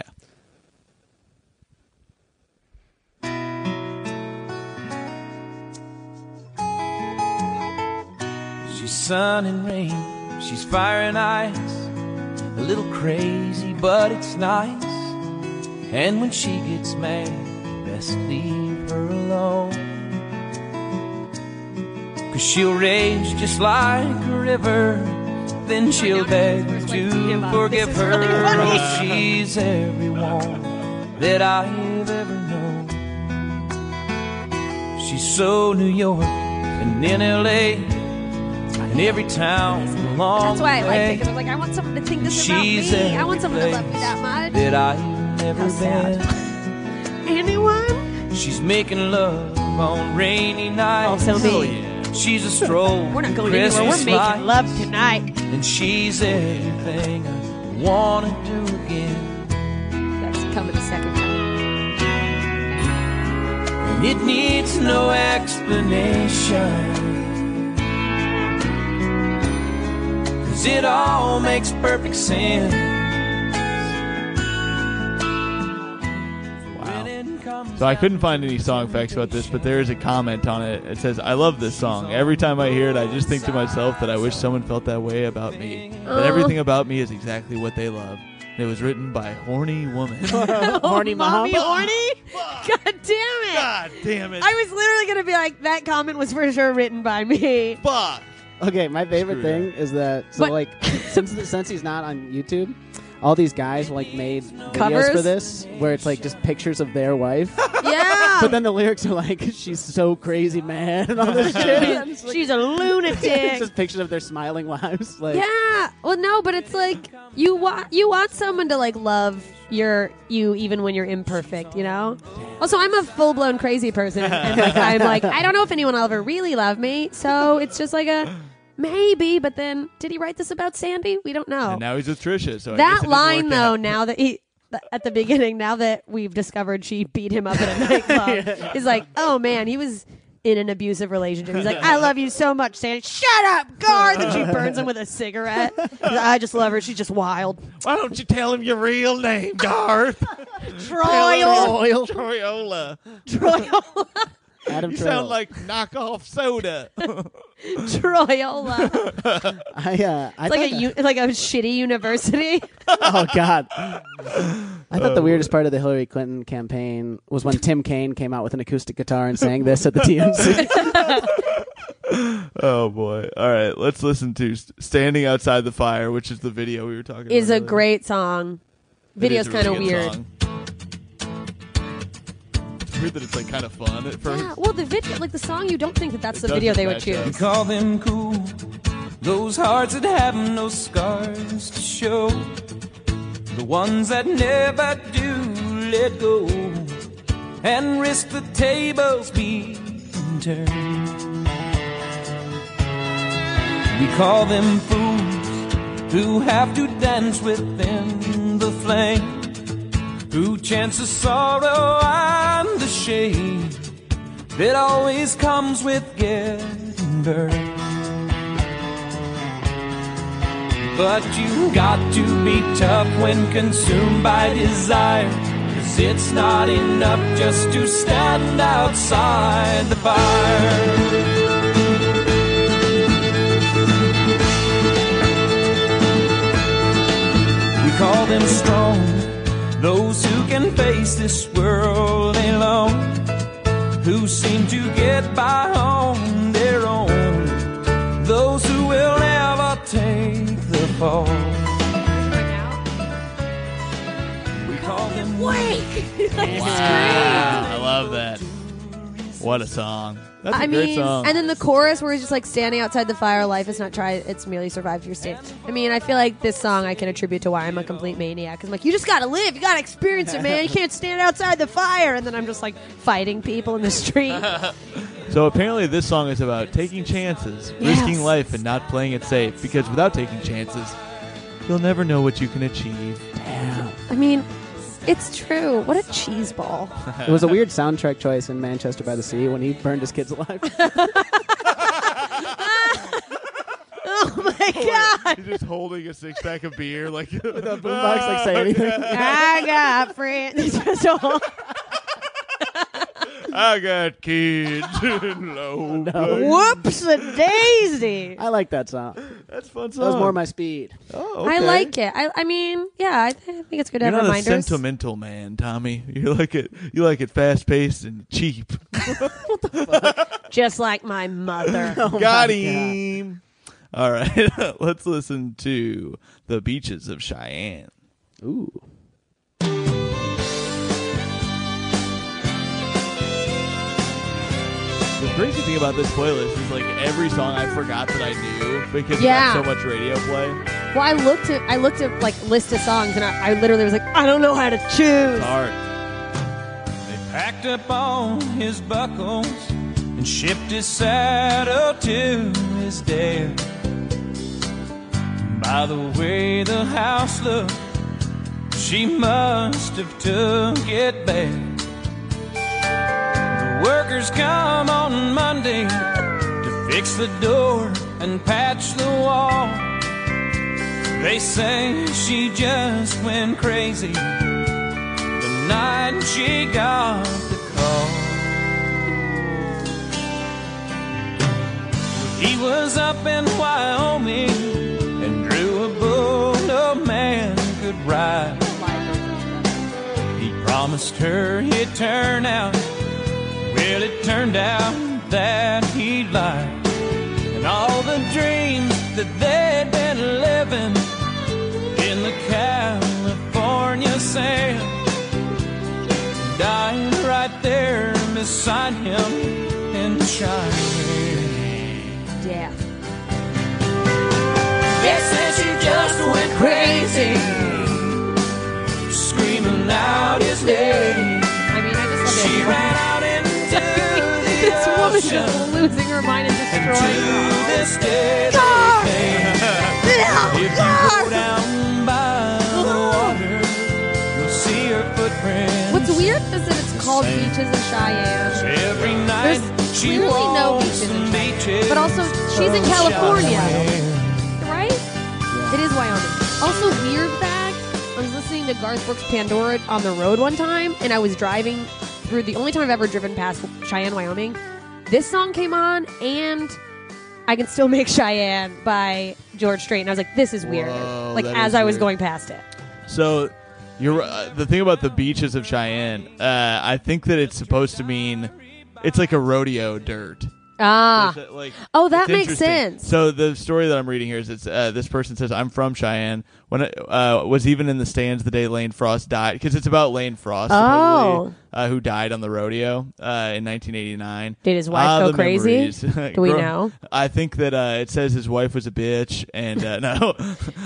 Speaker 7: She's sun and rain, she's fire and ice. A little crazy, but it's nice. And when she gets mad, you best leave her alone. Cause she'll rage just like a river. Then she'll beg me
Speaker 4: tweeting
Speaker 7: to
Speaker 4: about
Speaker 7: forgive
Speaker 4: this is
Speaker 7: her.
Speaker 4: really funny.
Speaker 7: Oh, she's every woman that I've ever known. She's so New York and in LA and every town along
Speaker 4: That's why I liked
Speaker 7: the way.
Speaker 4: it because I was like, I want someone to think this
Speaker 7: She's
Speaker 4: about me.
Speaker 7: every
Speaker 4: I want someone to love me
Speaker 7: place
Speaker 4: that much.
Speaker 7: that I've
Speaker 4: How
Speaker 7: never
Speaker 4: sad.
Speaker 7: been.
Speaker 4: Anyone?
Speaker 7: She's making love on rainy nights.
Speaker 4: Also me.
Speaker 7: Oh, yeah. She's a stroll.
Speaker 4: We're not going
Speaker 7: Christmas
Speaker 4: anywhere. We're
Speaker 7: lights,
Speaker 4: making love tonight.
Speaker 7: And she's everything I wanna do again.
Speaker 4: That's coming a second time.
Speaker 7: And it needs no explanation. Cause it all makes perfect sense. When it comes
Speaker 1: So I couldn't find any song facts about this, but there is a comment on it. It says, "I love this song. Every time I hear it, I just think to myself that I wish someone felt that way about me. That everything about me is exactly what they love." And it was written by horny woman. [LAUGHS]
Speaker 3: Horny
Speaker 4: Oh, Mommy
Speaker 3: Mahamba.
Speaker 4: horny? [LAUGHS] God damn it.
Speaker 1: God damn it!
Speaker 4: I was literally going to be like, that comment was for sure written by me.
Speaker 1: Fuck.
Speaker 3: Okay, my favorite
Speaker 1: Screw
Speaker 3: thing
Speaker 1: that.
Speaker 3: is that so
Speaker 4: What?
Speaker 3: like
Speaker 4: [LAUGHS]
Speaker 3: since since he's not on YouTube, all these guys like made videos
Speaker 4: Covers?
Speaker 3: for this where it's like just pictures of their wife,
Speaker 4: [LAUGHS] Yeah.
Speaker 3: but then the lyrics are like [LAUGHS] she's so crazy mad and all
Speaker 4: [LAUGHS]
Speaker 3: this shit.
Speaker 4: she's, she's a
Speaker 3: it's [LAUGHS]
Speaker 4: lunatic.
Speaker 3: just pictures of their smiling wives. Like
Speaker 4: [LAUGHS] yeah. Well, no, but it's like you want you want someone to like love your you even when you're imperfect. You know. Also, I'm a full blown crazy person, and [LAUGHS] like, I'm like I don't know if anyone will ever really love me. So it's just like a maybe. But then, did he write this about Sandy? We don't know.
Speaker 1: And now he's with Trisha. So I guess it
Speaker 4: that
Speaker 1: didn't
Speaker 4: line
Speaker 1: work
Speaker 4: though,
Speaker 1: out.
Speaker 4: now that he. th- At the beginning, now that we've discovered she beat him
Speaker 1: [LAUGHS]
Speaker 4: up at a nightclub, is like, oh man, he was in an abusive relationship. He's like, I love you so much, Sandy. Shut up, guard. Then she burns him with a cigarette. He's like, I just love her. She's just wild.
Speaker 1: Why don't you tell him your real name,
Speaker 4: [LAUGHS]
Speaker 1: Garth?
Speaker 4: Troil.
Speaker 1: Troyola.
Speaker 4: [LAUGHS] Troyola.
Speaker 3: Adam
Speaker 1: You
Speaker 3: Troy.
Speaker 1: sound like knockoff soda.
Speaker 4: Troyola. It's
Speaker 3: I, uh, I
Speaker 4: like a
Speaker 3: thought
Speaker 4: u- it's like a shitty university.
Speaker 3: that- oh god. I thought the weirdest part of the Hillary Clinton campaign was when Tim Kaine came out with an acoustic guitar and sang this at the TMC.
Speaker 1: [LAUGHS] Oh boy! All right, let's listen to S- "Standing Outside the Fire," which is the video we were talking.
Speaker 4: Is
Speaker 1: about
Speaker 4: a
Speaker 1: earlier.
Speaker 4: great song.
Speaker 1: It
Speaker 4: Video's
Speaker 1: is a really
Speaker 4: kind of
Speaker 1: good
Speaker 4: weird.
Speaker 1: song. It's weird that it's like kind of fun at first.
Speaker 4: Yeah, well, the video, like the song, you don't think that that's
Speaker 1: It
Speaker 4: the video
Speaker 1: doesn't
Speaker 4: they would
Speaker 1: match up.
Speaker 4: choose.
Speaker 7: Call them cool. Those hearts that have no scars to show. The ones that never do let go and risk the tables being turned. We call them fools who have to dance within the flame. Who chance the sorrow and the shame that always comes with getting burned. But you got to be tough when consumed by desire. Cause it's not enough just to stand outside the fire. We call them strong, those who can face this world alone who seem to get by on their own. Those who will never take the fall. We call them
Speaker 1: Ah, I love that. What a song! That's a
Speaker 4: I
Speaker 1: great
Speaker 4: mean,
Speaker 1: song.
Speaker 4: and then the chorus where he's just like standing outside the fire. Life is not tried; it's merely survived your state. I mean, I feel like this song I can attribute to why I'm a complete maniac. 'Cause I'm like, you just gotta live, you gotta experience it, man. You can't stand outside the fire, and then I'm just like fighting people in
Speaker 1: [LAUGHS]
Speaker 4: the street.
Speaker 1: so apparently, this song is about taking chances,
Speaker 4: Yes.
Speaker 1: risking life, and not playing it safe. Because without taking chances, you'll never know what you can [LAUGHS] achieve.
Speaker 4: I mean, it's true. What a cheese ball!
Speaker 3: it was a weird soundtrack choice in Manchester by the Sea when he burned his kids alive.
Speaker 4: [LAUGHS]
Speaker 3: [LAUGHS]
Speaker 4: Oh my god!
Speaker 1: He's just holding a six pack of beer, like [LAUGHS] with
Speaker 3: the boombox like say anything.
Speaker 4: [LAUGHS] I got friends. It's just all-
Speaker 1: I got kids [LAUGHS] in low place.
Speaker 4: Whoops, a daisy.
Speaker 3: I like that song.
Speaker 1: That's a fun song.
Speaker 3: That was more my speed.
Speaker 1: oh,
Speaker 4: I
Speaker 1: okay.
Speaker 4: like it. I, I mean, yeah, I, th- I think it's good to
Speaker 1: You're
Speaker 4: have
Speaker 1: not
Speaker 4: reminders.
Speaker 1: a sentimental man, Tommy. You like it. You like it fast paced and cheap.
Speaker 4: Just like Oh my mother. [LAUGHS]
Speaker 1: Got him. All right, [LAUGHS] let's listen to the beaches of Cheyenne.
Speaker 3: Ooh.
Speaker 1: The crazy thing about this playlist is like every song I forgot that I knew because
Speaker 4: Yeah.
Speaker 1: it got so much radio play.
Speaker 4: Well, I looked at I looked at like list of songs, and I, I literally was like, I don't know how to choose.
Speaker 1: It's hard.
Speaker 7: They packed up all his buckles and shipped his saddle to his dad. By the way the house looked, she must have took it back. The workers come on Monday to fix the door and patch the wall. They say she just went crazy the night she got the call. He was up in Wyoming and drew a bull no man could ride. He promised her he'd turn out. Well, it turned out that he lied. And all the dreams that they'd been living in the California sand dying right there beside him in Cheyenne.
Speaker 4: Yeah.
Speaker 7: They said she just went crazy, screaming out his name.
Speaker 4: I mean, I just
Speaker 7: She
Speaker 4: love
Speaker 7: ran out into
Speaker 4: it.
Speaker 7: the
Speaker 1: Oh,
Speaker 4: this woman
Speaker 7: ocean,
Speaker 4: is losing her mind and
Speaker 7: and
Speaker 4: destroying.
Speaker 7: to this day they
Speaker 4: God!
Speaker 7: claim. If you go down by the water, you'll see her footprints.
Speaker 4: What's weird is that it's called
Speaker 7: Same.
Speaker 4: Beaches of Cheyenne,
Speaker 7: Every night
Speaker 4: There's
Speaker 7: she
Speaker 4: clearly no
Speaker 7: walks
Speaker 4: beaches in
Speaker 7: the
Speaker 4: Cheyenne.
Speaker 7: beaches
Speaker 4: but also she's in
Speaker 7: of
Speaker 4: California,
Speaker 7: Cheyenne.
Speaker 4: right? It is Wyoming. Also, weird fact: I was listening to Garth Brooks' Pandora on the road one time, and I was driving through the only time I've ever driven past Cheyenne, Wyoming. This song came on, and I can still make Cheyenne by George Strait, and I was like, "This is weird."
Speaker 1: Whoa,
Speaker 4: like
Speaker 1: that
Speaker 4: as
Speaker 1: is
Speaker 4: I was
Speaker 1: weird.
Speaker 4: going past it.
Speaker 1: So, you're uh, the thing about the beaches of Cheyenne. Uh, I think that it's supposed to mean it's like a rodeo dirt.
Speaker 4: Ah,
Speaker 1: Is it, like-
Speaker 4: Oh, that
Speaker 1: it's
Speaker 4: makes
Speaker 1: interesting.
Speaker 4: sense.
Speaker 1: So the story that I'm reading here is it's uh, this person says I'm from Cheyenne. When I uh, was even in the stands the day Lane Frost died, because it's about Lane Frost, supposedly, uh, who died on the rodeo uh, in 1989.
Speaker 4: Oh. Did his wife
Speaker 1: Ah,
Speaker 4: go
Speaker 1: the
Speaker 4: crazy?
Speaker 1: memories. [LAUGHS]
Speaker 4: Do we
Speaker 1: Girl,
Speaker 4: know?
Speaker 1: I think that uh, it says his wife was a bitch, and uh, [LAUGHS] no,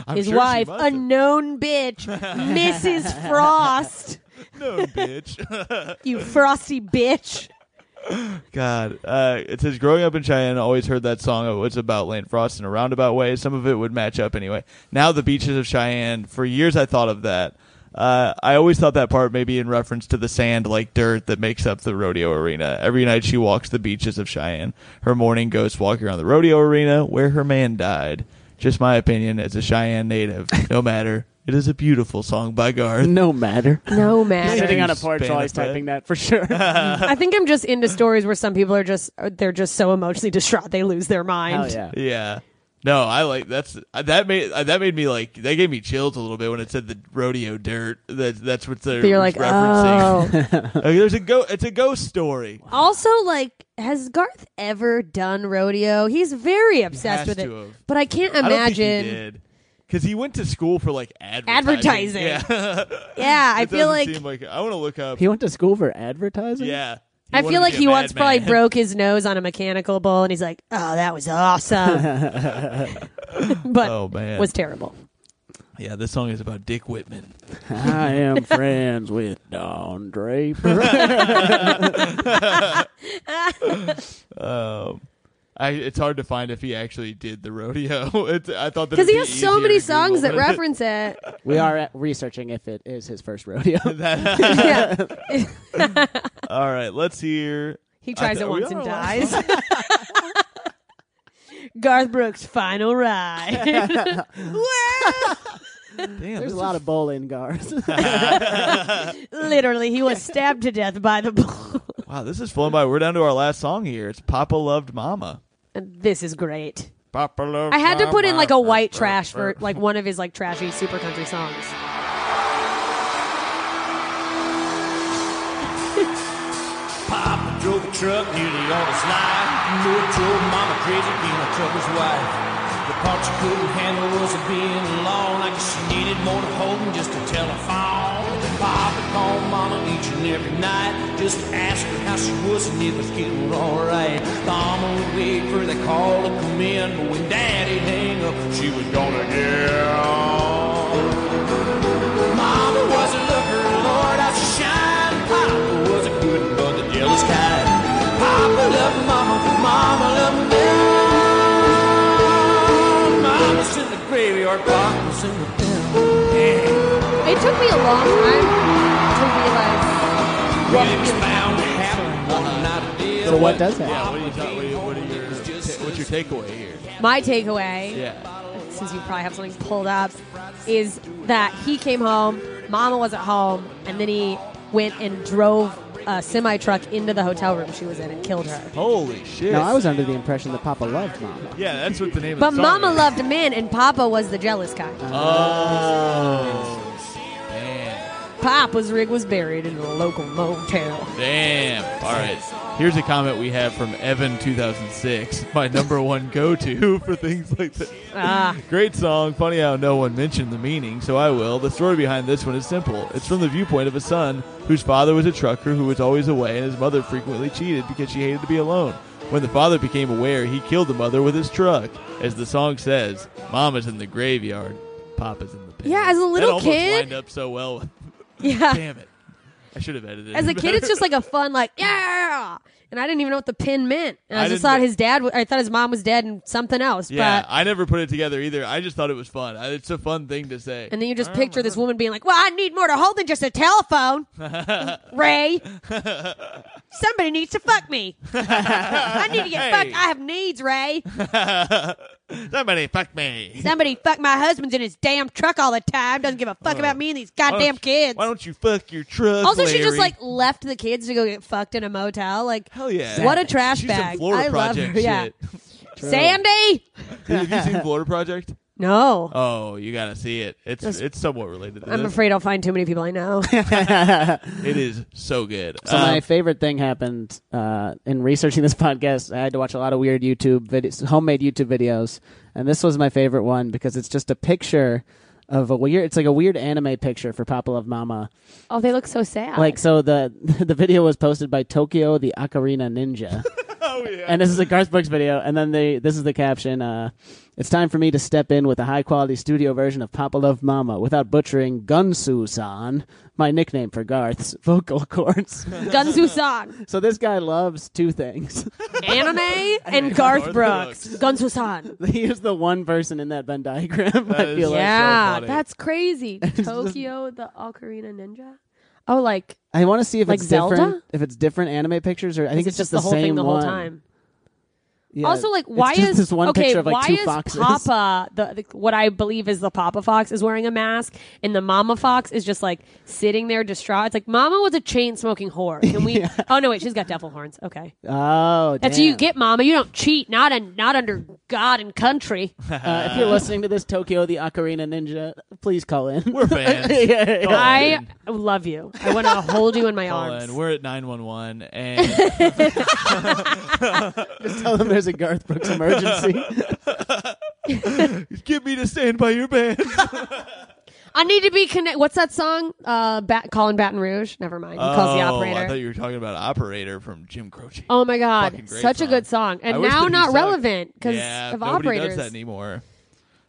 Speaker 1: I'm
Speaker 4: his
Speaker 1: sure she
Speaker 4: wife,
Speaker 1: must
Speaker 4: a
Speaker 1: have
Speaker 4: known bitch,
Speaker 3: [LAUGHS]
Speaker 7: [LAUGHS]
Speaker 4: Mrs. Frost.
Speaker 1: known bitch.
Speaker 4: You frosty bitch.
Speaker 1: God, uh, it says growing up in Cheyenne, I always heard that song. It was about Lane Frost in a roundabout way. Some of it would match up anyway. Now the beaches of Cheyenne. For years, I thought of that. Uh, I always thought that part maybe in reference to the sand like dirt that makes up the rodeo arena. Every night she walks the beaches of Cheyenne. Her morning ghost walking around the rodeo arena where her man died. Just my opinion as a Cheyenne native. No [LAUGHS] matter. It is a beautiful song by Garth.
Speaker 3: No matter.
Speaker 4: No man.
Speaker 1: Sitting
Speaker 3: Sitting
Speaker 1: on
Speaker 3: on
Speaker 1: you a
Speaker 3: a
Speaker 1: porch
Speaker 3: porch
Speaker 1: span
Speaker 3: while
Speaker 1: while he's
Speaker 3: he's
Speaker 1: of that. typing
Speaker 3: typing that for sure.
Speaker 4: I think I'm just into stories where some people are just they're just so emotionally distraught they lose their mind.
Speaker 3: Hell yeah.
Speaker 1: Yeah. No, I like that's that made that made me like that gave me chills a little bit when it said the rodeo dirt. That that's what they're
Speaker 4: But you're like,
Speaker 1: referencing.
Speaker 4: oh.
Speaker 1: [LAUGHS] Like, there's a go. It's a ghost story.
Speaker 4: also, like, has Garth ever done rodeo? He's very obsessed
Speaker 1: has
Speaker 4: with
Speaker 1: to
Speaker 4: it.
Speaker 1: have.
Speaker 4: But I can't imagine.
Speaker 1: I don't think he did because he went to school for like advertising.
Speaker 4: Advertising.
Speaker 1: [LAUGHS] Yeah,
Speaker 4: Yeah, I
Speaker 1: It
Speaker 4: feel
Speaker 1: doesn't
Speaker 4: like
Speaker 1: seem like I want to look up.
Speaker 3: He went to school for advertising?
Speaker 1: yeah,
Speaker 4: I
Speaker 1: wanted to
Speaker 4: feel like
Speaker 1: be a
Speaker 4: he once
Speaker 1: madman.
Speaker 4: probably broke his nose on a mechanical bull, and he's like, "Oh, that
Speaker 1: [LAUGHS]
Speaker 4: was awesome," but
Speaker 1: Oh, man.
Speaker 4: was terrible.
Speaker 1: Yeah, this song is about Dick Whitman.
Speaker 3: I am friends with Don Draper.
Speaker 1: Um, I, it's hard to find if he actually did the rodeo. [LAUGHS] It's, I thought that
Speaker 4: Because
Speaker 1: it'd
Speaker 4: he
Speaker 1: be
Speaker 4: has so
Speaker 1: easier
Speaker 4: many
Speaker 1: to Google
Speaker 4: songs that
Speaker 1: it.
Speaker 4: reference it.
Speaker 3: we are at- researching if it is his first rodeo.
Speaker 1: That-
Speaker 4: yeah.
Speaker 1: All right, let's hear.
Speaker 4: He tries
Speaker 1: I-
Speaker 4: it
Speaker 1: we
Speaker 4: once and
Speaker 1: are
Speaker 4: dies. [LAUGHS] Garth Brooks'
Speaker 1: [LAUGHS]
Speaker 4: final ride.
Speaker 1: Damn,
Speaker 3: There's a lot of bowling guards.
Speaker 4: Literally, he was stabbed to death by the bull.
Speaker 1: Wow, this is flown by. We're down to our last song here. It's Papa Loved Mama.
Speaker 4: And This is great.
Speaker 1: Papa loved
Speaker 4: I had to put in like a white trash for like one of his like trashy super country songs.
Speaker 7: Papa drove a truck nearly all his life. Knew it drove Mama crazy being a trucker's wife. The part she couldn't handle was her being alone. Like she needed more to hold than just a telephone. Papa called Mama each and every night just to ask her how she was and if it was getting alright. Mama would wait for the call to come in, but when Daddy hang up, she was gonna yell. Mama was a looker, Lord, I shine. Papa was a good but the jealous kind. Papa loved Mama, Mama loved them. Mama's in the graveyard, Papa's in the pen. Yeah.
Speaker 4: It took me a long time to
Speaker 7: What
Speaker 4: realize.
Speaker 7: was bound to happen, one night it did.
Speaker 3: So what does happen?
Speaker 1: Yeah, what, do you thought, what, do you- what are your, ta- what's your takeaway here?
Speaker 4: My takeaway.
Speaker 1: Yeah.
Speaker 4: since you probably have something pulled up, is that he came home, mama wasn't home, and then he went and drove a semi truck into the hotel room she was in and killed her.
Speaker 1: Holy shit.
Speaker 3: No, I was under the impression that Papa loved Mama.
Speaker 1: Yeah, that's what the name
Speaker 4: But
Speaker 1: of the song
Speaker 4: mama
Speaker 1: is.
Speaker 4: loved men, and papa was the jealous kind.
Speaker 1: Oh. Damn.
Speaker 4: Papa's rig was buried in a local motel.
Speaker 1: Damn. All right. Here's a comment we have from Evan2006, my number one go to [LAUGHS] for things like that.
Speaker 4: Ah,
Speaker 1: [LAUGHS] Great song. Funny how no one mentioned the meaning, so I will. The story behind this one is simple. It's from the viewpoint of a son whose father was a trucker who was always away and his mother frequently cheated because she hated to be alone. When the father became aware, he killed the mother with his truck. As the song says, Mama's in the graveyard, Papa's in the pit.
Speaker 4: Yeah, as a little
Speaker 1: that almost
Speaker 4: kid-
Speaker 1: lined up so well. with- [LAUGHS]
Speaker 4: yeah.
Speaker 1: Damn it. I should have edited it.
Speaker 4: As a kid, it's just like a fun, like, yeah. And I didn't even know what the pin meant. And I,
Speaker 1: I didn't-
Speaker 4: just thought his dad, w- I thought his mom was dead and something else.
Speaker 1: Yeah,
Speaker 4: But
Speaker 1: I never put it together either. I just thought it was fun. I- It's a fun thing to say.
Speaker 4: And then you just picture this woman being like, "Well, I need more to hold than just
Speaker 1: [LAUGHS]
Speaker 4: a telephone, Ray. Somebody needs to fuck me. I need to get
Speaker 1: Hey.
Speaker 4: fucked. I have needs, Ray.
Speaker 1: Somebody fuck me.
Speaker 4: Somebody fuck my husband's in his damn truck all the time. Doesn't give a fuck about me and these
Speaker 1: Uh, Why don't
Speaker 4: goddamn
Speaker 1: you-
Speaker 4: kids.
Speaker 1: Why don't you fuck your truck?
Speaker 4: Also, she just
Speaker 1: Larry?
Speaker 4: like left the kids to go get fucked in a motel. Like,
Speaker 1: hell yeah.
Speaker 4: What a trash
Speaker 1: She's
Speaker 4: bag.
Speaker 1: Some Florida
Speaker 4: I love
Speaker 1: Project
Speaker 4: her. Yeah.
Speaker 1: shit.
Speaker 4: Sandy.
Speaker 1: [LAUGHS] Have you
Speaker 4: [LAUGHS]
Speaker 1: seen Florida Project?
Speaker 4: No,
Speaker 1: Oh, you gotta see it. It's
Speaker 4: Just-
Speaker 1: it's somewhat related. To
Speaker 4: I'm
Speaker 1: this.
Speaker 4: afraid I'll find too many people
Speaker 1: [LAUGHS]
Speaker 4: I know.
Speaker 1: it is so good.
Speaker 3: So
Speaker 1: Um,
Speaker 3: my favorite thing happened uh, in researching this [LAUGHS] podcast. I had to watch a lot of weird YouTube videos, homemade YouTube videos, and this was my favorite one because it's just a picture of a weird. It's like a weird anime picture for Papa Love Mama.
Speaker 4: oh, they look so sad.
Speaker 3: Like so, the [LAUGHS] the video was posted by Tokyo the Ocarina Ninja.
Speaker 1: [LAUGHS] oh yeah.
Speaker 3: and this is a Garth Brooks video, and then they this is the caption. Uh, it's time for me to step in with a high quality studio version of Papa Love Mama without butchering Gunsu San, my nickname for Garth's [LAUGHS] vocal
Speaker 1: [LAUGHS]
Speaker 3: cords.
Speaker 4: Gunsu San.
Speaker 3: so this guy loves two things. [LAUGHS]
Speaker 4: anime and Garth
Speaker 1: Garth
Speaker 4: Brooks.
Speaker 1: Brooks.
Speaker 4: Guns Wasan.
Speaker 3: he is the one person in that Venn diagram. I
Speaker 1: is-
Speaker 3: feel like
Speaker 4: Yeah,
Speaker 1: funny.
Speaker 4: that's [LAUGHS]
Speaker 3: [LAUGHS]
Speaker 4: crazy. Tokyo, the Ocarina Ninja. Oh, like
Speaker 3: I want to see if
Speaker 4: Like
Speaker 3: it's
Speaker 4: Zelda?
Speaker 3: different. If it's different anime pictures, or I think
Speaker 4: is it
Speaker 3: it's just,
Speaker 4: the whole
Speaker 3: same
Speaker 4: thing the
Speaker 3: one.
Speaker 4: whole time.
Speaker 3: Yeah.
Speaker 4: Also, like,
Speaker 3: It's
Speaker 4: why
Speaker 3: just
Speaker 4: is
Speaker 3: this one
Speaker 4: okay?
Speaker 3: picture of like
Speaker 4: why
Speaker 3: two
Speaker 4: is
Speaker 3: foxes?
Speaker 4: Papa the, the what I believe is the Papa Fox is wearing a mask, and the Mama Fox is just like sitting there distraught. It's like Mama was a chain smoking whore.
Speaker 3: [LAUGHS]
Speaker 4: Can we? Oh no, wait, she's got devil horns. Okay,
Speaker 3: Oh,
Speaker 4: that's
Speaker 3: damn.
Speaker 4: what you get, Mama. You don't cheat, not un, not under God and country.
Speaker 3: Uh, if you're listening to this, Tokyo the Ocarina Ninja, please call in.
Speaker 1: We're fans.
Speaker 3: [LAUGHS] yeah,
Speaker 1: Call
Speaker 4: I
Speaker 1: Uh, in.
Speaker 4: love you. I want to hold you in my
Speaker 1: Call
Speaker 4: arms.
Speaker 1: in. We're at nine one one
Speaker 4: [LAUGHS]
Speaker 1: and
Speaker 3: Tell them there's a Garth
Speaker 1: [LAUGHS]
Speaker 3: Brooks emergency.
Speaker 1: get me to stand by your band.
Speaker 4: I need to be connect. What's that song? Uh, Bat- Colin Baton Rouge. Never mind. He calls the
Speaker 1: Oh, I thought
Speaker 4: operator.
Speaker 1: you were talking about operator from Jim Croce.
Speaker 4: Oh my
Speaker 1: Fucking
Speaker 4: god,
Speaker 1: great
Speaker 4: such a
Speaker 1: song.
Speaker 4: good song,
Speaker 1: I
Speaker 4: and
Speaker 1: wish that
Speaker 4: now
Speaker 1: he
Speaker 4: not
Speaker 1: sucked.
Speaker 4: relevant because
Speaker 1: yeah,
Speaker 4: of
Speaker 1: nobody
Speaker 4: operators.
Speaker 1: does that anymore.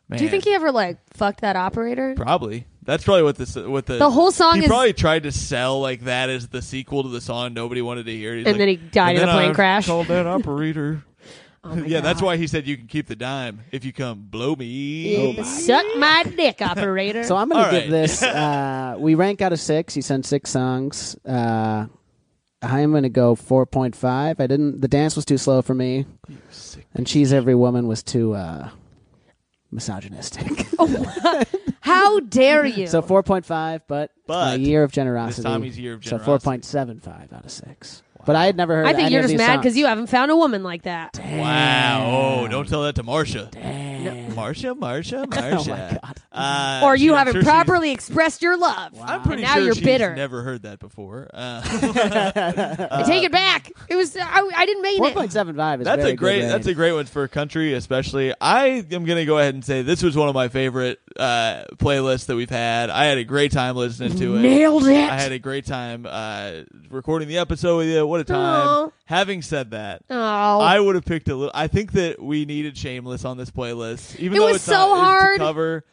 Speaker 1: Man.
Speaker 4: Do you think he ever like fucked that operator?
Speaker 1: Probably. That's probably what this what the
Speaker 4: The whole song
Speaker 1: He
Speaker 4: is-
Speaker 1: probably tried to sell like that as the sequel to the song nobody wanted to hear. He's
Speaker 4: And
Speaker 1: like,
Speaker 4: then he died
Speaker 1: "And
Speaker 4: in a
Speaker 1: then
Speaker 4: plane
Speaker 1: I
Speaker 4: crash."
Speaker 1: Called
Speaker 4: [LAUGHS]
Speaker 1: that operator.
Speaker 4: Oh my
Speaker 1: yeah, that's
Speaker 4: God.
Speaker 1: why he said you can keep the dime if you come blow me.
Speaker 4: Suck my dick, operator.
Speaker 3: So I'm going
Speaker 1: All
Speaker 3: to
Speaker 1: right. [LAUGHS]
Speaker 3: give this. Uh, we rank out of six. You send six songs. Uh, I'm going to go 4.5. I didn't. The dance was too slow for me, and "She's Every Woman" was too uh, misogynistic.
Speaker 1: Oh.
Speaker 4: How dare you?
Speaker 3: so 4.5, but, it's my
Speaker 1: But
Speaker 3: year of generosity.
Speaker 1: Tommy's year of
Speaker 3: So
Speaker 1: generosity.
Speaker 3: 4.75 out of six. But I had never heard.
Speaker 4: I think
Speaker 3: any
Speaker 4: you're
Speaker 3: of
Speaker 4: just
Speaker 3: these
Speaker 4: mad
Speaker 3: songs.
Speaker 4: because you haven't found a woman like that.
Speaker 1: Wow. Oh, don't tell that to Marcia. Marcia,
Speaker 4: [LAUGHS]
Speaker 1: Marcia, Marcia. Uh,
Speaker 4: Oh or
Speaker 1: she-
Speaker 4: you
Speaker 1: I'm
Speaker 4: haven't
Speaker 1: sure she's-
Speaker 4: properly expressed your love.
Speaker 1: I'm pretty
Speaker 4: And now
Speaker 1: sure
Speaker 4: you're
Speaker 1: she's
Speaker 4: bitter.
Speaker 1: never heard that before. Uh,
Speaker 4: I take it back. It was I, I didn't mean
Speaker 3: Four
Speaker 4: it.
Speaker 3: point seven five is
Speaker 1: that's
Speaker 3: very
Speaker 1: a great
Speaker 3: Good
Speaker 1: that's a
Speaker 3: range.
Speaker 1: great one for country especially i am gonna go ahead and say this was one of my favorite uh playlists that we've had i had a great time listening to it
Speaker 4: Nailed it.
Speaker 1: i had a great time uh recording the episode with you what a time
Speaker 4: Aw.
Speaker 1: having said that
Speaker 4: Oh,
Speaker 1: I would have picked a little. I think that we needed Shameless on this playlist, even
Speaker 4: It
Speaker 1: though
Speaker 4: was
Speaker 1: it's
Speaker 4: so
Speaker 1: not, it's
Speaker 4: hard.
Speaker 1: to cover.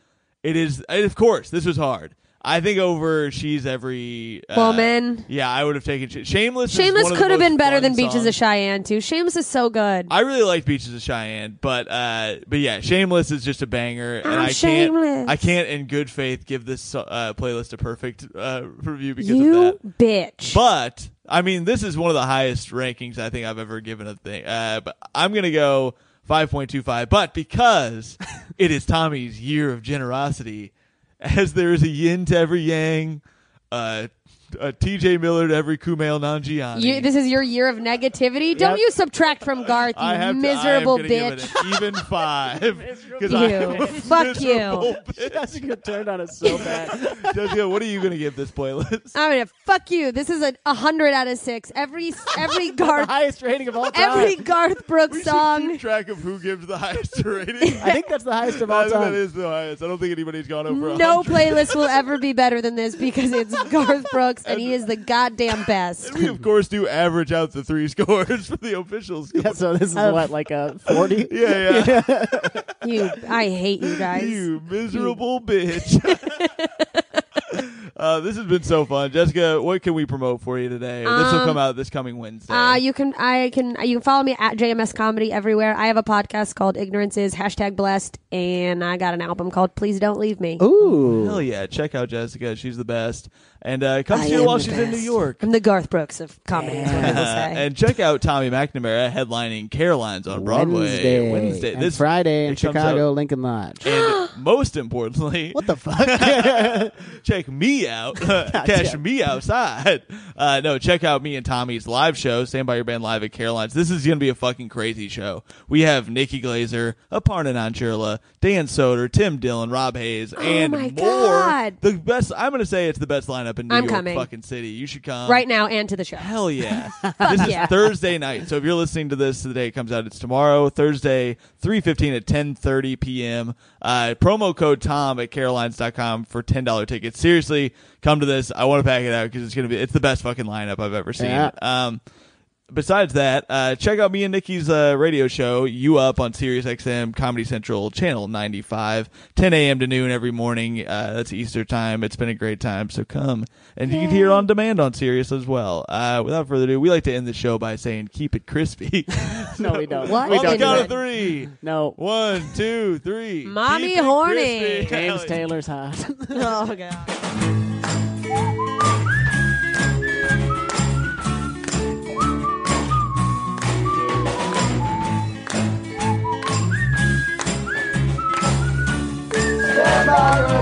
Speaker 1: It is, and of course, this was hard. I think over she's every uh,
Speaker 4: Woman.
Speaker 1: Yeah, I would have taken Sh- Shameless. is
Speaker 4: Shameless
Speaker 1: one of the
Speaker 4: could have
Speaker 1: most
Speaker 4: been better
Speaker 1: fun
Speaker 4: than Beaches of
Speaker 1: songs.
Speaker 4: Cheyenne too. Shameless is so good.
Speaker 1: I really liked Beaches of Cheyenne, but uh, but yeah, Shameless is just a banger, and
Speaker 4: I'm
Speaker 1: I can't
Speaker 4: shameless.
Speaker 1: I can't in good faith give this uh, playlist a perfect uh, review because of that.
Speaker 4: you bitch.
Speaker 1: But I mean, this is one of the highest rankings I think I've ever given a thing. Uh, but I'm gonna go 5.25. But
Speaker 4: [LAUGHS]
Speaker 1: because it is Tommy's year of generosity, as there is a yin to every yang, uh, a T.J. Miller to every Kumail Nanjiani.
Speaker 4: you, this is your year of negativity. Don't you subtract from Garth, you
Speaker 1: I have to- I am
Speaker 4: miserable
Speaker 1: gonna give
Speaker 4: bitch.
Speaker 1: it an even
Speaker 3: [LAUGHS]
Speaker 1: five because
Speaker 4: You. [LAUGHS] Fuck you.
Speaker 3: That's a good turn on it so bad.
Speaker 1: [LAUGHS] Jessica, what are you gonna give this playlist?
Speaker 4: I'm gonna fuck you. This is a, a hundred out of six. Every
Speaker 1: [LAUGHS]
Speaker 4: every Garth
Speaker 3: Highest rating of all time.
Speaker 4: every Garth Brooks
Speaker 1: We should
Speaker 4: song.
Speaker 1: keep [LAUGHS] track of who gives the highest
Speaker 4: [LAUGHS]
Speaker 1: rating.
Speaker 3: I think that's the highest of
Speaker 1: I
Speaker 3: all
Speaker 1: think that
Speaker 3: time.
Speaker 1: is the highest. I don't think anybody's gone over.
Speaker 4: No
Speaker 1: 100.
Speaker 4: playlist will ever be better than this because
Speaker 1: [LAUGHS]
Speaker 4: it's Garth Brooks and he is the goddamn best.
Speaker 1: And we of course do average out the three [LAUGHS] scores for the official score.
Speaker 3: Yeah, [LAUGHS] so this is what like [LAUGHS] a forty.
Speaker 1: Yeah, yeah.
Speaker 4: You, I hate you guys.
Speaker 1: You miserable bitch.
Speaker 4: [LAUGHS]
Speaker 1: [LAUGHS] uh, this has been so fun, Jessica. What can we promote for you today? this will
Speaker 4: Um,
Speaker 1: come out this coming Wednesday.
Speaker 4: Uh, you can I can you can follow me at JMS Comedy everywhere. I have a podcast called Ignorance Is hashtag Blessed, and I got an album called Please Don't Leave Me.
Speaker 3: Ooh.
Speaker 1: Hell yeah! Check out Jessica; she's the best. And uh, come
Speaker 4: I
Speaker 1: see her
Speaker 4: am
Speaker 1: while
Speaker 4: the
Speaker 1: she's in
Speaker 4: best.
Speaker 1: New York.
Speaker 4: I'm the Garth Brooks of comedy. is what
Speaker 1: [LAUGHS]
Speaker 4: people
Speaker 1: Uh,
Speaker 4: say.
Speaker 1: and check out Tommy McNamara headlining Caroline's on Broadway
Speaker 3: Wednesday,
Speaker 1: Wednesday.
Speaker 3: and
Speaker 1: this
Speaker 3: Friday in
Speaker 1: it comes
Speaker 3: Chicago,
Speaker 1: out.
Speaker 3: Lincoln Lodge.
Speaker 4: [GASPS]
Speaker 1: And most importantly,
Speaker 3: What the fuck?
Speaker 1: [LAUGHS] check me out, [LAUGHS]
Speaker 4: [LAUGHS]
Speaker 1: catch me outside. Uh, no, check out me and Tommy's live show, Stand By Your Band Live at Caroline's. This is going to be a fucking crazy show. We have Nikki Glazer, Aparna Nancherla, Dan Soder, Tim Dillon, Rob Hayes, and
Speaker 4: Oh my
Speaker 1: more.
Speaker 4: God.
Speaker 1: The best, I'm going to say it's the best lineup in New
Speaker 4: I'm
Speaker 1: York
Speaker 4: coming.
Speaker 1: fucking city. You should come.
Speaker 4: right now and to the show.
Speaker 1: Hell yeah. this is
Speaker 4: yeah.
Speaker 1: Thursday night. So if you're listening to this the day it comes out, it's tomorrow, Thursday, 3.15 at 10.30 p.m. Uh, promo code TOM at carolines.com for $10 tickets. Seriously, come to this. I want to pack it out because it's going to be, it's the best fucking lineup I've ever seen.
Speaker 3: Yeah.
Speaker 1: Um, besides that, uh, check out me and Nikki's uh, radio show, You Up on Sirius XM Comedy Central, Channel 95, 10 a.m. to noon every morning. Uh, that's Easter time. It's been a great time, so come. And you can hear it on demand on Sirius as well. Uh, without further ado, we like to end the show by saying, keep it crispy.
Speaker 3: no, we don't. [LAUGHS]
Speaker 4: What?
Speaker 3: We
Speaker 1: on the
Speaker 3: don't. do
Speaker 1: count
Speaker 4: it.
Speaker 1: of three.
Speaker 3: No.
Speaker 1: One, two, three.
Speaker 4: Mommy
Speaker 1: Keep it
Speaker 4: horny.
Speaker 1: crispy.
Speaker 3: James
Speaker 1: Hell yeah.
Speaker 3: Taylor's [LAUGHS] hot.
Speaker 4: Oh god.
Speaker 8: Stand by your